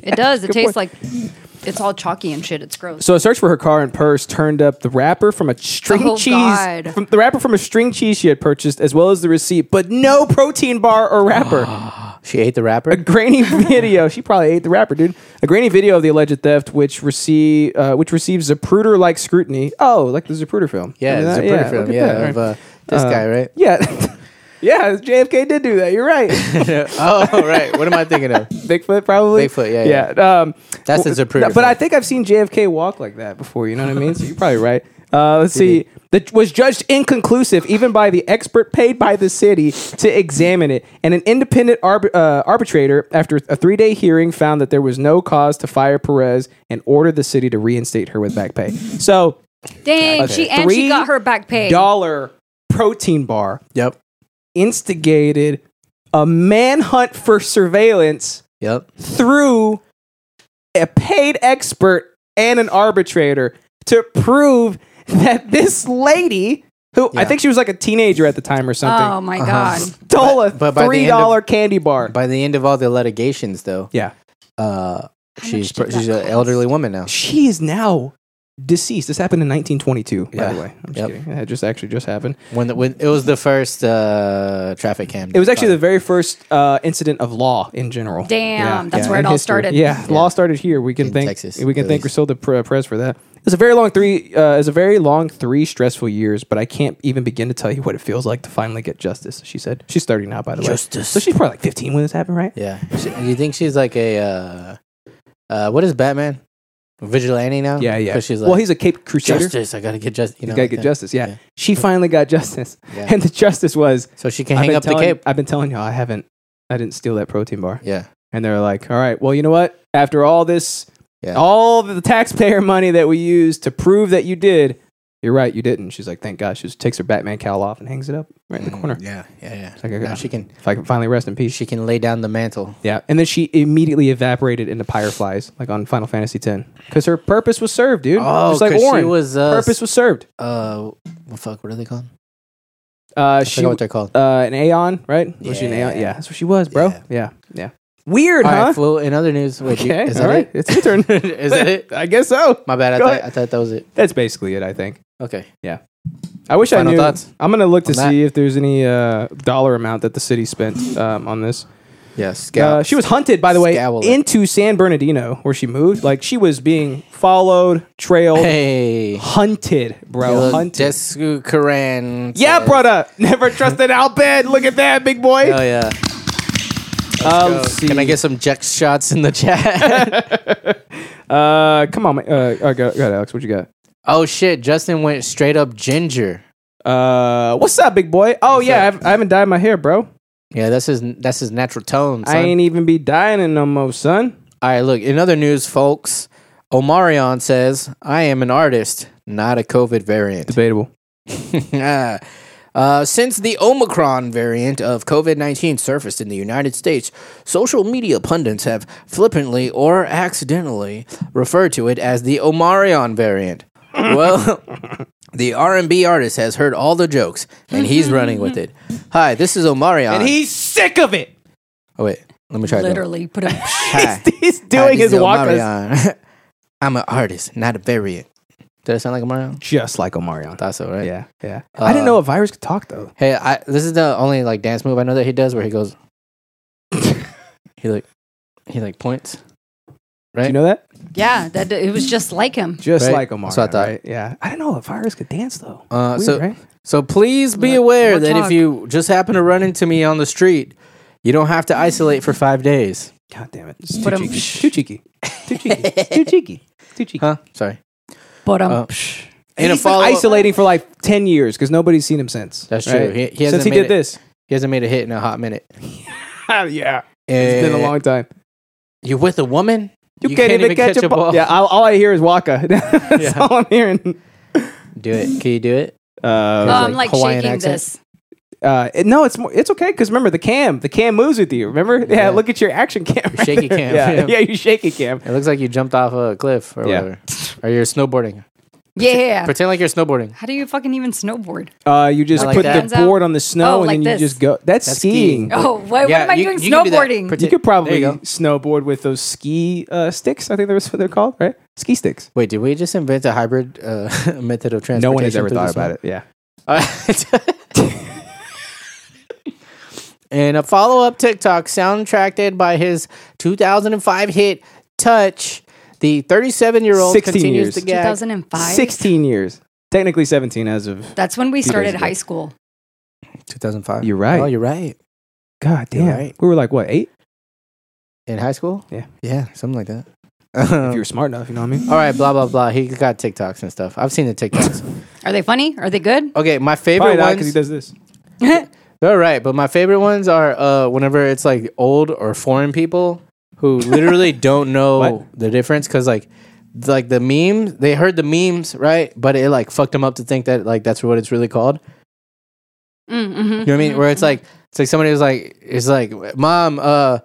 C: It does. It
B: good
C: tastes
B: point.
C: like it's all chalky and shit. It's gross.
B: So a search for her car and purse turned up the wrapper from a string
C: Oh,
B: cheese
C: God.
B: from the wrapper from a string cheese she had purchased, as well as the receipt, but no protein bar or
A: Ah.
B: wrapper.
A: She ate the
B: a
A: wrapper.
B: grainy video. She probably ate the rapper, dude. A grainy video of the alleged theft, which receive uh, which receives Zapruder like scrutiny. Oh, like the Zapruder film.
A: Yeah,
B: Remember
A: it's
B: that? Uh,
A: a pretty film.
B: look at
A: Yeah,
B: that.
A: of uh, this guy, right?
B: yeah. Yeah, JFK did do that. You're right.
A: oh, right. What am I thinking of?
B: Bigfoot probably.
A: Bigfoot, yeah, yeah.
B: yeah. Um,
A: That's
B: w-
A: his superior
B: But I
A: form.
B: think I've seen JFK walk like that before. You know what I mean? So you're probably right. Uh, let's see. That was judged inconclusive, even by the expert paid by the city to examine it, and an independent arb- uh, arbitrator, after a three-day hearing, found that there was no cause to fire Perez and ordered the city to reinstate her with back pay. So,
C: Dang,
B: Okay.
C: she and she
B: Three
C: got her back paid.
B: dollar protein bar
A: Yep.
B: instigated a manhunt for surveillance
A: Yep.
B: through a paid expert and an arbitrator to prove that this lady, who I
A: Yeah.
B: think she was like a teenager at the time or something, Uh-huh.
C: Oh my god.
B: stole a
A: But- but by the
B: three
A: end of-
B: dollar candy bar.
A: By the end of all the litigations, though,
B: yeah,
A: uh, she's
C: much did
A: pr- she's
C: that
A: an elderly woman now.
B: she is now deceased. This happened in 1922, by
A: Yeah.
B: the way. I'm just
A: Yep.
B: kidding. That just actually just happened.
A: When the, when it was the first uh, traffic cam.
B: It was actually the very first uh, incident of law in general.
C: Damn, that's where
B: in
C: it all
B: history.
C: started.
B: Yeah, law started here. We can
A: In
B: thank
A: Texas,
B: we can
A: at
B: thank
A: least.
B: Griselda Pre- uh, Perez for that. It was a very long three. Uh, it was a very long three stressful years, but I can't even begin to tell you what it feels like to finally get justice. She said she's starting now, by the way.
A: Justice.
B: So she's probably like 15 when this happened, right?
A: yeah. She, you think she's like a uh, uh, what is Batman? Vigilante now.
B: Yeah, yeah.
A: 'Cause she's like,
B: well, he's a Cape Crusader.
A: justice. I gotta get justice. You know,
B: Gotta
A: like
B: get
A: that.
B: justice. Yeah.
A: Yeah.
B: she finally got justice,
A: Yeah.
B: and the justice was
A: So she can
B: I've
A: hang
B: been
A: up
B: telling-
A: the cape.
B: I've been telling y'all, I haven't. I didn't steal that protein bar.
A: Yeah.
B: and they're like, "All right, well, you know what? After all this,
A: Yeah.
B: all the taxpayer money that we used to prove that you did, you're right, you didn't." She's like, "Thank God." She just takes her Batman cowl off and hangs it up right in the corner.
A: Mm, Yeah. Yeah. Yeah.
B: like, I
A: Now
B: got-
A: she can
B: If I can finally rest in peace.
A: she can lay down the mantle.
B: yeah, and then she immediately evaporated into fireflies, like on Final Fantasy X, because her purpose was served, dude.
A: Oh,
B: just like
A: 'cause she
B: Orin,
A: was, uh,
B: purpose was served.
A: Uh, well, fuck. What are they called?
B: Uh,
A: I
B: she,
A: forgot what
B: uh,
A: they're called.
B: an Aeon, right? Was she an
A: Yeah.
B: Aeon? Yeah, that's what she was, bro. Yeah,
A: Yeah.
B: yeah. Weird,
A: All
B: huh?
A: right. Well, in other news, wait, you-
B: okay,
A: is that
B: all right.
A: it?
B: It's your turn.
A: is that it?
B: I guess so.
A: My bad. I
B: Go
A: thought,
B: ahead.
A: I thought that was it.
B: That's basically it, I think.
A: Okay.
B: I wish
A: Final
B: I knew.
A: thoughts
B: I'm gonna look to
A: on that?
B: see if there's any uh, dollar amount that the city spent um, on this.
A: Yes.
B: Uh, she was hunted, by the way,
A: Scowl it.
B: into San Bernardino, where she moved. Like she was being followed, trailed,
A: Hey.
B: hunted, bro,
A: Look,
B: hunted.
A: Jesku Karan.
B: yeah,
A: says-
B: brother. Never trusted Al Ben. Look at that, big boy.
A: Hell yeah.
B: Uh,
A: Go.
B: let's see.
A: Can I get some Jex shots in the chat?
B: Uh, come on, ma- uh, uh, go, go ahead, Alex. What you got?
A: oh shit! Justin went straight up ginger.
B: Uh, what's up, big boy? Oh yeah, I've, I haven't dyed my hair, bro.
A: Yeah, that's his. That's his natural tone. Son.
B: I ain't e- even be dying it no more, son.
A: All right, look. In other news, folks, Omarion says, "I am an artist, not a COVID variant."
B: Debatable.
A: Ah. Uh, since the Omicron variant of COVID 19 surfaced in the United States, social media pundits have flippantly or accidentally referred to it as the Omarion variant. well, the R&B artist has heard all the jokes and he's running with it. Hi, this is Omarion.
B: And he's sick of it.
A: oh wait, let me try that.
C: Literally put a
A: Hi.
B: He's
A: Hi,
B: doing
A: this
B: his
A: is
B: walkers
A: Omarion. I'm an artist, not a variant. Did I sound like Omarion?
B: just like Omarion. Uh,
A: Thought so, right?
B: Yeah, yeah. I didn't know a virus could talk though.
A: Hey, I, this is the only like dance move I know that he does where he goes. he like, he like points.
B: Do
A: Right?
B: you know that?
C: Yeah, that it was just like him.
B: Just
A: Right.
B: like Omarion.
A: That's what I thought.
B: right? Yeah. I didn't know a virus could dance though.
A: Uh,
B: Weird,
A: so,
B: right?
A: so please be
C: Let-
A: aware
C: let
A: that
C: talk.
A: if you just happen to run into me on the street, you don't have to isolate for five days.
B: God damn it. It's too
C: But I'm-
B: cheeky. Too cheeky. Too cheeky. Too cheeky. Too cheeky.
A: Huh? Sorry.
C: But um,
A: Uh,
B: And
A: in a
B: he's been
A: follow,
B: isolating for like ten years because nobody's seen him since.
A: That's
B: right?
A: true. He- he
B: since
A: hasn't
B: he
A: made
B: did
A: it-
B: this.
A: he hasn't made a hit in a hot minute. Eh,
B: yeah. It's been a long time.
A: You with a woman?
B: Eh, You, can't, even, catch, a ball. Yeah, all, all I hear is Waka. That's
A: Yeah.
B: all I'm hearing.
A: Do it. Can you do it?
C: no,
B: Uh,
C: I'm
A: like
C: Um, like
A: Hawaiian
C: shaking
A: accent.
C: this.
B: uh, it- no, it's more, it's okay because remember the cam, the cam moves with you. Remember, yeah,
A: Yeah.
B: look at your action cam,
A: Your shaky
B: there.
A: cam,
B: yeah,
A: yeah.
B: yeah, you shaky cam.
A: It looks like you jumped off a cliff or
B: Yeah.
A: whatever. Or you're snowboarding.
C: Yeah.
A: Pretend like you're snowboarding.
C: How do you fucking even snowboard?
B: Uh, you just
A: Not like
B: put
A: that.
B: the board on the snow
C: Oh,
B: and
C: like
B: then you
C: this.
B: just go. That's,
A: That's
B: skiing.
A: skiing.
C: Oh, what,
A: Yeah,
C: what am I
A: you-
C: doing?
A: you can do that.
C: Snowboarding.
A: Pretend-
B: You
A: There
B: could probably
A: you go.
B: snowboard with those ski uh, sticks. I think that's what they're called, right? Ski sticks.
A: Wait, did we just invent a hybrid uh, method of transportation?
B: No one has ever thought about it. Yeah.
A: and a follow up TikTok soundtracked by his 2005 hit Touch, the 37 year old
B: 16
A: continues
B: years.
A: to gag.
C: 2005.
B: Sixteen years, technically seventeen as of.
C: That's when we
B: Few days
C: started
B: ago.
C: high school.
A: 2005.
B: You're right.
A: Oh, you're right.
B: God damn.
A: right.
B: We were like, what, eight?
A: In high school?
B: Yeah.
A: Yeah, something like that. Uh,
B: If you were smart enough, you know what I mean?
A: All right, blah blah blah. He got TikToks and stuff. I've seen the TikToks.
C: Are they funny? Are they good?
A: Okay, my
B: Probably
A: favorite
B: not because he
A: ones.
B: does this.
A: They're right, but my favorite ones are uh, whenever it's like old or foreign people who literally don't know
B: What?
A: the difference because like like the memes they heard the memes right, but it like fucked them up to think that like that's what it's really called.
C: Mm-hmm.
A: You know what I mean? Where it's like it's like somebody was like it's like mom, uh,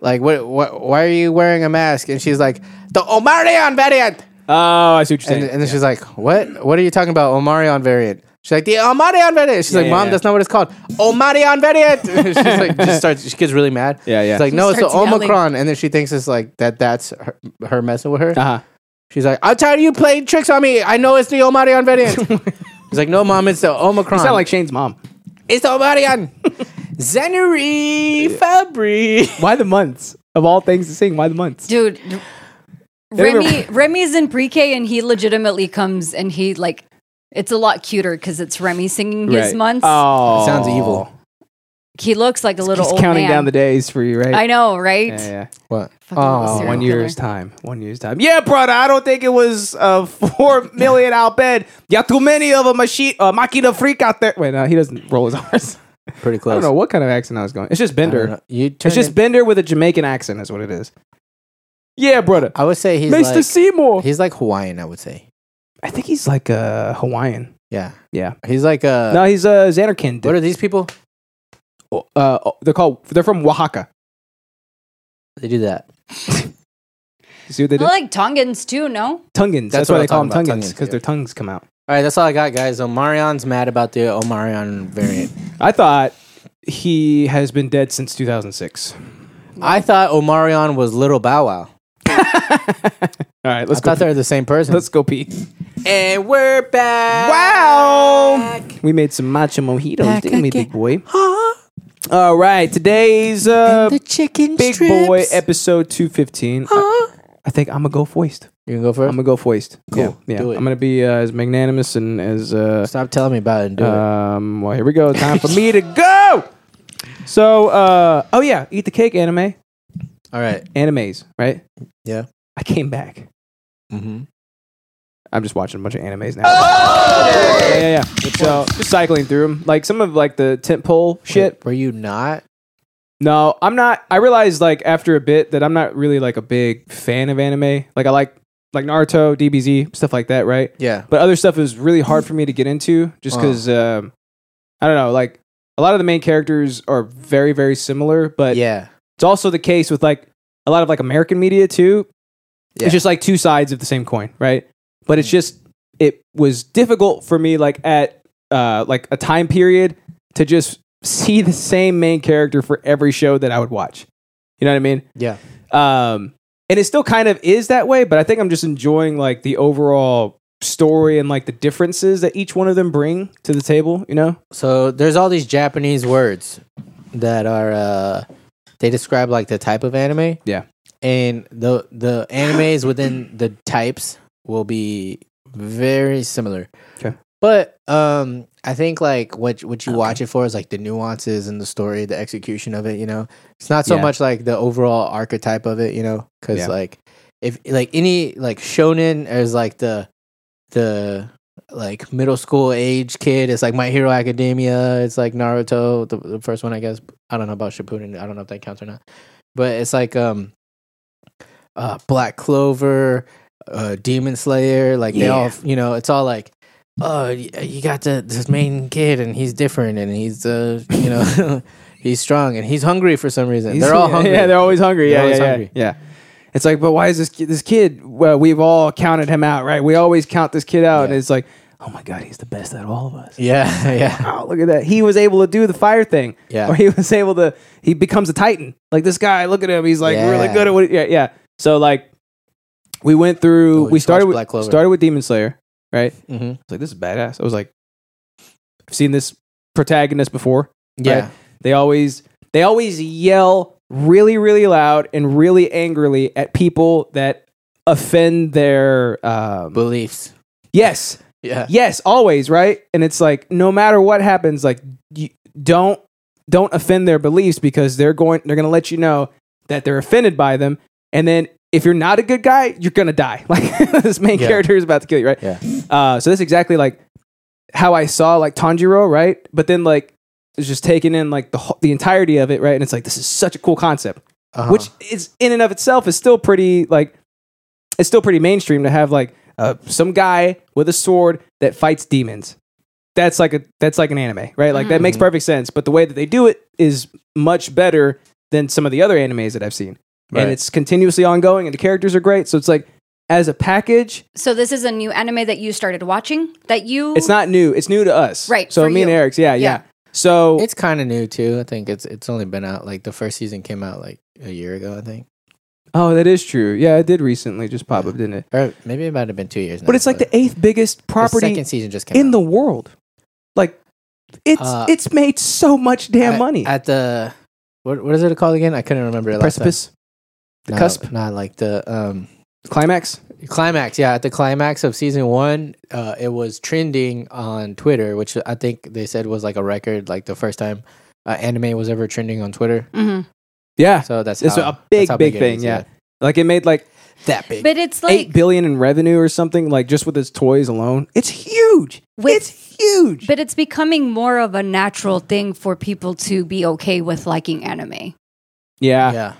A: like what, what why are you wearing a mask? And she's like the Omarion variant.
B: Oh, I see what you're saying.
A: And, and then she's like, "What? What are you talking about? Omarion variant?" She's like, "The Omarion variant." She's
B: Yeah,
A: like,
B: yeah,
A: "Mom,
B: yeah.
A: that's not what it's called. Omarion variant." she's like, just starts. She gets really mad.
B: Yeah, yeah.
A: She's like, "No, it's the
C: starts yelling.
A: Omicron," and then she thinks it's like that. That's her, her messing with her.
B: uh-huh.
A: She's like, "I'm tired of you playing tricks on me. I know it's the Omarion variant." He's like, "No, mom, it's the Omicron.
B: You Uh-huh. sound like Shane's mom.
A: it's the Omarion." January, February.
B: Why the months? Of all things to sing, why the months?
C: Dude,
B: They don't
C: Remy Remy's in pre-K and he legitimately comes and he like it's a lot cuter because it's Remy singing his
B: Right.
C: months.
B: Oh.
A: Sounds evil.
C: He looks like a little
B: He's
C: old
B: counting
C: man.
B: down the days for you, right?
C: I know, right?
B: Yeah, yeah.
A: What?
C: Fucking little
A: Oh,
B: Oh,
C: serial
B: one
C: killer.
B: year's time. One year's time. Yeah, brother. I don't think it was uh, four million out bed. Y'all too many of a machine, uh, Makita freak out there. Wait, no, he doesn't roll his R's.
A: Pretty
B: I
A: close.
B: don't know what kind of accent I was going. It's just
A: I don't know.
B: Bender.
A: You turn
B: It's just
A: in-
B: Bender with a Jamaican accent, is what it is. Yeah, brother.
A: I would say Uh, he's
B: Mr.
A: like,
B: Seymour.
A: he's like Hawaiian. I would say.
B: I think he's like uh, Hawaiian.
A: Yeah.
B: Yeah.
A: He's like uh
B: no, he's a uh, Xanarkin.
A: what are these people?
B: uh, they're called. They're from Oaxaca.
A: They do that.
B: You see what they
C: I
B: did?
C: like Tongans too, no?
A: That's
B: Tungans. That's, why
A: what
B: they
A: I'm
B: call them
A: talking about,
B: Tungans because
A: Tungans,
B: their tongues come out.
A: All right, that's all I got, guys. Omarion's mad about the Omarion variant.
B: I thought he has been dead since 2006.
A: I thought Omarion was Little Bow Wow.
B: All right,
A: I
B: let's go.
A: thought they were the same person.
B: Let's go pee.
A: and we're back.
B: Wow. We made some matcha mojitos, didn't we, big boy? All right, today's uh,
A: the chicken
B: big
A: strips.
B: boy episode 215. I, I think I'm gonna go foist.
A: You can go
B: I'm
A: first.
B: gonna go foist.
A: Cool,
B: Yeah, yeah.
A: do it.
B: I'm gonna be uh, as magnanimous and as uh,
A: Stop telling me about it and do
B: um. Well, here we go. Time for me to go. So, uh, oh yeah, eat the cake anime,
A: it. All right.
B: animes, right?
A: Yeah.
B: I came back. mm-hmm.
A: Mhm.
B: I'm just watching a bunch of animes now.
A: Oh!
B: Yeah, yeah, yeah. So just cycling through them, like some of like the tentpole shit.
A: Were you not?
B: No, I'm not. I realized like after a bit that I'm not really like a big fan of anime. Like I like like Naruto, DBZ, stuff like that, right?
A: Yeah.
B: But other stuff is really hard for me to get into, just because um, I don't know. Like a lot of the main characters are very very similar, but
A: yeah.
B: it's also the case with like a lot of like American media too.
A: Yeah. Hmm.
B: It's just like two sides of the same coin, right? But it's just it was difficult for me like at uh like a time period to just see the same main character for every show that I would watch. You know what I mean?
A: Yeah.
B: Um and it still kind of is that way, but I think I'm just enjoying like the overall story and like the differences that each one of them bring to the table, you know?
A: So there's all these Japanese words that are uh they describe like the type of anime.
B: Yeah.
A: And the the animes within the types will be very similar.
B: Okay.
A: But um I think like what what you watch it for is like the nuances and the story, the execution of it, you know. It's not so
B: Yeah.
A: much like the overall archetype of it, you know, cuz
B: Yeah.
A: like if like any like shonen is like the the like middle school age kid. It's like My Hero Academia. It's like Naruto, the, the first one, I guess. I don't know about Shippuden. I don't know if that counts or not. But it's like um, uh, Black Clover, uh, Demon Slayer. Like they all, you know, it's all like, oh, y- you got the, this main kid and he's different and he's uh, you know, he's strong and he's hungry for some reason. they're all
B: Yeah,
A: hungry.
B: Yeah, they're always hungry.
A: They're
B: Yeah,
A: always
B: yeah, yeah,
A: hungry.
B: yeah. It's like, but why is this ki- this kid? Well, we've all counted him out, right? We always count this kid out, and
A: Yeah.
B: it's like, oh my god, he's the best out of all of us.
A: yeah, yeah.
B: Wow, look at that. He was able to do the fire thing.
A: Yeah.
B: Or Oh, he was able to he becomes a titan. Like this guy, look at him. He's like really
A: Yeah.
B: good at what yeah, yeah. So like we went through
A: Oh,
B: we
A: just
B: started
A: watch
B: with
A: Black Clover.
B: started with Demon Slayer, right? I
A: hmm
B: was like, this is badass. I was like, I've seen this protagonist before.
A: Yeah.
B: Right? They always they always yell really really loud and really angrily at people that offend their um,
A: Beliefs.
B: yes
A: Yeah.
B: yes always right and it's like no matter what happens like you don't don't offend their beliefs because they're going they're going to let you know that they're offended by them and then if you're not a good guy you're going to die like this main
A: Yeah.
B: character is about to kill you right
A: Yeah.
B: uh, so that's exactly like how i saw like tanjiro right but then like it's just taking in like the whole, the entirety of it right and it's like this is such a cool concept
A: Uh-huh.
B: which is in and of itself is still pretty like it's still pretty mainstream to have like uh, some guy with a sword that fights demons. That's like a that's like an anime, right? Like that makes
A: Mm-hmm.
B: perfect sense. But the way that they do it is much better than some of the other animes that I've seen,
A: Right.
B: and it's continuously ongoing, and the characters are great. So it's like as a package,
C: So this is a new anime that you started watching that you
B: it's not new. It's new to us,
C: Right,
B: So
C: for
B: me and
C: you.
B: Eric's, yeah, yeah.
C: Yeah.
B: So
A: it's kind of new too. I think it's it's only been out like the first season came out like a year ago. I think,
B: oh, that is true. Yeah, it did recently just pop up, didn't it?
A: or maybe it might have been two years. Now,
B: But it's like the eighth biggest property
A: second season just came
B: in
A: out.
B: the world. Like it's
A: Uh,
B: it's made so much damn
A: at,
B: money.
A: at the what what is it called again? I couldn't remember it last time.
B: Precipice, the
A: No,
B: cusp,
A: not like the um
B: climax.
A: climax yeah at the climax of season one uh it was trending on twitter which i think they said was like a record like the first time uh, anime was ever trending on twitter
C: Mhm.
B: Yeah,
A: so that's
B: It's
A: how-
B: a big,
A: that's how
B: big
A: it
B: thing,
A: is,
B: yeah. like it made like
A: that big
C: But it's
B: eight
C: like
B: billion in revenue or something. Like just with its toys alone, it's huge.
C: With-
B: it's huge.
C: but it's becoming more of a natural thing for people to be okay with liking anime.
B: yeah, yeah,
A: yeah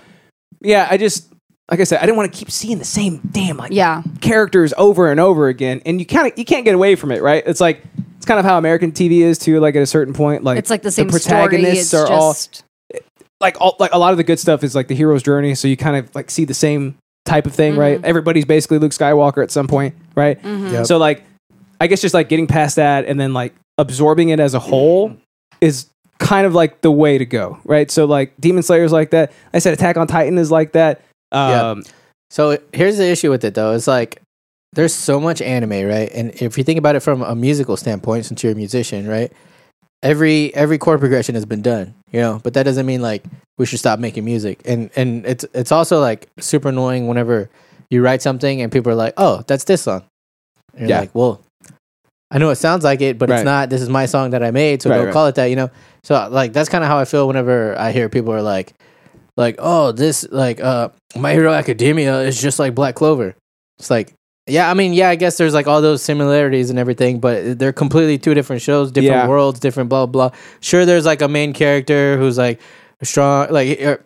B: I just like I said, I didn't want to keep seeing the same damn like
C: Yeah.
B: characters over and over again, and you kind of you can't get away from it, right? It's like it's kind of how American TV is too. Like at a certain point, like
C: It's like the same
B: protagonists
C: story.
B: are
C: It's
B: all
C: just
B: like all like a lot of the good stuff is like the hero's journey so you kind of like see the same type of thing right everybody's basically luke skywalker at some point right
A: Yep.
B: so like i guess just like getting past that and then like absorbing it as a whole is kind of like the way to go right so like demon slayer's like that i said attack on titan is like that
A: Yeah.
B: um
A: so here's the issue with it though it's like there's so much anime right and if you think about it from a musical standpoint since you're a musician right every every chord progression has been done you know but that doesn't mean like we should stop making music and and it's it's also like super annoying whenever you write something and people are like oh that's this song and you're
B: Yeah.
A: like well i know it sounds like it but
B: Right.
A: it's not this is my song that i made so
B: Right,
A: don't
B: right.
A: call it that you know so like that's kind of how i feel whenever i hear people are like like oh this like uh my hero academia is just like black clover it's like yeah i mean yeah i guess there's like all those similarities and everything but they're completely two different shows different
B: Yeah.
A: worlds different blah blah sure there's like a main character who's like strong like er,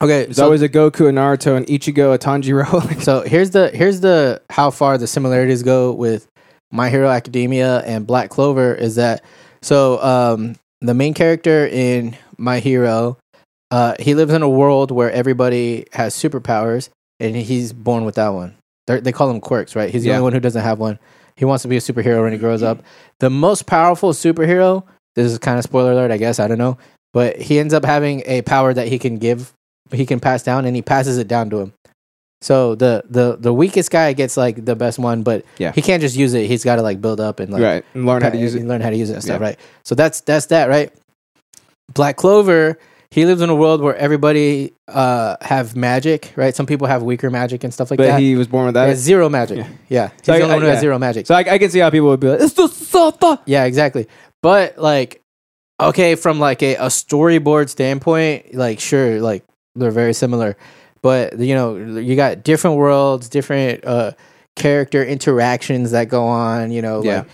A: okay
B: there's
A: so,
B: always a goku and naruto and ichigo a tanjiro
A: so here's the here's the how far the similarities go with my hero academia and black clover is that so um the main character in my hero uh he lives in a world where everybody has superpowers and he's born without one They're, they call him quirks right he's the
B: Yeah.
A: only one who doesn't have one he wants to be a superhero when he grows up the most powerful superhero this is kind of spoiler alert i guess i don't know but he ends up having a power that he can give he can pass down and he passes it down to him so the the the weakest guy gets like the best one but
B: Yeah.
A: he can't just use it he's got to like build up and like
B: right and learn how to
A: pa-
B: use
A: and
B: it
A: learn how to use it and stuff
B: Yeah.
A: right so that's that's that right black clover he lives in a world where everybody uh have magic right some people have weaker magic and stuff like
B: but
A: that
B: he was born
A: He
B: without
A: has
B: it
A: zero magic yeah, he's
B: So I-
A: the only
B: I-
A: one who
B: yeah.
A: has zero magic
B: so I, I can see how people would be like it's the sota
A: yeah, exactly. But like, okay, from like a, a storyboard standpoint, like sure, like they're very similar, but you know, you got different worlds, different uh character interactions that go on. You know,
B: Yeah.
A: like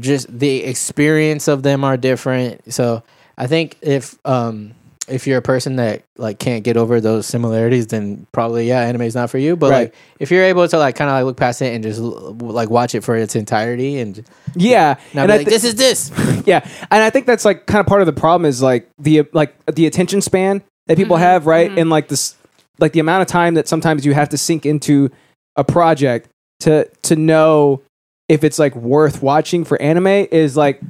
A: just the experience of them are different. So I think if um if you're a person that like can't get over those similarities, then probably yeah, anime's not for you. But
B: Right.
A: like if you're able to like kind of like look past it and just l- like watch it for its entirety and
B: yeah
A: now
B: and
A: be
B: I
A: like,
B: thi-
A: this is this.
B: yeah and i think that's like kind of part of the problem is like the like the attention span that people have right and like this like the amount of time that sometimes you have to sink into a project to to know if it's like worth watching for anime is like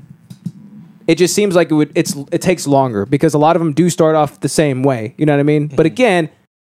B: it just seems like it would it's it takes longer because a lot of them do start off the same way you know what i mean but again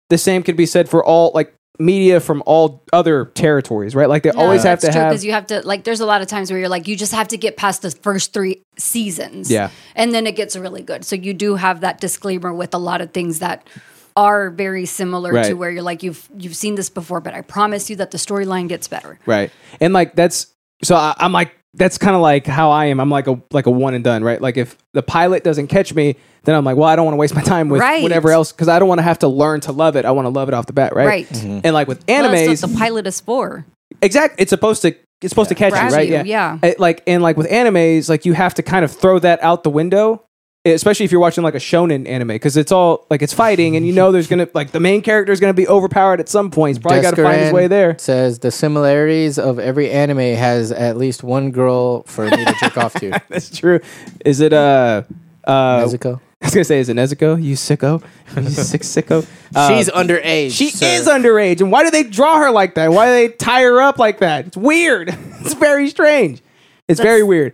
B: the same could be said for all like media from all other territories right like they always have to have
C: because you have to like. There's a lot of times where you're like, you just have to get past the first three seasons,
B: Yeah.
C: and then it gets really good. So you do have that disclaimer with a lot of things that are very similar to
B: Right.
C: where you're like, you've you've seen this before, but I promise you that the storyline gets better.
B: Right. And like that's so I, I'm like that's kind of like how I am. I'm like a like a one and done, right? Like if the pilot doesn't catch me, then I'm like, well, I don't want to waste my time with
C: Right.
B: whatever else because I don't want to have to learn to love it. I want to love it off the bat, right?
C: Right. Mhm.
B: And like with
C: Well, that's
B: animes,
C: what the pilot is for.
B: exact, it's supposed to it's supposed to catch
C: Grab
B: you, right?
C: you, yeah.
B: It- like and like with animes, like you have to kind of throw that out the window. Especially if you're watching like a shonen anime, because it's all like it's fighting, and you know there's gonna like the main character is gonna be overpowered at some point. He's probably got to find his
A: Descaran
B: way there.
A: Says the similarities of every anime has at least one girl for me to jerk off to.
B: That's true. Is it uh uh
A: Nezuko.
B: I was gonna say, is it Nezuko? You sicko? You sick sicko? Uh,
A: She's underage.
B: she
A: sir.
B: is underage, and why do they draw her like that? Why do they tie her up like that? It's weird. It's very strange. It's very weird.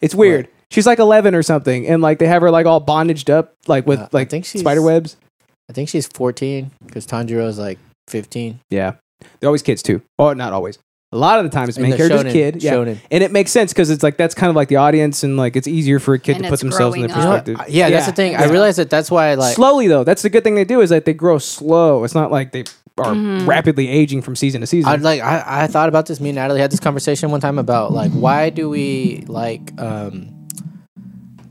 B: It's weird. She's like eleven or something, and like they have her like all bondaged up, like with
A: Uh, I
B: like
A: think she's-
B: spider webs.
A: I think she's 14 because Tanjiro's like 15.
B: Yeah, they're always kids too. Oh, not always. A lot of the times,
A: In
B: main
A: the
B: character's
A: shonen-
B: kid. Yeah,
A: shonen.
B: and it makes sense because it's like that's kind of like the audience, and like it's easier for a kid
C: And
B: to put
C: it's
B: themselves in their
C: growing up.
B: perspective.
A: Uh, yeah, that's the thing. I
B: Yeah.
A: realized that that's why like
B: slowly though. That's the good thing they do is that they grow slow. It's not like they are
C: Mm-hmm.
B: rapidly aging from season to season.
A: I like I, I thought about this. Me and Natalie had this conversation one time about like why do we like um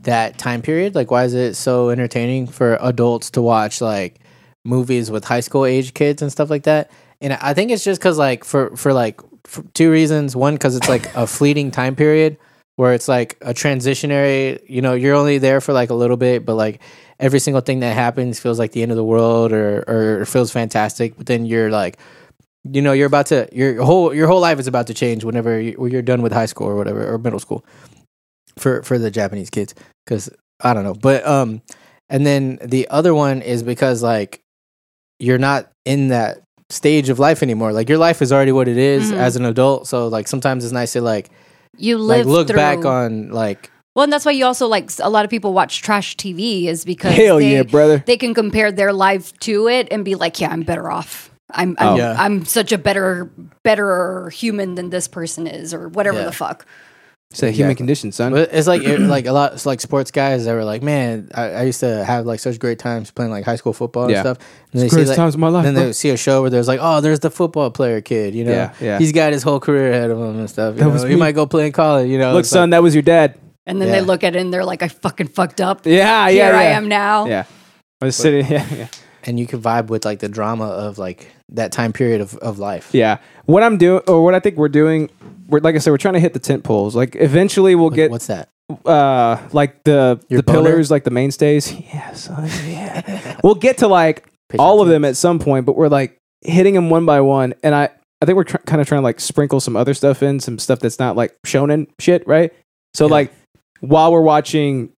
A: that time period? Like why is it so entertaining for adults to watch like movies with high school age kids and stuff like that? And I I think it's just because like for for like for two reasons. One, because it's like a fleeting time period where it's like a transitionary. You know, you're only there for like a little bit, but like. Every single thing that happens feels like the end of the world, or or feels fantastic. But then you're like, you know you're about to your whole your whole life is about to change whenever you, when you're done with high school or whatever or middle school for for the Japanese kids because I don't know but um and then the other one is because like you're not in that stage of life anymore like your life is already what it is
C: Mm-hmm.
A: as an adult so like sometimes it's nice to like
C: You
A: like
C: live
A: look
C: through,
A: back on like
C: Well, and that's why you also like s- a lot of people watch trash TV is because
B: Hell
C: they,
B: yeah, brother.
C: They can compare their life to it and be like, yeah, I'm better off. I'm I'm,
A: Oh. Yeah.
C: I'm such a better better human than this person is or whatever
A: Yeah.
C: the fuck.
B: it's a human condition, son.
A: But it's like it, like a lot it's like sports guys that were like, man, I, I used to have like such great times playing like high school football and
B: Yeah.
A: stuff. And they
B: greatest times of my life,
A: Then
B: bro.
A: they see a show where there's like, oh, there's the football player kid. You know,
B: Yeah, yeah.
A: he's got his whole career ahead of him and stuff. You
B: That
A: know?
B: was
A: he
B: me.
A: might go play in college. You know,
B: Look,
A: It's like-
B: son, that was your dad.
C: And then
A: Yeah.
C: they look at it and they're like, I fucking fucked up.
B: Yeah, yeah,
C: Here
B: yeah.
C: I am now.
B: Yeah, I was sitting. Yeah, yeah.
A: and you can vibe with like the drama of like that time period of, of life.
B: Yeah. What I'm doing, or what I think we're doing, we're like I said, we're trying to hit the tent poles. Like eventually, we'll get
A: What's that?
B: uh like the
A: Your
B: the
A: boner?
B: pillars, like the mainstays. Yeah, son. Yeah. we'll get to like all of them at some point, but we're like hitting them one by one, and I. I think we're tr- kind of trying to like sprinkle some other stuff in, some stuff that's not like shonen shit, right? So like while we're watching,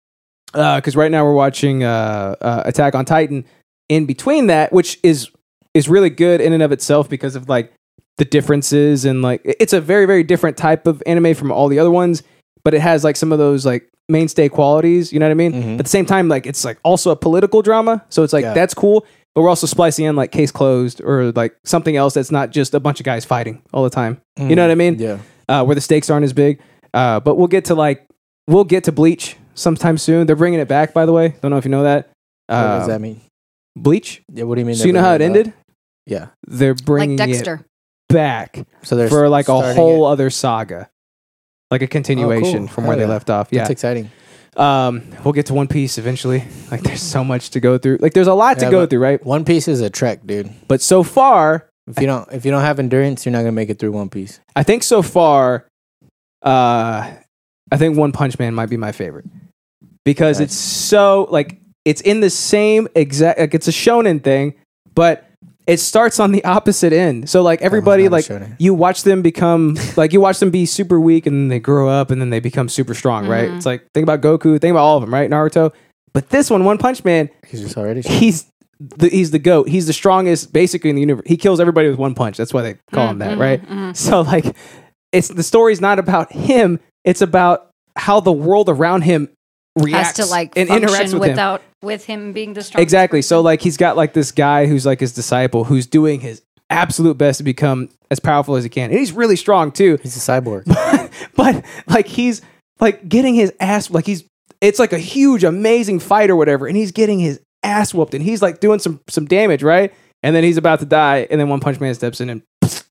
B: because right now we're watching uh, uh, Attack on Titan. In between that, which is is really good in and of itself because of like the differences and like it- it's a very very different type of anime from all the other ones, but it has like some of those like mainstay qualities. You know what I mean? At the same time, like it's like also a political drama, so it's like
A: Yeah.
B: that's cool. But we're also splicing in like case closed or like something else that's not just a bunch of guys fighting all the time. You know what I mean?
A: Mm, Yeah.
B: uh, where the stakes aren't as big. Uh, but we'll get to like we'll get to Bleach sometime soon. They're bringing it back, by the way. Don't know if you know that.
A: What
B: Uh,
A: does that mean?
B: Bleach.
A: Yeah. What do you mean?
B: So you know
A: they're
B: how it
A: bringing
B: ended?
A: Yeah.
B: They're
C: Like
B: bringing it
C: Dexter.
B: back
A: up? So there's
B: for like a whole other saga, like a continuation
A: Oh, cool. Oh,
B: from
A: Hell
B: where
A: yeah.
B: they left off.
A: That's
B: Yeah.
A: exciting.
B: um, we'll get to One Piece eventually. Like, there's so much to go through. Like, there's a lot
A: Yeah,
B: to go
A: but-
B: through, right?
A: One Piece is a trek, dude.
B: But so far,
A: If you don't if you don't have endurance, you're not gonna make it through One Piece.
B: I think so far, uh, I think One Punch Man might be my favorite because it's so like it's in the same exact like it's a shonen thing, but it starts on the opposite end. So like everybody
A: Oh, not a
B: like
A: shonen.
B: you watch them become like you watch them be super weak and then they grow up and then they become super strong, right? It's like think about Goku, think about all of them, right? Naruto. But this one, One Punch Man,
A: He's just already.
B: he's the, he's the goat. He's the strongest, basically in the universe. He kills everybody with one punch. That's why they call him
C: Mm-hmm,
B: that, right? So like, it's the story's not about him. It's about how the world around him
C: Has
B: reacts
C: to like
B: and
C: function
B: interacts with him.
C: without with him being the strongest.
B: Exactly. So like, he's got like this guy who's like his disciple, who's doing his absolute best to become as powerful as he can, and he's really strong too
A: He's a cyborg.
B: but like he's like getting his ass like he's it's like a huge amazing fight or whatever and he's getting his ass whooped and he's like doing some some damage right and then he's about to die and then one punch man steps in and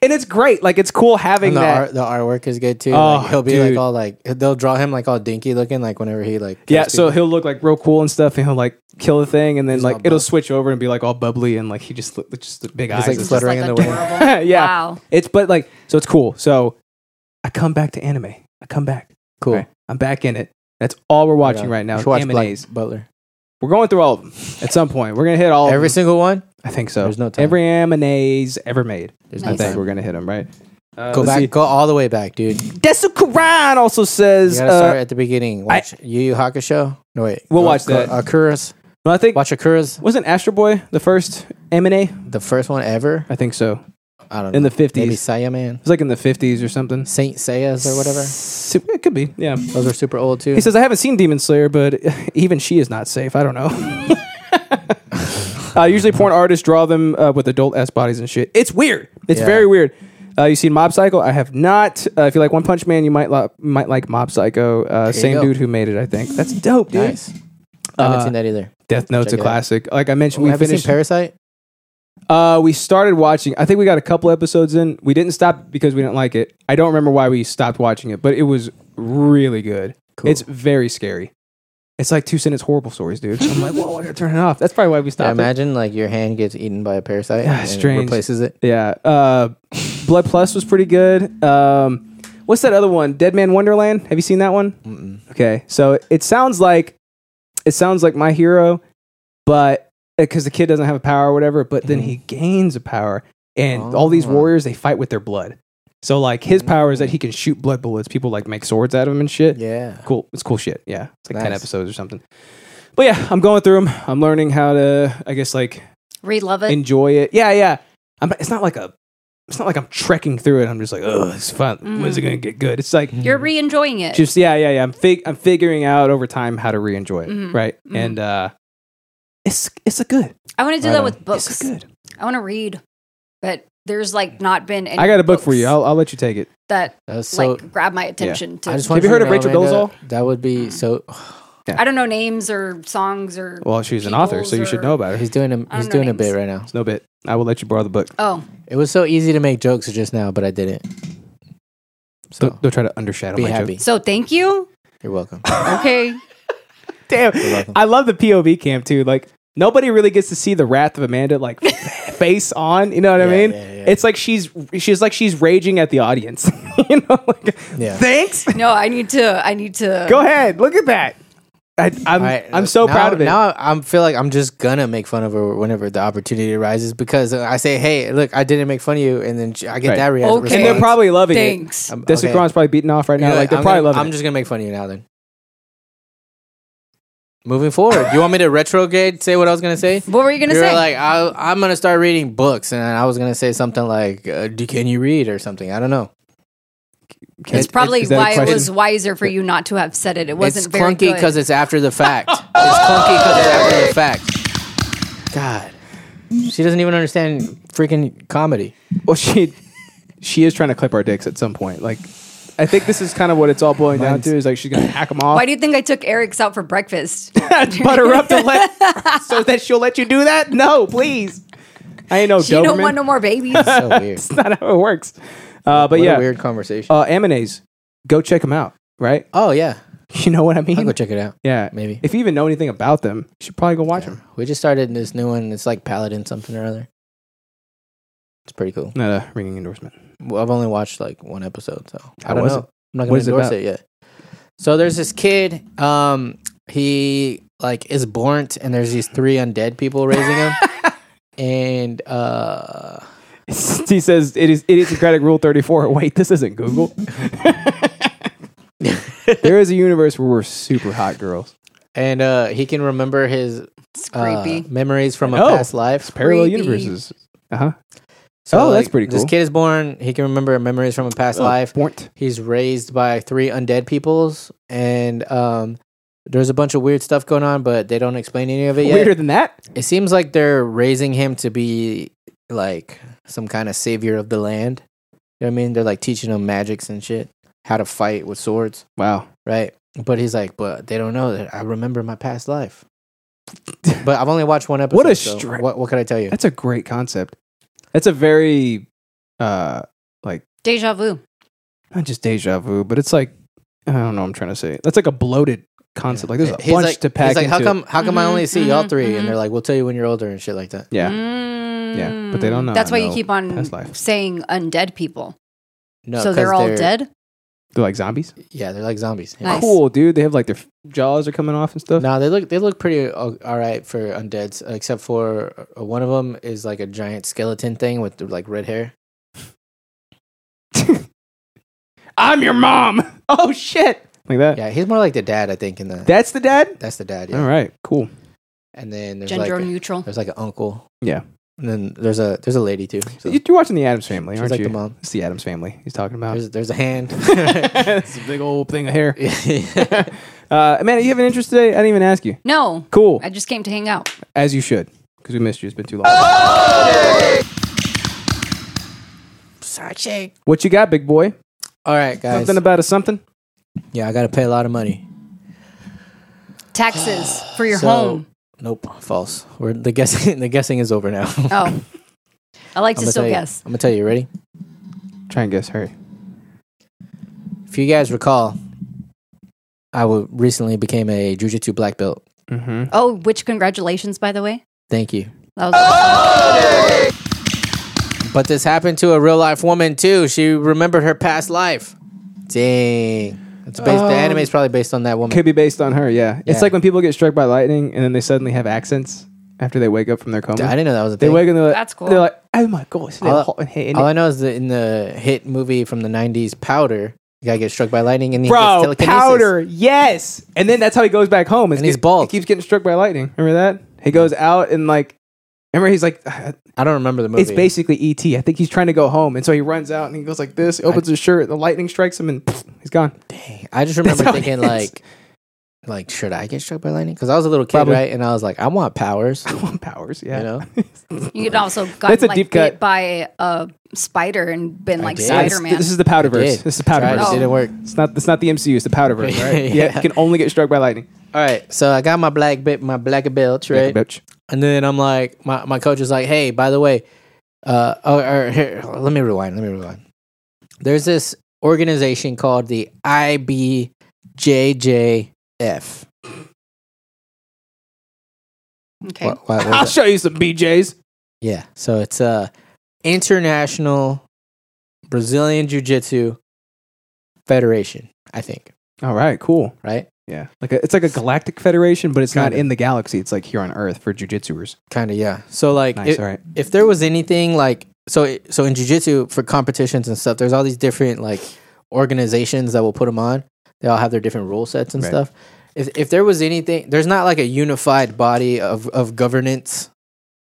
B: and it's great. Like it's cool having
A: And the,
B: that.
A: art, the artwork is good too.
B: Oh,
A: like, he'll be
B: dude.
A: like all like they'll draw him like all dinky looking like whenever he like
B: yeah,
A: kills
B: so
A: people.
B: he'll look like real cool and stuff, and he'll like kill the thing, and then like
A: all
B: it'll
A: buff.
B: switch over and be like all bubbly and like he just look, just the big eyes.
A: like,
B: and
A: flutter-
B: stuff.
A: Fluttering in the wind.
C: adorable.
B: yeah,
C: Wow.
B: it's but like so it's cool. So I come back to anime. I come back.
A: cool.
B: Right? I'm back in it. That's all we're watching
A: Yeah.
B: right now.
A: You
B: is
A: should watch Black
B: animes.
A: Butler.
B: We're going through all of them at some point. We're gonna hit all
A: Every
B: Of them.
A: single one.
B: I think so.
A: There's no time.
B: Every animes ever made.
A: There's
B: I
C: Nice.
B: think we're gonna hit them right. Uh,
A: Go
B: let's
A: back.
B: see.
A: Go all the way back, dude. You
B: Desu Kuran also says.
A: gotta
B: Uh,
A: start at the beginning.
B: I-
A: Watch Yu Yu Hakusho. No wait.
B: We'll
A: Go-
B: watch
A: go-
B: that.
A: Akuras.
B: well, uh, I think
A: Watch Akuras.
B: wasn't Astro Boy the first anime?
A: The first one ever.
B: I think so.
A: I don't know.
B: In the
A: Maybe
B: 50s.
A: Saiya Man.
B: It's like in the 50s or something.
A: Saint Seiya's or whatever.
B: S- It could be. Yeah.
A: Those are super old too.
B: He says, I haven't seen Demon Slayer, but even she is not safe. I don't know. uh, usually, porn artists draw them uh, with adult ass bodies and shit. It's weird. It's
A: Yeah.
B: very weird. Uh, you seen Mob Psycho? I have not. Uh, if you like One Punch Man, you might lo- might like Mob Psycho. Uh,
A: you
B: same
A: go.
B: dude who made it, I think. That's dope, dude. Uh,
A: nice. I haven't seen that either.
B: Death
A: Check
B: Note's a
A: it out.
B: classic. Like I mentioned,
A: We
B: we
A: have you seen
B: finished.
A: Parasite?
B: Uh, we started watching. I think we got a couple episodes in. We didn't stop because we didn't like it. I don't remember why we stopped watching it, but it was really good.
A: Cool.
B: It's very scary. It's like two sentence horrible stories, dude. I'm like, whoa, I gotta turn it off. That's probably why we
A: Yeah,
B: stopped. it.
A: imagine like your hand gets eaten by a parasite
B: Yeah,
A: and it
B: Ah, strange.
A: replaces it.
B: Yeah. Uh, Blood Plus was pretty good. Um, what's that other one? Dead Man Wonderland. Have you seen that one?
A: Mm-mm.
B: Okay, so it sounds like it sounds like my hero, but because the kid doesn't have a power or whatever, but then he gains a power, and all these
A: Mm-hmm. Oh.
B: warriors they fight with their blood. So like his power is that he can shoot blood bullets. People like make swords out of him and shit.
A: Yeah.
B: Cool, it's cool shit. Yeah, it's like ten
A: Nice.
B: episodes or something. But yeah, I'm going through them. I'm learning how to, I guess, like
C: Read Love It.
B: enjoy it. Yeah, yeah. I'm, it's not like a, it's not like I'm trekking through it. I'm just like, oh, it's fun. When's it gonna get good? It's like
C: You're re enjoying it.
B: just yeah yeah yeah i'm fig- i'm figuring out over time how to re-enjoy it right and uh it's it's a good
C: I want to do
A: Right
C: that
A: on.
C: with books.
B: it's a good
C: I want to read, but there's like not been any.
B: i got a book for
C: books
B: you I'll, I'll let you take it
C: that
A: That was so.
C: like grab my attention. To Mm.
A: I just
B: Have
A: want
B: you
A: to
B: heard of
A: know,
B: Rachel
A: Amanda, That would be so.
C: I don't know names or songs or.
B: well she's an author
C: peoples
B: so you should
C: or-
B: know about her
A: oh, He's doing
C: I
A: a he's
C: don't know
A: doing a
C: names.
A: bit right now.
B: it's no bit i will let you borrow the book
C: Oh,
A: It was so easy to make jokes just now, but I didn't. So
B: don't, don't try to undershadow
A: be
B: my
A: happy.
B: joke
C: so thank you.
A: You're welcome.
C: Okay.
A: You're
B: damn
A: welcome.
B: i love the pov cam too like Nobody really gets to see the wrath of Amanda like face on, you know what I
A: Yeah,
B: mean?
A: yeah, yeah.
B: It's like she's she's like she's raging at the audience. you know, like
A: Yeah.
B: thanks.
C: No, I need to. I need to.
B: Go ahead. Look at that. I, I'm
A: All right,
B: I'm so
A: now-
B: proud of it.
A: Now I am feel like I'm just gonna make fun of her whenever the opportunity arises because I say, "Hey, look, I didn't make fun of you," and then she, I get
B: Right.
A: that reaction.
C: Okay.
B: and they're probably loving
C: Thanks.
B: it.
A: Um,
B: Desert
A: okay.
B: Gron's probably beating off right now. like they're
A: I'm
B: probably
A: gonna,
B: loving
A: I'm
B: it.
A: just gonna make fun of you now. Then moving forward, you want me to retrograde? Say what I was gonna say.
C: What were you gonna
A: You're
C: say?
A: like, I, I'm gonna start reading books, and I was gonna say something like, uh, do, "Can you read?" or something. I don't know.
C: it's
B: Is-
C: probably
B: is that a
C: why it
B: question?
C: was wiser for you not to have said it. It wasn't
A: it's
C: very
A: clunky because
C: because
A: it's after the fact. it's clunky because it's after the fact. God, she doesn't even understand freaking comedy.
B: Well, she she is trying to clip our dicks at some point. Like, I think this is kind of what it's all boiling down to. Is like she's gonna hack them off,
C: Why do you think I took Eric's out for breakfast?
B: butter up the let so that she'll let you do that. No, please. I ain't no
C: she
B: Doberman.
C: don't want no more babies.
A: So weird.
B: That's not how it works. Uh, but
A: what
B: yeah,
A: a weird conversation.
B: uh, Amanes, go check them out. Right?
A: oh yeah,
B: You know what I
A: I'll
B: mean?
A: go check it out.
B: yeah,
A: maybe.
B: If you even know anything about them, you should probably go watch them.
A: We just started this new one. It's like Paladin something or other. It's pretty cool.
B: Not a ringing endorsement.
A: Well, I've only watched like one episode, so
B: How
A: I don't
B: was
A: know.
B: it?
A: I'm not
B: What
A: gonna
B: is it
A: endorse
B: about?
A: it yet. So there's this kid. Um, he like is born, and there's these three undead people raising him, and uh,
B: he says it is idiosyncratic rule 34 wait this isn't google there is a universe where we're super hot girls
A: and uh, he can remember his
C: It's
A: uh,
C: creepy.
A: memories from a
B: Oh.
A: past life.
B: parallel
C: Creepy.
B: universes uh-huh Oh, that's pretty
A: This
B: cool. Oh,
A: kid is born. He can remember memories from a past life.
B: Bornt.
A: He's raised by three undead peoples, and um, there's a bunch of weird stuff going on, but they don't explain any of it yet.
B: weirder than that
A: It seems like they're raising him to be like some kind of savior of the land. You know what I mean? They're like teaching him magics and shit, how to fight with swords,
B: wow
A: right? But he's like, but they don't know that I remember my past life. but I've only watched one episode.
B: What a
A: so
B: str-
A: what, what can I tell you?
B: that's a great concept that's a very uh, like
C: Deja vu.
B: not just deja vu, but it's like I don't know. what I'm trying to say that's like a bloated concept. Like there's a
A: He's
B: bunch
A: like,
B: to pack
A: he's like, how
B: into it."
A: come? How come I
C: Mhm,
A: only see y'all
C: mhm,
A: 3 And they're
C: mhm.
A: like, we'll tell you when you're older and shit like that.
B: Yeah,
C: Yeah,
B: but they don't know
C: That's why you
B: no
C: keep on
B: past life.
C: saying undead people.
A: No,
C: so they're
A: 'cause
C: all dead.
B: they're like zombies.
A: Yeah, they're like zombies. Yeah.
C: Nice.
B: Cool, dude. They have like their f- jaws are coming off and stuff.
A: No, they look they look pretty o- all right for undeads, except for uh, one of them is like a giant skeleton thing with like red hair.
B: I'm your mom. Oh shit, like that.
A: Yeah, he's more like the dad, I think. In the
B: That's the dad.
A: that's the dad. Yeah.
B: All right, cool.
A: And then there's
C: Gender
A: like a,
C: neutral.
B: uh,
A: there's like an uncle.
B: Yeah.
A: And then there's a there's a lady too. So
B: You, you're watching the Adams Family,
A: she's
B: aren't
A: like
B: you?
A: the mom.
B: It's the Adams Family. He's talking about.
A: There's there's a hand.
B: That's a big old thing of hair.
A: Yeah.
B: Uh, Amanda, you have an interest today? I didn't even ask you.
C: No.
B: Cool.
C: I just came to hang out.
B: As you should, because we missed you. It's been too long.
A: Sache.
B: What you got, big boy?
A: All right, guys.
B: Something about a something?
A: yeah, I gotta pay a lot of money.
C: Taxes for your
A: So-
C: home.
A: Nope, false. We're the guessing. The guessing is over now. I'm
C: Oh. I like to
A: gonna
C: still
A: tell you-
C: guess.
A: I'm gonna tell you. Ready?
B: Try and guess. Hurry.
A: If you guys recall, I wa- recently became a jujitsu black belt.
B: Mm-hmm.
C: Oh, which congratulations, by the way.
A: Thank you.
C: That was
A: But this happened to a real life woman too. She remembered her past life. Dang. It's based,
B: Um,
A: the anime is probably based on that woman.
B: Could be based on her. Yeah. It's
A: Yeah.
B: like when people get struck by lightning and then they suddenly have accents after they wake up from their coma.
A: I didn't know that was a
B: they
A: thing.
B: wake up. and They're like,
C: That's cool.
B: They're like, oh my god, it's
A: All-
B: hot and hitting
A: All I
B: it.
A: know is that in the hit movie from the '90s, Powder, the guy gets struck by lightning and he
B: Bro,
A: gets telekinesis.
B: powder, yes. And then that's how he goes back home. It's
A: And he's
B: get-
A: bald.
B: He keeps getting struck by lightning. Remember that? He goes out and like, remember he's like, "Ah,
A: I don't remember the movie.
B: It's basically ET. I think he's trying to go home, and so he runs out and he goes like this, opens his shirt, the lightning strikes him, and pfft, he's gone.
A: I just
B: That's
A: remember
B: how it
A: thinking
B: is.
A: like, like should I get struck by lightning? Because I was a little kid,
B: Probably.
A: right? And I was like, I want powers.
B: Powers, yeah.
A: You know?
C: you could also
B: That's
C: gotten
B: a
C: like
B: deep
C: bit
B: cut.
C: by a spider and been like
A: did.
B: Yeah, this-
C: Spider Man.
B: This is the
A: I did.
B: Powderverse. This is the
A: Tried,
B: Powderverse.
A: It didn't work.
B: It's not. It's not the MCU. It's the Powderverse, right?
A: Yeah.
B: yeah. You can only get struck by lightning.
A: All right, so I got my black bit, my black belt, right?
B: Bitch.
A: And then I'm like, my, my coach is like, hey, by the way, uh, or, or, here, let me rewind. Let me rewind. There's this organization called the IBJJF.
C: okay.
A: Wha- wha- what is
B: I'll
A: that?
B: show you some BJ's.
A: Yeah. So it's uh, International Brazilian Jiu Jitsu Federation, I think,
B: All right, cool.
A: right?
B: Yeah, like a, it's like a galactic federation, but it's not
A: Kinda.
B: in the galaxy. It's like here on Earth for jujitsuers.
A: Kind of, yeah. So like,
B: Nice.
A: it-
B: all right.
A: if there was anything like so so in jiu-jitsu for competitions and stuff there's all these different like organizations that will put them on they all have their different rule sets and
B: Right.
A: stuff if if there was anything there's not like a unified body of of governance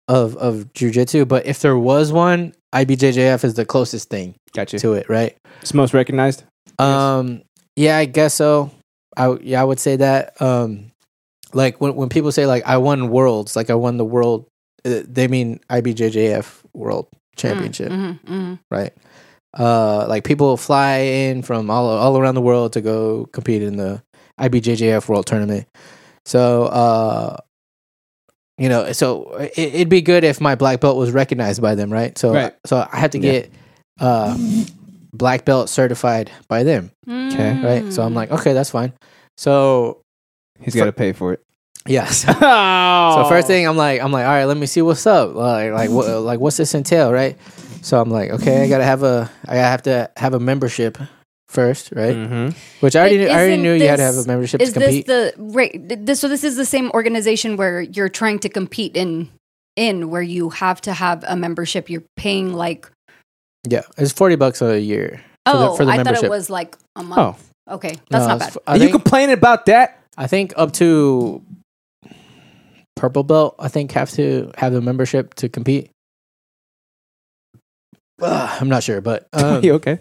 A: of of jiu-jitsu but if there was one IBJJF is the closest thing
B: Gotcha.
A: to it right
B: It's most recognized.
A: um yeah I guess so I w- yeah I would say that um like when when people say like I won worlds like I won the world uh, they mean IBJJF world championship
C: Mhm, mhm.
B: Mm-hmm.
A: right? Uh, like people fly in from all all around the world to go compete in the IBJJF World Tournament. So, uh, you know, so it, it'd be good if my black belt was recognized by them, right? So,
B: Right.
A: so I have to
B: Yeah.
A: get uh, black belt certified by them,
C: Mm-hmm.
B: Okay.
A: right? So I'm like, okay, that's fine. So,
B: He's got to pay for it.
A: yes.
B: Oh.
A: So first thing I'm like I'm like all right let me see what's up like like what like what's this entail right so I'm like okay I gotta have a I have to have a membership first right
B: Mm-hmm.
A: which I already knew,
C: But
A: I already
C: isn't
A: knew you had to
C: this-
A: have a membership to
C: Is this
A: compete
C: the right? th- This, so this is the same organization where you're trying to compete in in where you have to have a membership. You're paying like
A: yeah it's forty bucks a year for the,
C: oh,
A: for the
C: I
A: membership Oh.
C: thought it was like a month. Okay, that's
A: No,
C: not
A: it's-
C: bad.
A: I
B: Oh, you
A: think,
B: complaining about that?
A: I think up to purple belt I think have to have a membership to compete Ugh, I'm not sure but um,
B: you okay?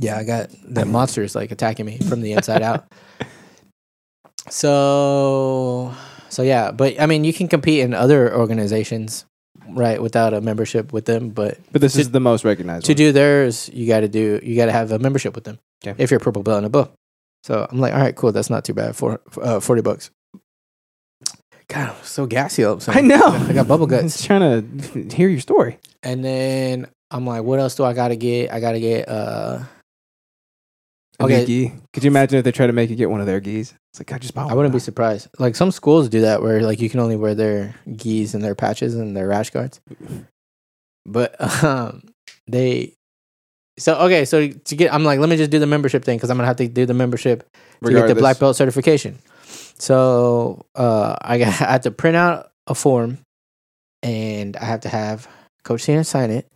A: Yeah, I got that monster is like attacking me from the inside out. So, so yeah, but I mean, you can compete in other organizations, right, without a membership with them. But
B: But this is the most recognized.
A: to
B: one.
A: do theirs, you got to do you got to have a membership with them.
B: Okay.
A: If you're purple belt and above, so I'm like, all right, cool, that's not too bad for uh, forty bucks. God, I'm so gassy all of a
B: I
A: sudden.
B: know.
A: I got bubble
B: I was
A: guts.
B: trying to hear your story.
A: And then I'm like, what else do I gotta get? I gotta get uh
B: Okay.
A: Okay.
B: Gi. Could you imagine if they try to make you get one of their geese? It's like, God, just buy one.
A: I wouldn't be surprised. Like some schools do that where like you can only wear their gis and their patches and their rash guards. But um they so okay, so to get I'm like, let me just do the membership thing because I'm gonna have to do the membership to get the
B: Regardless.
A: black belt certification. So uh, I got I had to print out a form, and I have to have Coach Cena sign it,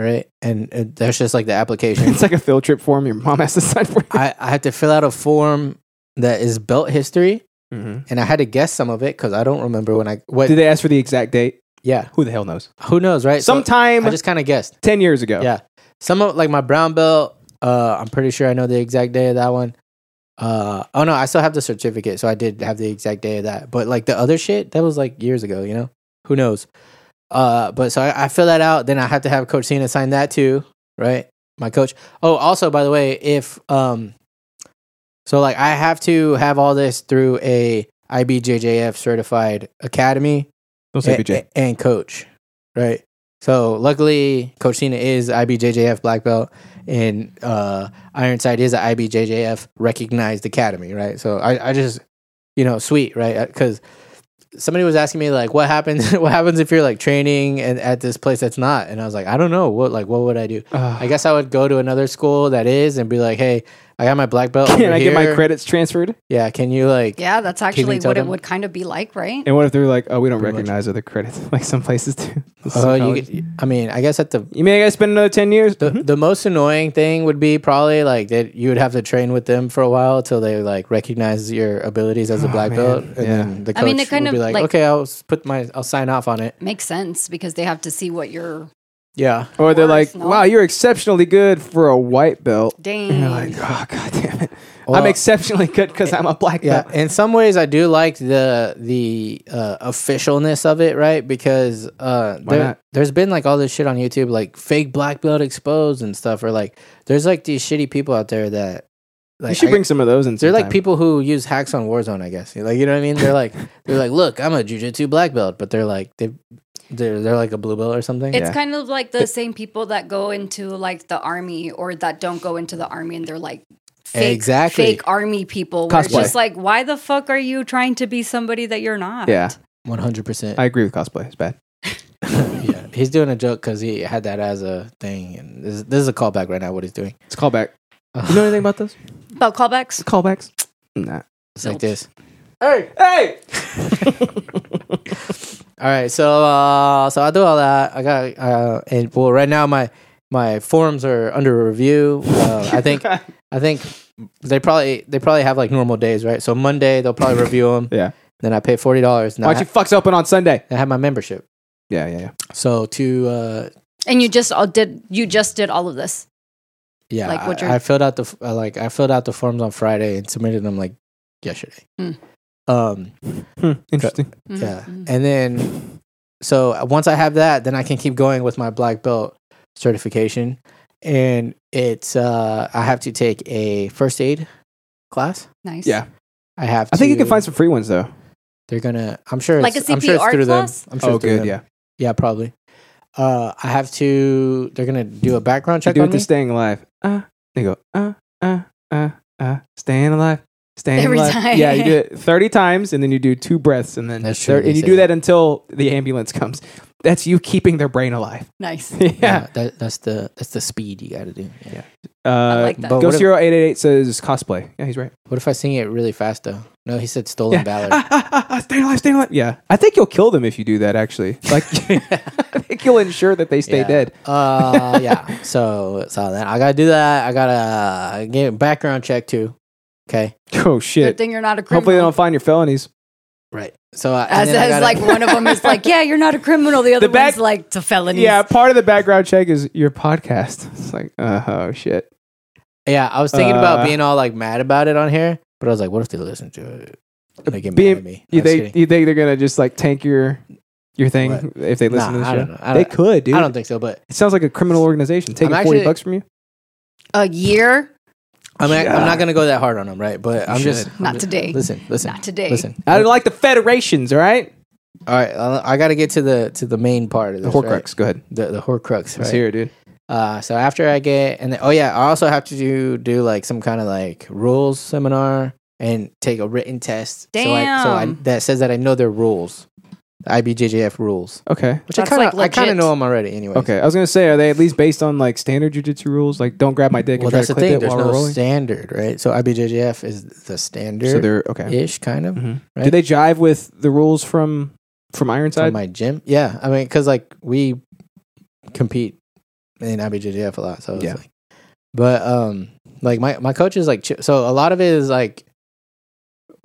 A: right? And, and that's just like the application.
B: It's like a field trip form. Your mom has to sign for you.
A: I I had to fill out a form that is belt history,
B: Mm-hmm.
A: and I had to guess some of it because I don't remember when I what.
B: Did they ask for the exact date?
A: yeah,
B: Who the hell knows?
A: who knows, right? So
B: Sometime
A: I just kind of guessed.
B: ten years ago.
A: Yeah, some of like my brown belt. Uh, I'm pretty sure I know the exact day of that one. Uh, oh no, I still have the certificate, so I did have the exact day of that. But like the other shit, that was like years ago. You know, who knows? Uh, but so I, I fill that out. Then I have to have Coach Cena sign that too, right? My coach. Oh, also by the way, if um, so like I have to have all this through a IBJJF certified academy
B: Don't say
A: and,
B: BJ.
A: and coach, right? So luckily, Coach Cena is IBJJF black belt, and uh, Ironside is an IBJJF recognized academy, right? So I, I just, you know, sweet, right? Because somebody was asking me like, what happens? what happens if you're like training and at this place that's not? And I was like, I don't know. What like what would I do?
B: Ugh.
A: I guess I would go to another school that is and be like, hey, I got my black belt.
B: Can
A: over
B: I get my
A: here.
B: credits transferred?
A: Yeah, can you like?
C: Yeah, that's
A: you
C: actually
A: tell
C: what it
A: them?
C: would kind of be like, right?
B: And what if they're like, oh, we don't
A: Pretty much.
B: recognize other credits like some places do? This is
A: Uh, you,
B: college.
A: could- I mean, I guess at the
B: You mean I gotta spend another ten years?
A: The, the most annoying thing would be probably like that you would have to train with them for a while till they like recognize your abilities as a
B: Oh,
A: black
B: man.
A: belt, and
B: Yeah.
A: then the coach
C: I mean, it kind
A: would be
C: of,
A: like,
C: like-
A: "Okay, I'll s- put my, I'll sign off on it."
C: Makes sense because they have to see what you're.
A: Yeah,
B: Or they're like,
C: Worth not.
B: wow, you're exceptionally good for a white belt. And you're like,
C: Dang.
B: oh god damn it.
A: Well-
B: I'm exceptionally good because I'm a black
A: yeah.
B: belt.
A: In some ways, I do like the the uh, officialness of it, right? Because uh,
B: Why
A: there,
B: not?
A: there's been like all this shit on YouTube, like fake black belt exposed and stuff, or like there's like these shitty people out there that like
B: you should
A: I-
B: bring some of those in.
A: They're like
B: sometime.
A: people who use hacks on Warzone, I guess. Like you know what I mean? They're like they're like, look, I'm a jujitsu black belt, but they're like they they're they're like a blue belt or something.
C: It's
B: Yeah.
C: kind of like the same people that go into like the army or that don't go into the army and they're like fake,
A: Exactly.
C: fake army people. Where it's
B: Cosplay.
C: just like, why the fuck are you trying to be somebody that you're not?
B: Yeah.
A: One hundred percent.
B: I agree with cosplay. It's bad.
A: Yeah, he's doing a joke because he had that as a thing, and this, this is a callback right now. What he's doing.
B: It's callback. You know anything about those?
C: About callbacks?
B: Callbacks? Nah.
A: It's like this.
B: Hey, hey!
A: All right, so uh, so I do all that. I got uh, and well, right now my my forums are under review.
B: Um,
A: Uh, I think I think they probably they probably have like normal days, right? So Monday they'll probably review them.
B: Yeah.
A: Then I pay forty dollars.
B: Why don't you fucks open on Sunday?
A: I have my membership.
B: Yeah, yeah, yeah.
A: So to uh
C: And you just all did you just did all of this.
A: yeah,
C: Like, what
A: I,
C: you're-
A: I filled out the f- uh, like I filled out the forms on Friday and submitted them like yesterday.
C: Hmm.
A: Um
B: Hmm, interesting.
C: Mhm.
A: yeah.
C: Mhm.
A: And then so uh, once I have that, then I can keep going with my black belt certification and it's uh I have to take a first aid class.
C: Nice.
B: Yeah.
A: I have
B: I think you can
A: to-
B: find some free ones though.
A: they're gonna I'm sure
C: Like
A: it's,
C: a
A: I'm sure it's
C: CPR
A: through
C: class?
A: them. I'm sure
B: oh,
A: it's through
B: good.
A: them.
B: Yeah.
A: Yeah, probably. Uh I have to they're gonna do a background
B: You
A: check
B: do
A: on
B: it
A: me.
B: to staying alive. Uh, they go, uh, uh, uh, uh, staying alive. Staying
C: Every
B: alive.
C: time.
B: Yeah, you do it 30 times and then you do two breaths and then
A: That's true,
B: and
A: they
B: you
A: say
B: do
A: that.
B: that until the ambulance comes. That's you keeping their brain alive.
C: Nice.
A: yeah,
B: yeah.
A: that, that's the that's the speed you got to do. Yeah.
B: Uh,
C: like that.
A: But what
B: Ghost
A: if-
B: Hero 888 says cosplay. Yeah, he's right.
A: What if I sing it really fast though? No, he said stolen
B: Yeah.
A: valor.
B: Ah, ah, ah, ah, staying alive, staying alive. Yeah. I think you'll kill them if you do that, actually. Like, I think you'll ensure that they stay
A: Yeah.
B: dead.
A: Uh, yeah. So so then I gotta do that. I gotta get a background check too. Okay.
B: Oh,
C: Good
B: shit.
C: thing you're not a criminal.
B: Hopefully, they don't find your felonies.
A: Right. So I, and
C: as,
A: then I
C: as
A: gotta-
C: like one of them is like, yeah, you're not a criminal. The other
B: The back-
C: one's like, it's a felony.
B: Yeah, part of the background check is your podcast. It's like, uh, oh shit.
A: yeah, I was thinking about
B: Uh,
A: being all like mad about it on here, but I was like, what if they listen to it? They get mad
B: Being-
A: at me.
B: You
A: That's
B: think
A: shitty.
B: you think they're gonna just like tank your your thing
A: What?
B: if they listen
A: Nah, I
B: to
A: don't
B: the
A: know.
B: show?
A: I
B: They
A: don't-
B: could, dude.
A: I don't think so, but
B: it sounds like a criminal organization taking
A: I'm
B: forty
A: actually-
B: bucks from you.
C: a year,
A: I'm a- I'm
B: Yeah.
A: not gonna go that hard on them, right? But I'm just
C: Not
A: I'm just-
C: today.
A: Listen, listen,
C: not today.
A: listen.
B: I don't like the federations. All right,
A: All right, I I gotta get to the to the main part of
B: The
A: this.
B: Horcrux.
A: right?
B: Go ahead.
A: The the Horcrux.
B: Let's
A: right?
B: hear it, dude.
A: Uh, so after I get and then, oh yeah, I also have to do do like some kind of like rules seminar and take a written test. So I, so I,
C: Damn.
A: that says that I know their rules, the IBJJF rules,
B: Okay.
A: which I
C: That's,
A: kind
C: like,
A: of I kind
C: legit.
A: of know them already. Anyway,
B: Okay. I was gonna say, are they at least based on like standard jujitsu rules? Like, don't grab my dick
A: Well,
B: and try
A: that's
B: to
A: the
B: clip
A: thing.
B: it
A: There's
B: while
A: no
B: we're rolling.
A: standard, right? So IBJJF is the standard. Mm-hmm.
B: So they're okay.
A: ish kind of
B: Mhm.
A: right?
B: Do they jive with the rules from from
A: from
B: Ironside?
A: my gym. Yeah, I mean, because like we compete in IBJJF a lot, so it's
B: Yeah.
A: like, but um, like my my coach is like chi- so a lot of it is like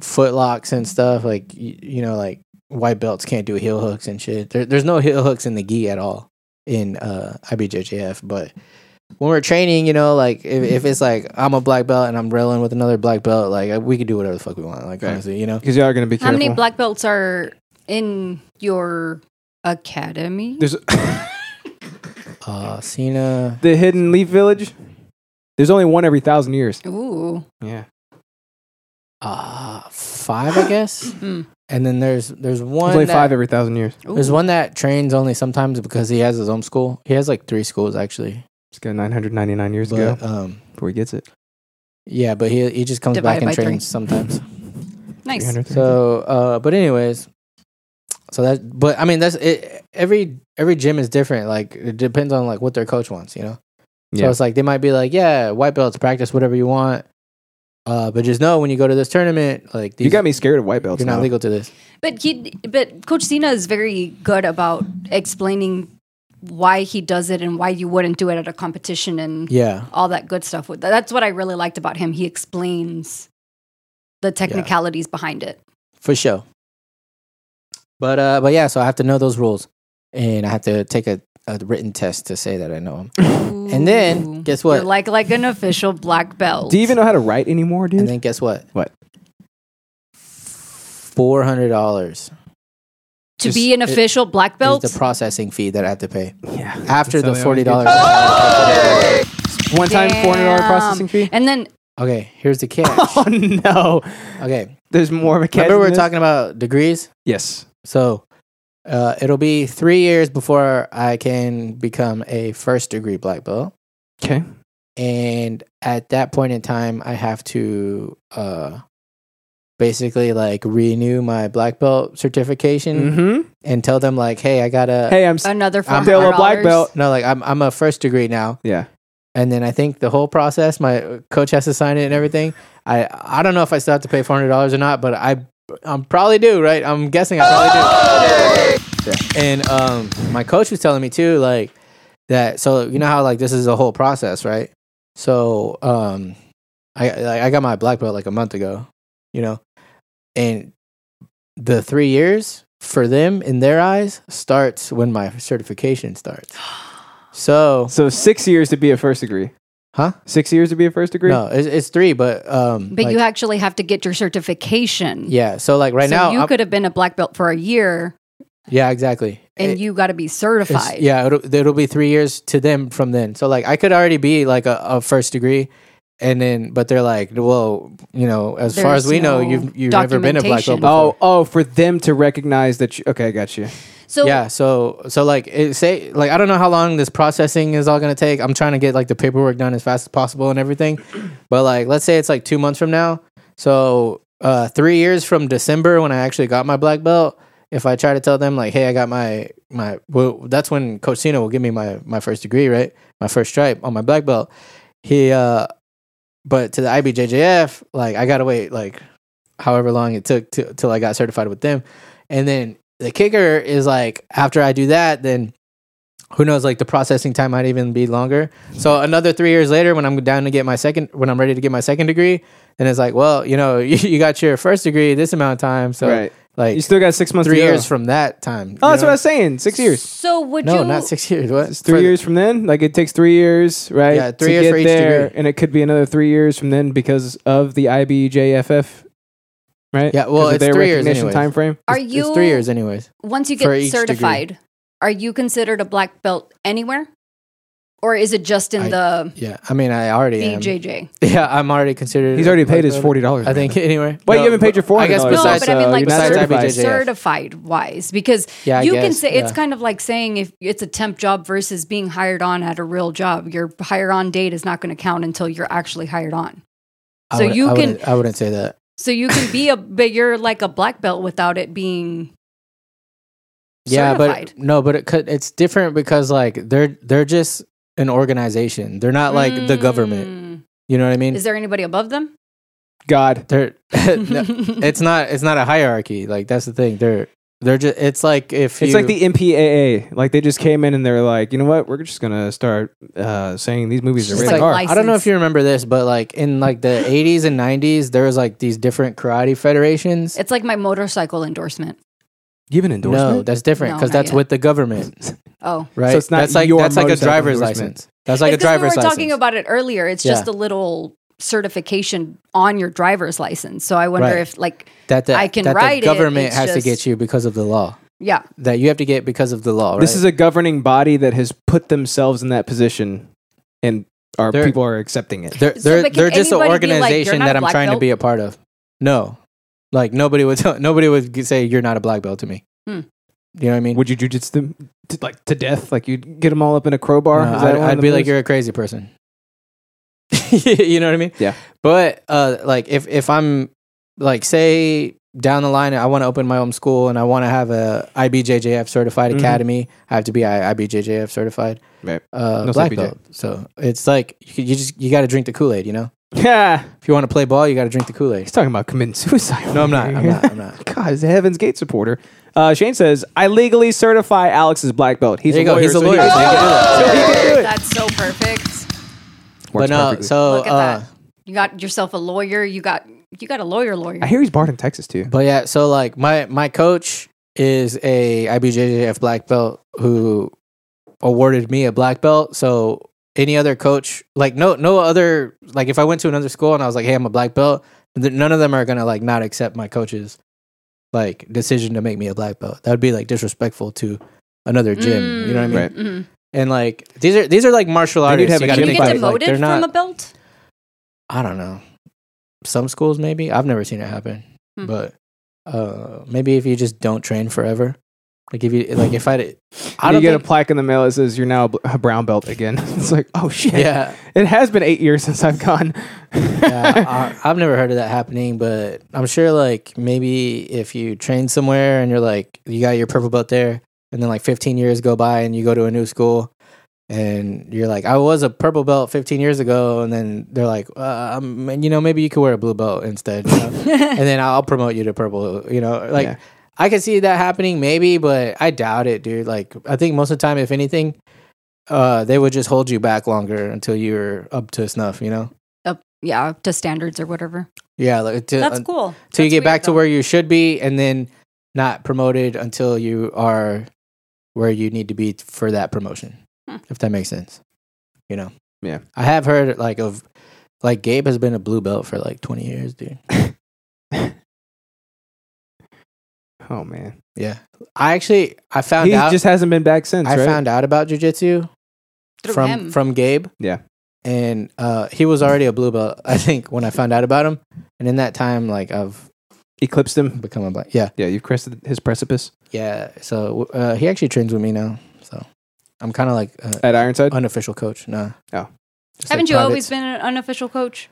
A: foot locks and stuff. Like you, you know, like white belts can't do heel hooks and shit. There, there's no heel hooks in the gi at all in uh IBJJF, but. When we're training, you know, like if, if it's like I'm a black belt and I'm reeling with another black belt, like we could do whatever the fuck we want. Like
B: Okay.
A: honestly, you know,
B: Because you are gonna be
C: How
B: careful.
C: many black belts are in your academy?
B: There's
A: uh, Cena,
B: the hidden leaf village. There's only one every thousand years.
C: Ooh.
B: Yeah.
A: uh five i guess
C: Mm.
A: and then there's there's
B: There's
A: one
B: only
A: that-
B: five every thousand years.
C: Ooh.
A: there's one that trains only sometimes because he has his own school he has like three schools actually
B: It's got 999 years ago
A: but um
B: before he gets it.
A: yeah but he he just comes
C: Divided
A: back
C: by
A: and
C: three.
A: trains sometimes
C: Nice.
B: 300.
A: so uh but anyways so that but i mean that's it every every gym is different like it depends on like what their coach wants you know so
B: Yeah.
A: it's like they might be like yeah white belts practice whatever you want uh but just know when you go to this tournament like these,
B: you got me scared of white belts.
A: you're not
B: now.
A: legal to this
C: But he, but Coach Cena is very good about explaining why he does it and why you wouldn't do it at a competition and
A: yeah
C: all that good stuff. That's what I really liked about him. He explains the technicalities behind it.
A: for sure. But uh, but yeah, so I have to know those rules, and I have to take a, a written test to say that I know them. And then
C: Ooh.
A: guess what?
C: You're like like an official black belt.
B: Do you even know how to write anymore, dude?
A: and then guess what?
B: What?
A: Four hundred dollars
C: to be an official black
A: is
C: belt?
A: the processing fee that I have to pay
B: yeah. Oh,
A: after the
F: That's how
A: forty
F: they
A: dollars.
B: One time four hundred dollar processing fee.
C: and then
A: Okay, here's the catch.
B: Oh no.
A: Okay,
B: There's more of a catch.
A: remember we
B: than
A: were
B: this?
A: talking about degrees.
B: Yes.
A: So uh, it'll be three years before I can become a first degree black belt.
B: Okay.
A: and at that point in time i have to uh basically like renew my black belt certification
B: Mm-hmm.
A: and tell them like hey i gotta
B: Hey, I'm. s-
C: another
A: I'm
C: $400.
B: still a black belt.
A: no like I'm, I'm a first degree now
B: Yeah.
A: and then i think the whole process my coach has to sign it and everything i i don't know if i still have to pay $400 or not but i i'm probably do right i'm guessing i probably do and um my coach was telling me too like that so you know how like this is a whole process right so um i like, i got my black belt like a month ago you know and the three years for them in their eyes starts when my certification starts so
B: So six years to be a first degree.
A: Huh?
B: Six years to be a first degree.
A: no it's, it's three but um
C: But
A: like-
C: you actually have to get your certification.
A: yeah so like right
C: so
A: now
C: you
A: I'm-
C: could have been a black belt for a year
A: yeah exactly
C: and you got to be certified.
A: It's- Yeah, it'll, it'll be three years to them from then. So like, I could already be like a, a first degree, and then but they're like, well, you know, as far
C: There's
A: as we know,
C: no
A: you've you've never been a black belt.
C: documentation.
A: Before.
B: Oh, oh, for them to recognize that. You, okay, I got you.
C: So
A: yeah. So so like, it, say like I don't know how long this processing is all gonna take. I'm trying to get like the paperwork done as fast as possible and everything, but like, let's say it's like two months from now. So uh, three years from December when I actually got my black belt. If I try to tell them like, hey, I got my my, well, that's when Coach Cena will give me my my first degree, right? My first stripe on my black belt. He, uh but to the IBJJF, like I gotta wait like however long it took to, till I got certified with them, and then the kicker is like after I do that, then who knows? Like the processing time might even be longer. So another three years later, when I'm down to get my second, when I'm ready to get my second degree, then it's like, well, you know, you, you got your first degree this amount of time, so
B: right.
A: like
B: You still got six months.
A: three
B: to go.
A: years from that time.
B: Oh,
A: you
B: that's
A: know?
B: what I was saying. Six years.
C: so would
A: No,
C: you
A: not six years. What?
B: It's three
A: For-
B: years from then. Like it takes three years, right?
A: Yeah, three years for each degree.
B: and it could be another three years from then because of the IBJFF, right?
A: Yeah, well,
B: 'Cause of
A: it's three years anyways.
B: time frame.
C: are
A: It's
C: you
A: three years, anyways.
C: once you
A: for each
C: get
A: degree.
C: certified are you considered a black belt anywhere? or is it just in the
A: Yeah, I mean, I already am.
C: BJJ?
A: Yeah, I'm already considered.
B: He's already
A: a
B: paid his
A: bodybuilder.
B: $40
A: I think anyway.
B: But you haven't paid your
A: I guess
B: $400
C: No,
A: besides,
C: but I mean
A: uh,
C: like
B: not
A: besides
C: certified,
B: certified.
A: IBJJF.
C: certified wise, because
A: Yeah, I
C: you can
A: guess,
C: say it's
A: yeah.
C: kind of like saying if it's a temp job versus being hired on at a real job, your hire on date is not going to count until you're actually hired on.
A: I
C: So
A: would-
C: you
A: I
C: can-
A: wouldn't- I wouldn't say that.
C: So you can be a, but you're like a black belt without it being.
A: Yeah,
C: certified.
A: but no, but it could, it's different because like they're they're just an organization. They're not like the government.
C: Mm.
A: You know what I mean?
C: Is there anybody above them?
B: God.
A: they're no, it's not it's not a hierarchy. Like that's the thing. They're they're just it's like if
B: It's
A: you-
B: like the MPAA. Like they just came in and they're like, you know what? We're just gonna start uh, saying these movies are
C: Just
A: it's like,
B: rated
C: like
B: R.
C: life-
A: I don't know
C: license.
A: if you remember this, but like in like the 80s and 90s, there was like these different karate federations.
C: It's like my motorcycle endorsement.
B: Give an
A: No,
B: endorsement.
A: that's different
C: No,
A: because
C: not
A: that's
C: yet.
A: with the government,
C: Oh,
A: right?
B: So it's not
A: that's like
B: your
A: that's like a
B: motorcycle
A: driver's
B: endorsement.
A: license. That's like a
C: It's 'cause
A: driver's
C: we were
A: license.
C: talking about it earlier. It's just
A: Yeah.
C: a little certification on your driver's license. So I wonder
A: Right.
C: if, like,
A: that the,
C: I can
A: that
C: write it,
A: the government
C: it's
A: has to
C: just-
A: get you because of the law.
C: yeah,
A: That you have to get because of the law. Right?
B: This is a governing body that has put themselves in that position, and our
A: They're-
B: people are accepting it.
A: they're
C: So,
A: they're,
C: but can
A: they're just an
C: anybody be like, "You're
A: organization
C: not
A: that
C: a
A: I'm
C: black
A: trying
C: belt?"
A: to be a part of. No, like nobody would tell, nobody would g- say you're not a black belt to me.
C: Hmm.
A: You know what I mean?
B: Would you jujitsu them to, like to death? Like you'd get them all up in a crowbar?
A: No,
B: Is that
A: I'd,
B: one of
A: I'd
B: the
A: be like,
B: moves?
A: you're a crazy person. you know what I mean?
B: Yeah.
A: But uh, like, if if I'm like, say down the line, I want to open my own school and I want to have a IBJJF certified
B: Mhm.
A: academy. I have to be I, IBJJF certified
B: Right.
A: uh,
B: No
A: black
B: CPJ.
A: belt. So it's like you, you just you got to drink the Kool Aid. You know,
B: Yeah,
A: if you want to play ball, you got to drink the Kool
B: he's
A: Aid.
B: talking about committing suicide.
A: No, I'm not. I'm not. I'm not.
B: God, he's a Heaven's Gate supporter. Uh, Shane says, "I legally certify Alex's black belt. He's
A: There
B: a
A: you go.
B: lawyer.
A: He's a
B: so he
A: lawyer.
B: can
A: so
B: do
A: he
B: it.
A: can do it.
B: So he can do it.
C: that's so perfect.
A: But
B: Works
A: no,
B: perfectly.
A: so
C: Look at
A: uh,
C: that. You got yourself a lawyer. You got you got a lawyer lawyer.
B: I hear he's barred in Texas too.
A: But yeah, so like my my coach is a IBJJF black belt who awarded me a black belt. So any other coach, like no no other like if I went to another school and I was like, hey, I'm a black belt, th- none of them are gonna like not accept my coach's like decision to make me a black belt. That would be like disrespectful to another gym. You know what I mean?
B: Right.
C: Mhm.
A: And like these are these are like martial
B: Then you'd
A: artists.
B: have
A: you
B: a
A: gotta
C: Can
B: gym
C: you
A: think about
C: get
A: it. Like,
C: demoted
A: they're
C: from
A: not-
C: a belt?
A: I don't know. Some schools maybe. I've never seen it happen.
C: Hmm.
A: But uh maybe if you just don't train forever. Like if you like if I did I
B: And
A: don't
B: you get
A: think-
B: a plaque in the mail that says you're now a bl- a brown belt again. it's like, oh shit.
A: Yeah.
B: It has been eight years since I've gone.
A: yeah, I, I've never heard of that happening, but I'm sure like maybe if you train somewhere and you're like you got your purple belt there, and then like 15 years go by and you go to a new school, and you're like I was a purple belt 15 years ago, and then they're like, uh, um, you know, maybe you could wear a blue belt instead, you know? and then I'll promote you to purple. You know, like
B: Yeah.
A: I could see that happening maybe, but I doubt it, dude. Like I think most of the time, if anything. Uh, they would just hold you back longer until you're up to snuff, you know.
C: Up, yeah, up to standards or whatever.
A: Yeah, like to,
C: That's cool.
A: Uh, till you
C: That's
A: get back
C: weird,
A: to
C: though.
A: where you should be and then not promoted until you are where you need to be for that promotion
C: Hmm.
A: if that makes sense you know
B: Yeah.
A: i have heard like of like gabe has been a blue belt for like 20 years dude
B: oh man.
A: yeah i actually i uh, found
B: He
A: out
B: just hasn't been back since.
A: i
B: right?
A: found out about jiu-jitsu
C: Through
A: from
C: him.
A: from Gabe.
B: Yeah.
A: And uh, he was already a blue belt, I think, when I found out about him. And in that time, like I've
B: eclipsed him.
A: become a black. Yeah,
B: Yeah, you've crested his precipice
A: yeah. So uh, he actually trains with me now. So I'm kind of like uh,
B: at Ironside.
A: unofficial coach. No.
B: Oh.
A: Just
C: Haven't
A: like
C: you
A: privates.
C: always been an unofficial coach?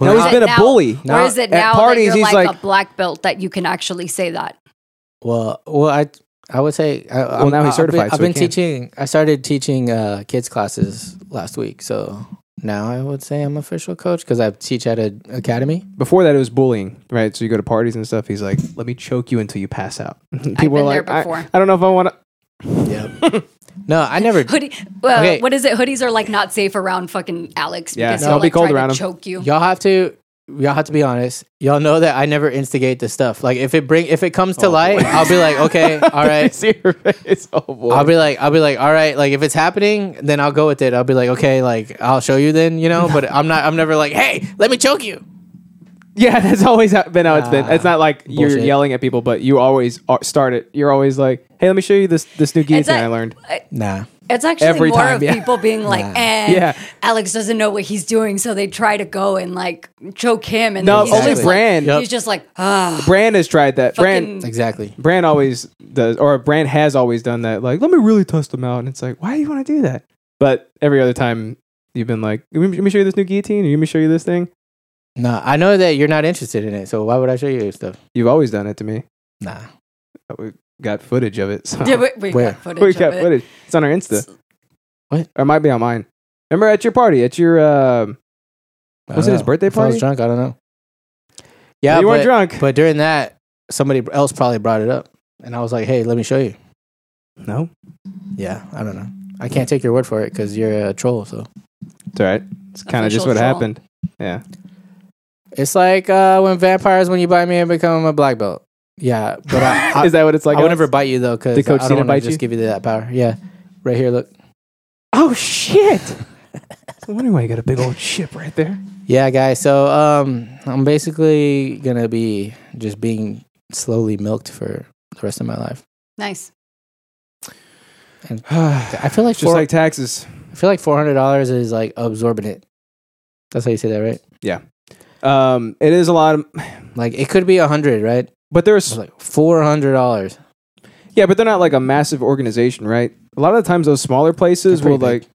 B: no,
C: Is
B: he's
C: it
B: been a
C: now-
B: bully.
A: Now-
C: or is it
B: at
C: now
B: parties,
C: that you're
B: he's
C: like,
B: like-
C: a black belt that you can actually say that?
A: Well, well, I I would say. I,
B: Well, now he's certified,
A: I've been, I've
B: so he
A: been
B: can.
A: teaching. I started teaching uh, kids classes last week, so now I would say I'm official coach because I teach at an academy.
B: Before that, it was bullying, right? So you go to parties and stuff. He's like, "Let me choke you until you pass out." People
C: been
B: are
C: there
B: like, I-
C: before.
B: I, don't know if I want to."
A: Yep. no, I never.
C: Hoodie, well,
A: Okay.
C: what is it? Hoodies are like not safe around fucking Alex
B: Yeah.
C: because
B: No,
C: he'll
B: I'll be
C: like
B: cold
C: try
B: around
C: to
B: him.
C: choke you.
A: Y'all have to. Y'all have to be honest. Y'all know that I never instigate this stuff. Like if it bring if it comes to
B: Oh,
A: light, I'll be like, okay, all right.
B: See your face. Oh boy.
A: I'll be like, I'll be like, all right, like if it's happening, then I'll go with it. I'll be like, okay, like I'll show you then, you know. But I'm not. I'm never like, hey, let me choke you.
B: Yeah, that's always how- been how it's been. It's not like you're
A: bullshit.
B: yelling at people, but you always are- start it. You're always like, "Hey, let me show you this this new guillotine
C: like-
B: I learned."
A: Nah.
C: It's actually
B: Every
C: more
B: time,
C: of
B: yeah.
C: people being like, eh,
B: Yeah.
C: Alex doesn't know what he's doing, so they try to go and like choke him, and
B: No,
C: then he's
A: only
C: just
B: Brand.
C: Like,
A: Yep.
C: He's just like, ah,
B: Brand has tried that.
C: fucking-
B: Brand
A: Exactly.
B: Brand always does, or Brand has always done that. Like, let me really test them out, and it's like, why do you want to do that? But every other time, you've been like, "Let me, let me show you this new guillotine. Or let me show you this thing."
A: Nah. I know that you're not interested in it, so why would I show you stuff?
B: You've always done it to me.
A: Nah.
B: We got footage of it. So.
C: Yeah, we, we
A: Where?
C: got footage.
B: we
C: of
B: got
C: it.
B: footage. It's on our Insta.
A: What?
B: Or it might be on mine. Remember at your party, at your um,
A: I
B: Was
A: don't
B: it his
A: know.
B: birthday
A: If I was
B: party?
A: drunk. I don't know. Yeah,
B: you
A: but,
B: weren't drunk.
A: but during that, somebody else probably brought it up, and I was like, "Hey, let me show you."
B: no,
A: Yeah, I don't know. I can't take your word for it because you're a troll. So
B: it's all right. It's kind of just
C: Official
B: what
C: troll.
B: happened. Yeah,
A: it's like uh, when vampires when you bite me and become a black belt. Yeah, but I, I,
B: is that what it's like?
A: I would
B: Alex?
A: never bite you though because
B: Did Coach
A: I
B: Cena
A: don't want
B: bite
A: to just
B: you?
A: give you that power. Yeah, right here. Look.
B: Oh shit! I wonder why you got a big old ship right there.
A: Yeah, guys. So um, I'm basically gonna be just being slowly milked for the rest of my life.
C: Nice.
A: I feel like
B: just
A: four-
B: like taxes.
A: I feel like four hundred dollars is like absorbent. That's how you say that, right?
B: Um, it is a lot of,
A: Like it could be a hundred, right?
B: but
A: It's
B: there's
A: like four hundred dollars.
B: yeah, but they're not like a massive organization, right? A lot of the times, those smaller places
A: They're
B: will
A: pretty
B: like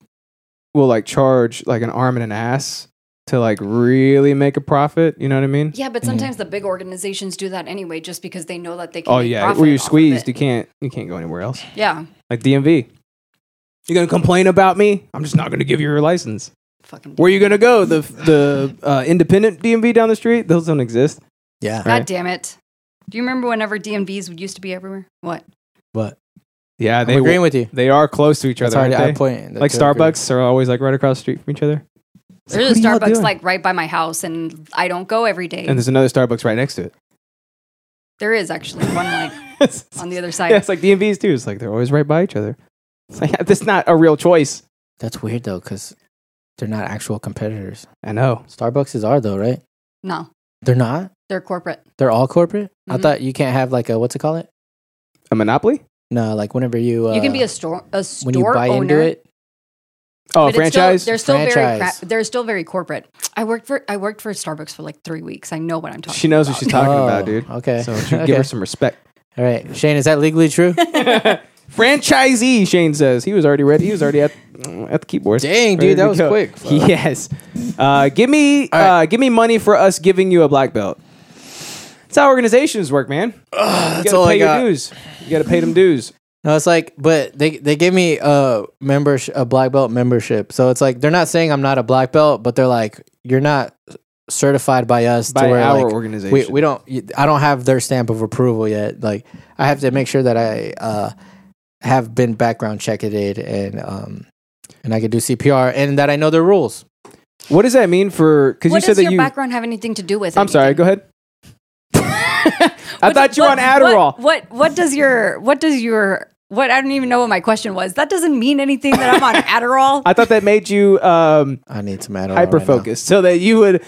B: will like charge like an arm and an ass to like really make a profit. You know what I mean?
C: Yeah, but sometimes the big organizations do that anyway, just because they know that they can.
B: Oh
C: make
B: yeah,
C: profit
B: where you're
C: off of
B: squeezed,
C: it.
B: you can't you can't go anywhere else.
C: Yeah,
B: Like DMV. You're gonna complain about me? I'm just not gonna give you your license.
C: fucking.
B: Where you gonna go? The the uh, independent DMV down the street? Those don't exist.
A: Yeah.
C: God
B: right.
C: damn it! Do you remember whenever DMVs would used to be everywhere? What?
A: But
B: Yeah,
A: I'm
B: they
A: agreeing with you.
B: they are close to each
A: That's
B: other.
A: hard.
B: Aren't
A: I
B: they?
A: point
B: Like Starbucks are always like right across the street from each other. It's
C: There's a
B: what are y'all
C: Starbucks
B: doing?
C: like right by my house, and I don't go every day.
B: and there's another Starbucks right next to it.
C: there is actually one like
B: It's-
C: on the other
B: yeah,
C: side.
B: it's like DMVs too. It's like they're always right by each other. It's like that's not a real choice.
A: That's weird though, because they're not actual competitors.
B: I know.
A: Starbucks is are though, right?
C: No,
A: They're not.
C: they're corporate.
A: They're all corporate. I
C: Mhm.
A: thought you can't have like a what's it call it?
B: A monopoly?
A: No, like whenever you uh,
C: you can be a store a store
A: when you buy
C: owner.
A: into it.
B: Oh, a
C: but it's still-
B: franchise?
C: they're still very
A: Franchise.
C: crap. They're still very corporate. I worked for I worked for Starbucks for like three weeks. I know what I'm talking.
B: she knows what she's talking
A: Oh,
B: about, dude.
A: Okay.
B: So you
A: okay.
B: give her some respect.
A: all right, Shane, is that legally true?
B: franchisee shane says he was already ready he was already at, at the keyboard
A: Dang,
B: Ready
A: dude, that
B: to
A: was
B: go.
A: quick.
B: yes uh, give me
A: All right.
B: uh, give me money for us giving you a black belt that's how organizations work man you gotta
A: all I
B: pay your
A: got.
B: dues you gotta pay them dues
A: No, it's like, but they they gave me a membersh a black belt membership. So it's like they're not saying I'm not a black belt, but they're like you're not certified by us
B: By
A: to where
B: our
A: like,
B: organization.
A: We, we don't. I don't have their stamp of approval yet. Like I have to make sure that I uh, have been background checked and um and I can do CPR and that I know their rules.
B: what does that mean for because you
C: What
B: said
C: does
B: that
C: your
B: you
C: background have anything to do with?
B: i'm sorry go
C: anything?
B: ahead i
C: What-
B: thought you were on
C: what-
B: adderall
C: What, what what does your what does your what I don't even know what my question was. That doesn't mean anything that I'm on Adderall.
B: i thought that made you um,
A: I need some Adderall. right now.
B: hyper focused so that you would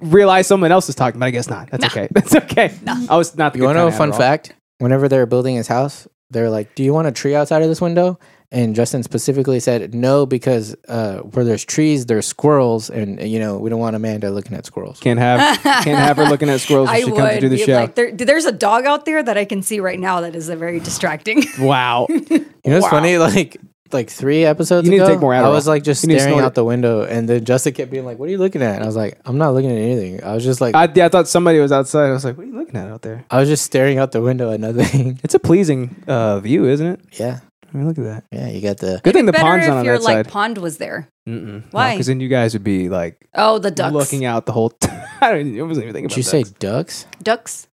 B: realize someone else is talking but i guess not that's okay that's okay i was not the
A: You
B: good
A: want to know a
B: kind of
A: fun
B: Adderall.
A: fact? Whenever they were building his house, they're like, "Do you want a tree outside of this window?" And Justin specifically said, "No, because uh, where there's trees, there's squirrels, and uh, you know we don't want Amanda looking at squirrels."
B: Can't have can't have her looking at squirrels when
C: I
B: she comes to
C: would
B: do the
C: be
B: show.
C: like, there, there's a dog out there that I can see right now that is a very distracting.
B: wow.
A: You know, it's funny, like like three episodes
B: You need to
A: ago,
B: take more
A: I
B: Adderall.
A: was like just
B: You need to
A: staring
B: snort
A: out
B: it.
A: the window, and then Justin kept being like, "What are you looking at?" And I was like, "I'm not looking at anything. I was just like, I,
B: I, yeah, I thought somebody was outside. I was like, "What are you looking at out there?"
A: was just staring out the window at nothing."
B: It's a pleasing uh, view, isn't it?
A: yeah,
B: I mean, look at that.
A: yeah, you got the
B: Good thing the
C: Better
B: pond's
C: if
B: not on
C: your
B: that
C: like
B: side.
C: pond was there.
B: Mm-mm.
C: Why?
B: Because then you guys would be like
C: Oh, the ducks.
B: looking out the whole. T- I don't. even- I wasn't even thinking
A: did
B: about
A: you say
B: ducks.
A: ducks,
C: ducks,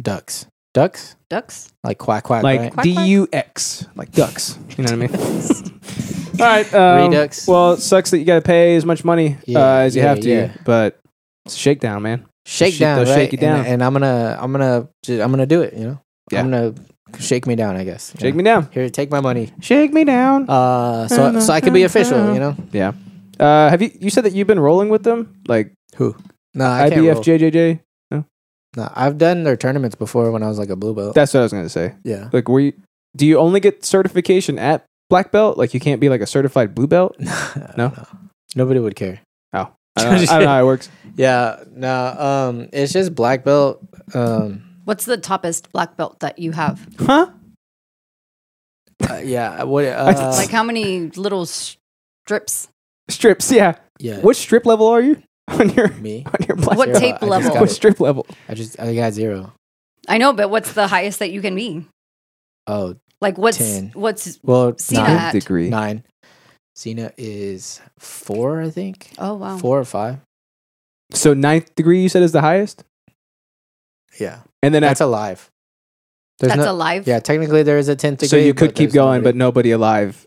A: ducks, ducks,
C: ducks.
A: like quack quack, right?
B: like
C: Quack,
B: D
C: quack.
B: U X, like ducks. You know what I mean? All right. Um,
A: Redux.
B: Well, it sucks that you got to pay as much money
A: Yeah,
B: uh, as you
A: yeah,
B: have to,
A: yeah.
B: but it's a shakedown, man.
A: shake
B: Shake
A: down,
B: those
A: right?
B: shaky down.
A: And, and I'm gonna, I'm gonna, ju- I'm gonna do it. You know,
B: Yeah.
A: I'm gonna shake me down. I guess.
B: Shake me down.
A: Here, take my money.
B: Shake me down.
A: Uh,
C: Uh-huh,
A: so so I can be official. You know,
B: Yeah. Uh, have you? You said that you've been rolling with them, like
A: who? No, I can't. roll.
B: IBFJJJ.
A: Nah, I've done their tournaments before when I was like a blue belt.
B: That's what I was gonna say.
A: yeah.
B: Like, were you, do you only get certification at black belt? Like, you can't be like a certified blue belt. No?
A: Nobody would care.
B: I don't, know- I don't know how it works.
A: Yeah. No. Um. It's just black belt. Um.
C: What's the toppest black belt that you have?
B: Huh?
A: uh, yeah. What?
B: I-
A: Uh,
C: Like how many little strips?
B: Strips. Yeah.
A: yeah.
B: What strip level are you on your
A: Me.
B: on your black?
C: What
A: Zero.
C: tape
A: I just
C: level?
A: got
B: What
A: it.
B: strip level?
A: I just I got zero.
C: I know, but what's the highest that you can be?
A: Oh.
C: Like what's
A: Ten.
C: what's
A: Well.
C: Cena
A: nine.
C: at-
B: degree.
A: Nine. Cena is four, I think.
C: oh wow.
A: Four or five.
B: So ninth degree you said is the highest,
A: Yeah.
B: and then
A: That's
B: after,
A: alive. There's
C: That's
A: no-
C: alive.
A: Yeah. Technically, there is a tenth degree.
B: so you could
A: but
B: keep
A: there's
B: going, but
A: nobody-
B: nobody alive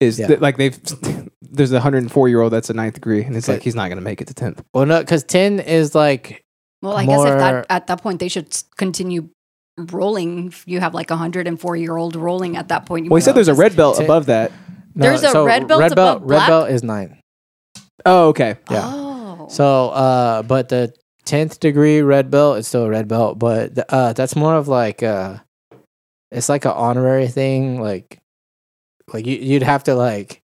B: is
A: Yeah.
B: th- like they've. There's a 104 year old that's a ninth degree, and it's
A: Okay.
B: like he's not gonna make it to tenth.
A: Well, no, because ten is like
C: Well, I guess if
A: more-
C: that at that point they should s- continue rolling. If You have like a hundred and four year old rolling at that point. You
B: Well, he said
C: wouldn't
B: there's a
C: just-
B: red belt
A: Ten-
B: above that.
A: no,
C: There's a
A: so
C: red belt
A: Red belt.
C: above
A: Red
C: black?
A: belt is nine.
B: Oh, okay.
A: Yeah.
C: Oh.
A: So, uh, but the tenth degree red belt is still a red belt, but the, uh, that's more of like uh, it's like an honorary thing. Like, like you, you'd have to like,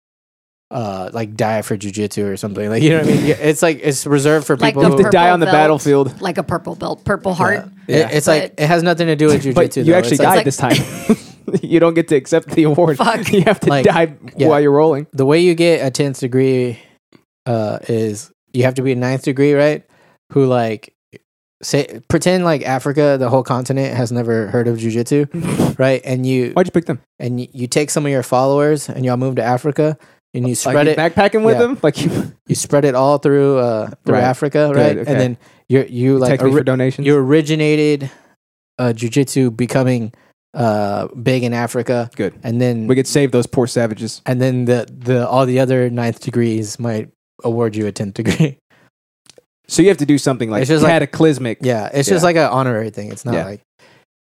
A: uh, like die for jujitsu or something. Like, you know what I mean? Yeah, It's like it's reserved for
C: Like
A: people.
C: the
B: You have to
A: who,
C: purple
B: die on the
C: belt.
B: battlefield,
C: like a purple belt, purple heart.
A: Yeah, It, it's like
C: But-
A: it has nothing to do with jujitsu.
B: but you
A: though.
B: actually
A: It's like-
B: died
C: like-
B: this time. you don't get to accept the award.
C: Fuck.
B: You have to
A: Like,
B: die
A: yeah.
B: while you're rolling.
A: the way you get a tenth degree uh is you have to be a ninth degree, right? Who like say pretend like Africa, the whole continent has never heard of jujitsu, right? And you
B: Why'd you pick them?
A: and you, you take some of your followers and y'all move to Africa and you spread
B: like you
A: it
B: backpacking with
A: yeah.
B: them? Like you
A: you spread it all through uh through
B: Right.
A: Africa,
B: Good,
A: right?
B: okay.
A: And then you you like
B: text me
A: ori-
B: for donations?
A: you originated uh jujitsu becoming uh big in Africa
B: Good.
A: and then
B: We could save those poor savages.
A: and then the the all the other ninth degrees might award you a tenth degree.
B: So you have to do something like
A: It's just like-
B: cataclysmic.
A: yeah, it's just
B: Yeah.
A: like an honorary thing. It's not
B: Yeah.
A: like,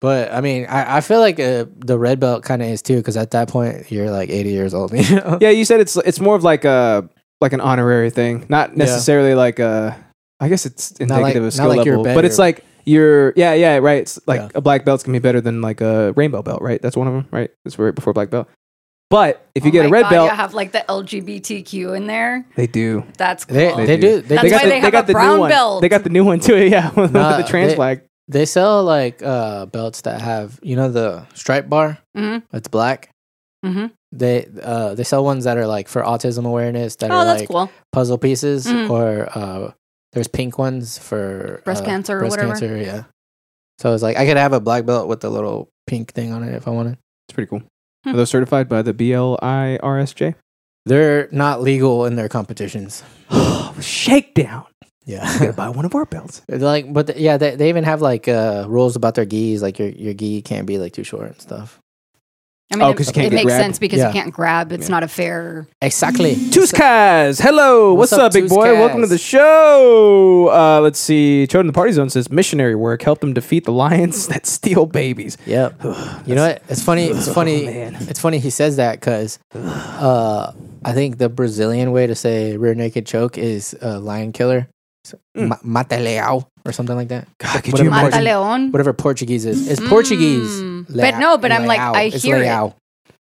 A: but I mean, I, I feel like uh, the red belt kind of is too, because at that point you're like eighty years old. You know?
B: yeah, you said it's it's more of like a like an honorary thing, not necessarily like a. I guess it's
A: like-
B: indicative
A: not
B: of skill
A: like you're
B: level, but it's
A: better.
B: like you're yeah yeah right. It's like
A: Yeah.
B: a black belt's gonna be better than like a rainbow belt, right? That's one of them, right? That's right before black belt. But if you
C: Oh
B: get a
C: my
B: red
C: God,
B: belt,
C: you have like the LGBTQ in there.
B: they do.
C: That's cool.
A: They, they, do. They,
C: That's
A: do-
C: why they have a brown
B: new one.
C: belt.
B: They got the new one too. Yeah, with
A: Nah,
B: the trans
A: they-
B: flag.
A: they sell like uh, belts that have you know the stripe bar
C: Mhm.
A: that's black.
C: Mhm.
A: They uh, they sell ones that are like for autism awareness that
C: Oh,
A: are
C: that's
A: like
C: cool.
A: puzzle pieces
B: Mm.
C: Mhm.
A: or uh, there's pink ones for
C: Breast
A: uh,
C: cancer or
A: breast
C: whatever.
A: cancer. Yeah. So it's like I could have a black belt with the little pink thing on it if I wanted.
B: It's pretty cool.
C: Hmm.
B: Are those certified by the BLIRSJ?
A: They're not legal in their competitions.
B: Shakedown.
A: Yeah,
B: buy one of our belts.
A: like but th- yeah, they, they even have like uh, rules about their gis. Like your your gi can't be like too short and stuff.
C: I mean,
B: Oh,
C: it,
B: 'cause you can't
C: it
B: get
C: makes
B: grabbed.
C: sense because
A: Yeah.
C: you can't grab. It's not a fair.
A: Exactly.
B: Tuzkaz, hello. What's,
A: What's
B: up,
A: up,
B: big boy?
A: Tuzkaz?
B: Welcome to the show. Uh, let's see. Chode in the Party Zone says missionary work helped them defeat the lions that steal babies.
A: Yep. you know what? It's funny. It's funny.
B: Oh, man.
A: it's funny he says that because uh, I think the Brazilian way to say rear naked choke is uh, lion killer, So,
B: Hmm.
A: ma- mata leão or something like that.
B: God, could
A: Whatever
B: you
A: Portu-
C: Mata
B: imagine?
C: Leon.
A: Whatever Portuguese is, it's Portuguese.
C: Mm.
A: Lea-
C: But no, but I'm like,
A: leão.
C: I
A: It's
C: hear it.
A: leão.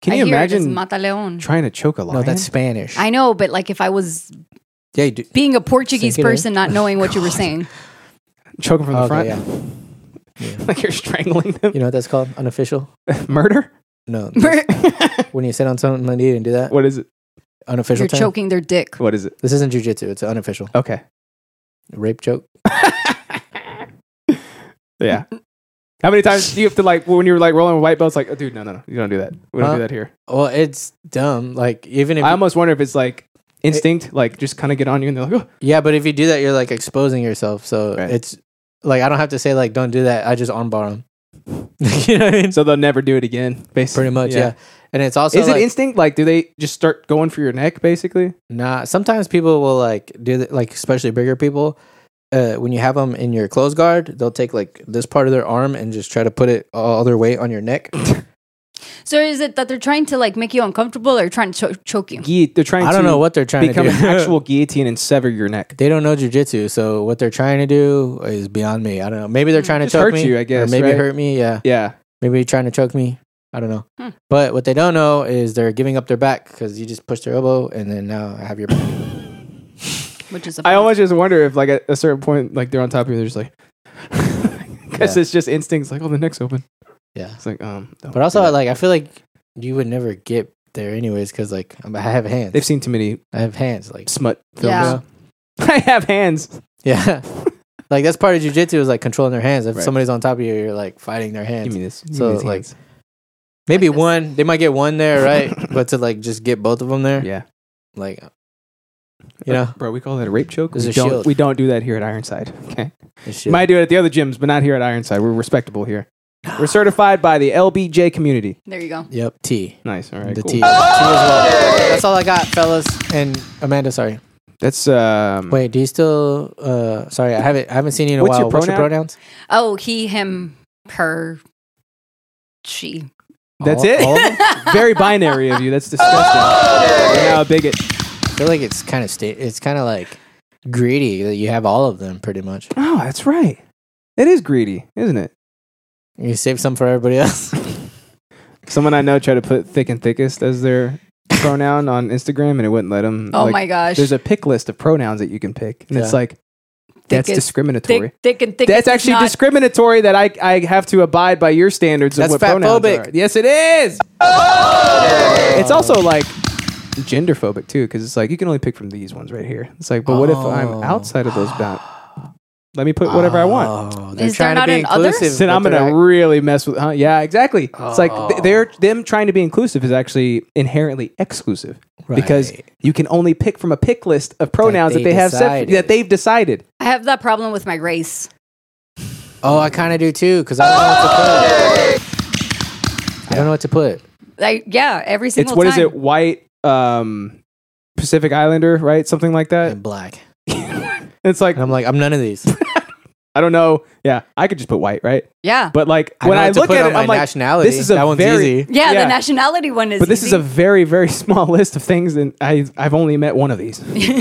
B: Can
C: I
B: you
C: hear it as
B: imagine
C: Mata Leon?
B: trying to choke a lion?
A: No, that's Spanish.
C: I know, but like if I was
A: yeah, you do.
C: being a Portuguese
A: Think it is?
C: person, not knowing what you were saying.
B: choking from
A: Okay,
B: the front.
A: yeah. Yeah.
B: like you're strangling them.
A: You know what that's called? Unofficial?
B: Murder?
A: No.
C: you're
A: when you sit on something and you didn't do that,
B: What is it?
A: unofficial term.
C: choking their dick.
B: What is it?
A: This isn't jujitsu. It's unofficial
B: Okay.
A: rape joke.
B: Yeah. How many times do you have to like when you were like rolling with white belts? Like, oh, dude, no, no, no, you don't do that. We don't
A: Huh?
B: do that here.
A: Well, it's dumb. Like even Uh, if
B: I almost wonder if it's like instinct, like just kind of get on you and they're like, oh,
A: yeah, but if you do that, you're like exposing yourself. So
B: Right.
A: it's like I don't have to say like don't do that. I just armbar them. you know what I mean?
B: so they'll never do it again. Basically,
A: Pretty much, yeah. And it's also
B: Is it
A: like,
B: instinct? Like, do they just start going for your neck? Basically,
A: Nah, sometimes people will like do th- like especially bigger people. Uh, when you have them in your clothes guard, they'll take like this part of their arm and just try to put it all their weight on your neck.
C: So is it that they're trying to like make you uncomfortable or trying to cho- choke you?
B: Guillot- they're trying.
A: I don't
B: to
A: know what they're trying to
B: become
A: do.
B: an actual guillotine and sever your neck.
A: They don't know jujitsu, so what they're trying to do is beyond me. I don't know. Maybe they're trying to
B: Mm, Just
A: choke
B: hurt
A: me,
B: you, I
A: or
B: guess,
A: maybe
B: right?
A: hurt me. Yeah,
B: Yeah,
A: maybe trying to choke me. I don't know.
C: Hmm.
A: But what they don't know is they're giving up their back because you just push their elbow, and then now I have your back.
C: Which is a
B: I always just wonder if like at a certain point, like they're on top of you, they're just like, because
A: Yeah.
B: it's just instincts. Like, oh, the neck's open.
A: Yeah.
B: It's like, um, don't
A: But also,
B: do that.
A: like I feel like you would never get there anyways because like I'm- I have hands.
B: they've seen too many
A: I have hands. Like
B: smut films.
C: Yeah.
B: I have hands.
A: yeah. Like that's part of jujitsu is like controlling their hands. If
B: Right.
A: somebody's on top of you, you're like fighting their hands.
B: Give me this. Give me
A: So,
B: these
A: like,
B: hands.
A: Maybe
C: Like this.
A: one. They might get one there, right? but to like just get both of them there,
B: yeah,
A: like you know,
B: bro, we call that a rape choke.
A: There's
B: we
A: a
B: don't,
A: shield.
B: we don't do that here at Ironside. Okay.
A: and shit.
B: Might do it at the other gyms, but not here at Ironside. We're respectable here. We're certified by the LBJ community.
C: there you go.
A: yep, T.
B: Nice. All right.
A: The
B: cool.
A: T. T
C: Oh.
A: as well. That's all I got, fellas. And Amanda, sorry.
B: That's um.
A: Wait, do you still? uh Sorry, I haven't. I haven't seen you in a
B: What's
A: while.
B: your
A: What's your
B: pronoun?
A: pronouns?
C: Oh, he, him, her, she.
B: That's
A: All-
B: it.
A: all of them?
B: Very binary of you. That's
C: Oh.
B: disgusting. You're now a bigot.
A: I feel like it's kind of sta- it's kind of like greedy that you have all of them pretty much.
B: Oh, that's right. It is greedy, isn't it?
A: You save some for everybody else.
B: Someone I know tried to put thick and thickest as their pronoun on Instagram, and it wouldn't let them.
C: Oh my gosh.
B: There's a pick list of pronouns that you can pick, and it's
A: Yeah.
B: like that's
C: Thickest,
B: discriminatory.
C: Thick, thick, and thick.
B: That's
C: is
B: actually
C: not-
B: discriminatory that I, I have to abide by your standards
A: That's
B: of what pronouns
A: fatphobic. Oh!
B: are. Yes, it is. It's also like gender phobic too, because it's like you can only pick from these ones right here. It's like, but what if
A: Oh.
B: I'm outside of those bounds? Let me put whatever I want.
A: Oh, they're
C: Is there
A: trying
C: not
A: to be
C: an other?
A: inclusive.
B: Then
A: but
B: I'm gonna
A: they're act-
B: really mess with. Huh? Yeah, exactly. It's like
A: Oh.
B: th- they're them trying to be inclusive is actually inherently exclusive because
A: Right.
B: you can only pick from a pick list of pronouns that
A: they
B: they, have set,
A: decided.
B: that they've decided.
C: I have that problem with my race.
A: Oh, I kind of do too because I don't know what to put. I don't know what to put.
C: Like, yeah, every
B: It's
C: single
B: what is
C: time.
B: it? White um, Pacific Islander, right? Something like that.
A: And black.
B: It's like
A: And I'm like, I'm none of these.
B: I don't know. Yeah, I could just put white, right?
C: Yeah.
B: But like
A: I
B: when
A: know
B: I
A: what to
B: look
A: put
B: at
A: on
B: it,
A: my
B: I'm like,
A: nationality.
B: this is a
A: That one's
B: very,
A: easy.
C: yeah, the nationality one is.
B: But this is a very, very small list of things, and I, I've only met one of these.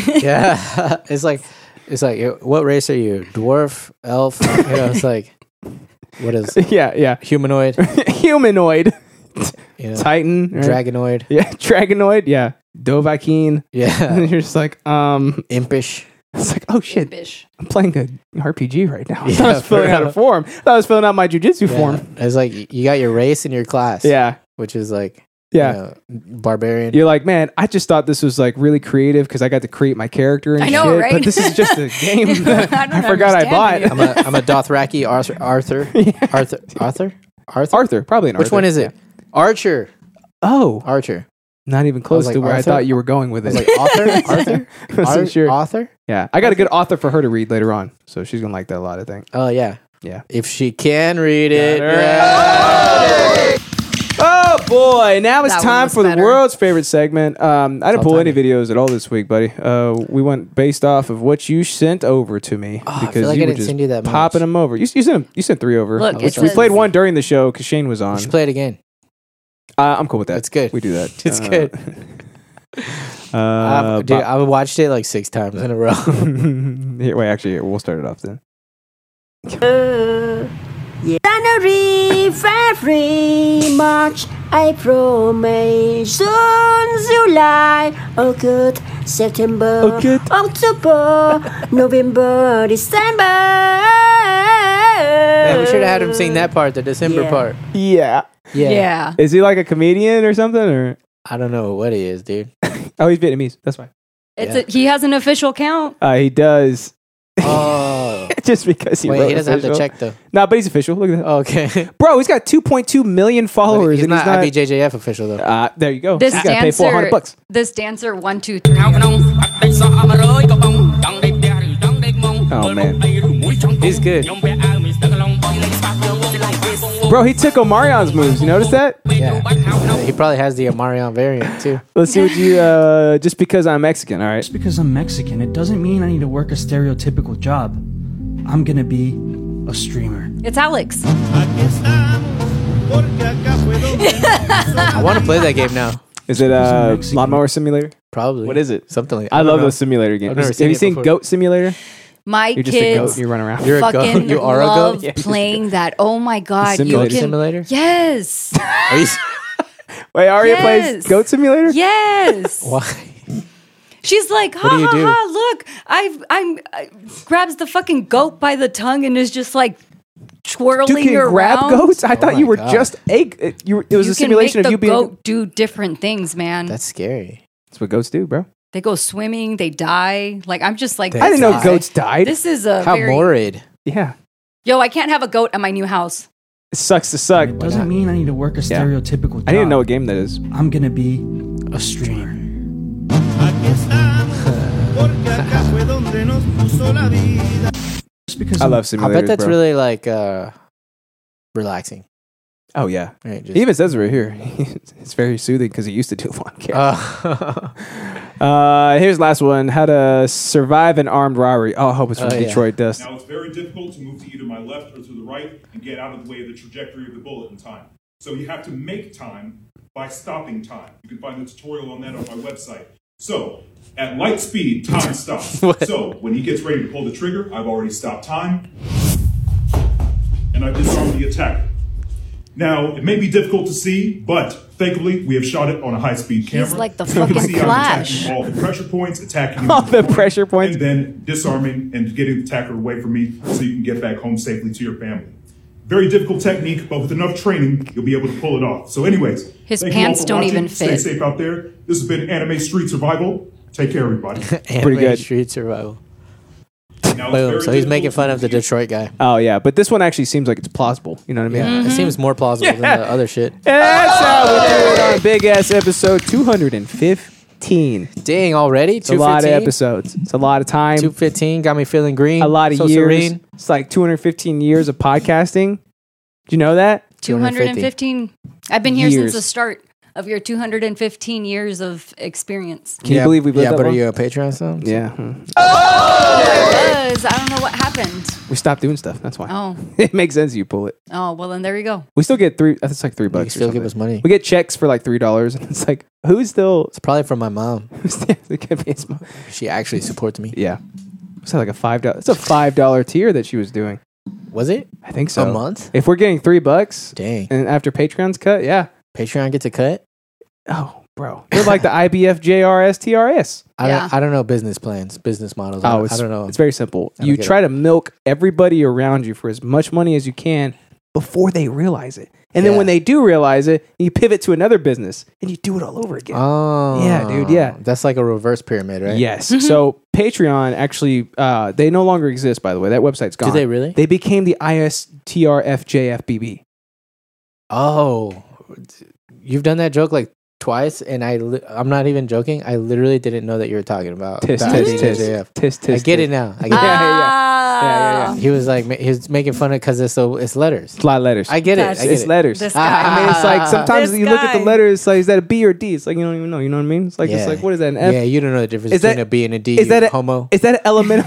A: yeah, it's like, it's like, what race are you? Dwarf, elf? You know, it's like, what is
B: yeah, yeah.
A: humanoid?
B: Humanoid,
A: You know,
B: Titan, right?
A: dragonoid?
B: yeah, Dragonoid, yeah, Dovahkiin.
A: Yeah,
B: And you're just like, um,
A: impish.
B: it's like, oh shit,
C: Bish.
B: I'm playing a RPG right now. I
A: Yeah,
B: thought I was
A: for
B: filling out
A: real.
B: a form. I thought I was filling out my jujitsu
A: Yeah.
B: form.
A: It's like y- you got your race and your class.
B: Yeah,
A: Which is like
B: yeah.
A: you know, barbarian.
B: You're like, man, I just thought this was like really creative because I got to create my character and
C: I know,
B: shit,
C: right?
B: But this is just a game. that
C: I don't
B: I, forgot I bought.
C: understand you.
A: I'm a I'm a Dothraki Arthur Arthur Arthur Arthur Arthur.
B: Arthur, probably an
A: Which
B: Arthur.
A: one is it?
B: Yeah.
A: Archer.
B: Oh,
A: Archer.
B: not even close
A: like,
B: to where
A: Arthur?
B: I thought you were going with
A: I
B: it.
A: was like author Arthur.
B: I wasn't
A: Ar-
B: sure.
A: Author.
B: yeah, I got a good author for her to read later on, so she's gonna like that a lot. I think.
A: Oh yeah.
B: Yeah.
A: If she can read it.
B: her.
A: Yeah.
B: Oh boy, now it's
C: That one
B: time
C: was
B: for the
C: better.
B: world's favorite segment. Um, I didn't pull any
A: All-timey.
B: videos at all this week, buddy. Uh, we went based off of what you sent over to me
A: Oh, I feel like I didn't send you that
B: popping
A: much.
B: them over. You, you sent 'em- you sent three over.
C: Look, it
B: which we
C: says-
B: played one during the show because Shane was on.
A: We should play it again.
B: Uh, I'm cool with that.
A: It's good.
B: We do that.
A: It's
B: Uh,
A: good.
B: Uh,
A: I've- dude,
B: Bob-
A: I watched it like six times in a row.
B: Here, wait, actually, we'll start it off then.
G: January, February, March, April, May, June, July, August, September,
B: August.
G: October, November, December.
A: Man, we should have had him sing that part, the December
G: Yeah.
A: part.
B: Yeah.
A: Yeah.
C: Yeah.
B: Is he like a comedian or something? Or
A: I don't know what he is, dude.
B: oh, he's Vietnamese. That's why.
C: It's a, he has an official count.
B: Uh, he does
A: Oh.
B: just because he.
A: Wait,
B: wrote
A: he doesn't
B: official.
A: have to check though.
B: Nah, but he's official. Look at that.
A: Okay.
B: Bro, he's got 2.2 million
A: But
B: followers.
A: he's
B: and
A: not
B: he's
A: IBJJF official though.
B: not uh, there you go.
C: This
B: he's got to pay
C: dancer.
B: 400 bucks.
C: This dancer. One, two, three.
B: Oh man,
A: He's good.
B: bro, he took Omarion's moves. You notice that?
A: Yeah. He probably has the Amarion variant too.
B: Let's see what you. Uh, just because I'm Mexican, all right.
I: because I'm Mexican, it doesn't mean I need to work a stereotypical job. I'm gonna be a streamer.
C: It's Alex.
J: I guess I'm
A: I want to play that game now.
B: Is it uh, lawnmower simulator?
A: Probably.
B: What is it?
A: Something like
B: I,
A: don't
B: love
A: know.
B: those simulator games.
A: I've never
B: Have
A: seen
B: you
A: it
B: seen
A: before.
B: Goat Simulator?
C: My
B: You're just a
C: kids
B: goat. You run around.
A: You're a goat.
C: fucking
A: You are a goat?
C: love
A: Yeah, you're just a
C: playing that. Oh my god, you
B: simulator.
A: Goat
C: can.
A: Simulator?
C: Yes,
A: Are you,
B: Wait, Aria
C: Yes.
B: plays Goat Simulator?
C: yes.
A: why?
C: She's like, ha
A: do you
C: ha
A: do?
C: ha! Look, I've I'm I, grabs the fucking goat by the tongue and is just like
B: You
C: twirling
B: can
C: around.
B: grab goats. I thought
A: Oh my
B: you were
A: God.
B: just a. It, you, were- it was
C: you
B: a simulation
C: can
B: of you
C: make the
B: being.
C: goat do different things, man.
A: That's scary.
B: That's what goats do, bro.
C: they go swimming, they die. Like I'm just like,
A: I
B: I
A: They
B: didn't know
A: die.
B: goats died.
C: This is a
A: How
C: very,
A: morbid.
B: yeah,
C: yo. I can't have a goat at my new house.
B: it sucks to suck.
I: It doesn't mean I need to work a
B: Yeah.
I: stereotypical job.
B: I need to know what game that is.
I: I'm gonna be a streamer. Just because
B: I
I: I'm-
B: love
A: I
B: simulators.
A: bet that's
B: bro.
A: really like uh, relaxing.
B: Oh yeah.
A: Right? Just,
B: He even says it right here. it's very soothing because he used to do lawn care.
A: Uh,
B: Uh, here's the last one. How to survive an armed robbery. Oh, I hope it's from
A: Oh, yeah.
B: Detroit Dust.
E: Now it's very difficult to move to either my left or to the right and get out of the way of the trajectory of the bullet in time. So you have to make time by stopping time. You can find the tutorial on that on my website. So at light speed, time stops. so when he gets ready to pull the trigger, I've already stopped time and I disarmed the attacker. Now it may be difficult to see, but thankfully we have shot it on a high-speed camera.
C: like the
E: So you can
C: fucking
E: see I'm attacking
C: Flash.
E: All the pressure points, attacking
B: All the pressure points.
E: and then disarming and getting the attacker away from me so you can get back home safely to your family. Very difficult technique, but with enough training, you'll be able to pull it off. So, anyways,
C: His
E: thank you all
C: pants
E: for
C: don't
E: watching.
C: even
E: Stay
C: fit.
E: safe out there. This has been Anime Street Survival. Take care, everybody.
A: pretty
B: good.
A: Street survival.
E: Now, it's
A: Boom.
E: very
A: So he's
E: difficult
A: making fun
E: to
A: of the
E: believe-
A: Detroit guy.
B: Oh yeah, but this one actually seems like it's plausible. You know what I mean?
A: Yeah,
C: Mm-hmm.
A: it seems more plausible than the other shit.
B: That's how we do it on Big Ass episode 215. It's
A: Dang, already
B: a lot of
A: 215?
B: episodes. It's a lot of time.
A: 215 got me feeling green.
B: a lot of
A: so
B: years.
A: Serene.
B: It's like 215 years of podcasting. Do you know that?
A: 250.
C: 215. I've been here
B: Years.
C: since the start of your 215 years of experience.
B: Can you believe we've lived
A: Yeah,
B: that
A: but
B: long?
A: are you a Patreon something?
B: Yeah. hmm.
C: Because I don't know what happened.
B: We stopped doing stuff. That's why.
C: Oh,
B: It makes sense you pull it.
C: oh, well, then there you go.
B: We still get three. That's like three bucks. or
A: still give
B: something.
A: us money.
B: We get checks for like three dollars, and it's like, who's still?
A: It's probably from my mom.
B: it could be sm-
A: She actually supports me.
B: yeah. It's like a five dollar. It's a five dollar tier that she was doing.
A: Was it?
B: I think so.
A: A month?
B: If we're getting three bucks,
A: Dang.
B: and after Patreon's cut, yeah.
A: Patreon gets a cut?
B: Oh, bro, they're like the IBFJRSTRS.
A: I,
C: Yeah.
A: don't, I don't know business plans, business models. I,
B: Oh,
A: don't-
B: it's,
A: I don't know.
B: It's very simple.
A: I don't
B: You
A: get
B: try to milk everybody around you for as much money as you can before they realize it, and then
A: Yeah.
B: when they do realize it, you pivot to another business and you do it all over again.
A: oh.
B: Yeah, dude, yeah.
A: That's like a reverse pyramid, right?
B: Yes.
C: Mm-hmm.
B: So Patreon actually, uh, they no longer exist. By the way, that website's gone.
A: Do they really?
B: They became the ISTRFJFBB.
A: Oh, you've done that joke like twice, and I li- I'm not even joking. I literally didn't know that Oh, you were talking about.
B: Tis,
A: the
B: tis, tis,
A: IDJF.
B: tis,
A: I
B: tis.
A: get it now. I get
B: Yeah,
A: it.
B: yeah, yeah, yeah,
C: Uh, Um,
B: yeah.
A: He was like, ma- he was making fun of because it's so it's letters.
B: It's a lot of letters.
A: I get it. I
C: That's-
A: get
B: it's
A: it.
B: letters.
C: This
B: I mean, it's like
A: Ah.
B: sometimes
C: This
B: you look at the
C: guy.
B: letters. It's like, is that a B or a D? It's like you don't even know. You know what I mean? It's like it's
A: Yeah.
B: like what is that? An F?
A: Yeah, you don't know the difference
B: Is
A: between
B: that-
A: a B and a D.
B: is that
A: you
B: a-
A: homo?
B: Is that an elemental?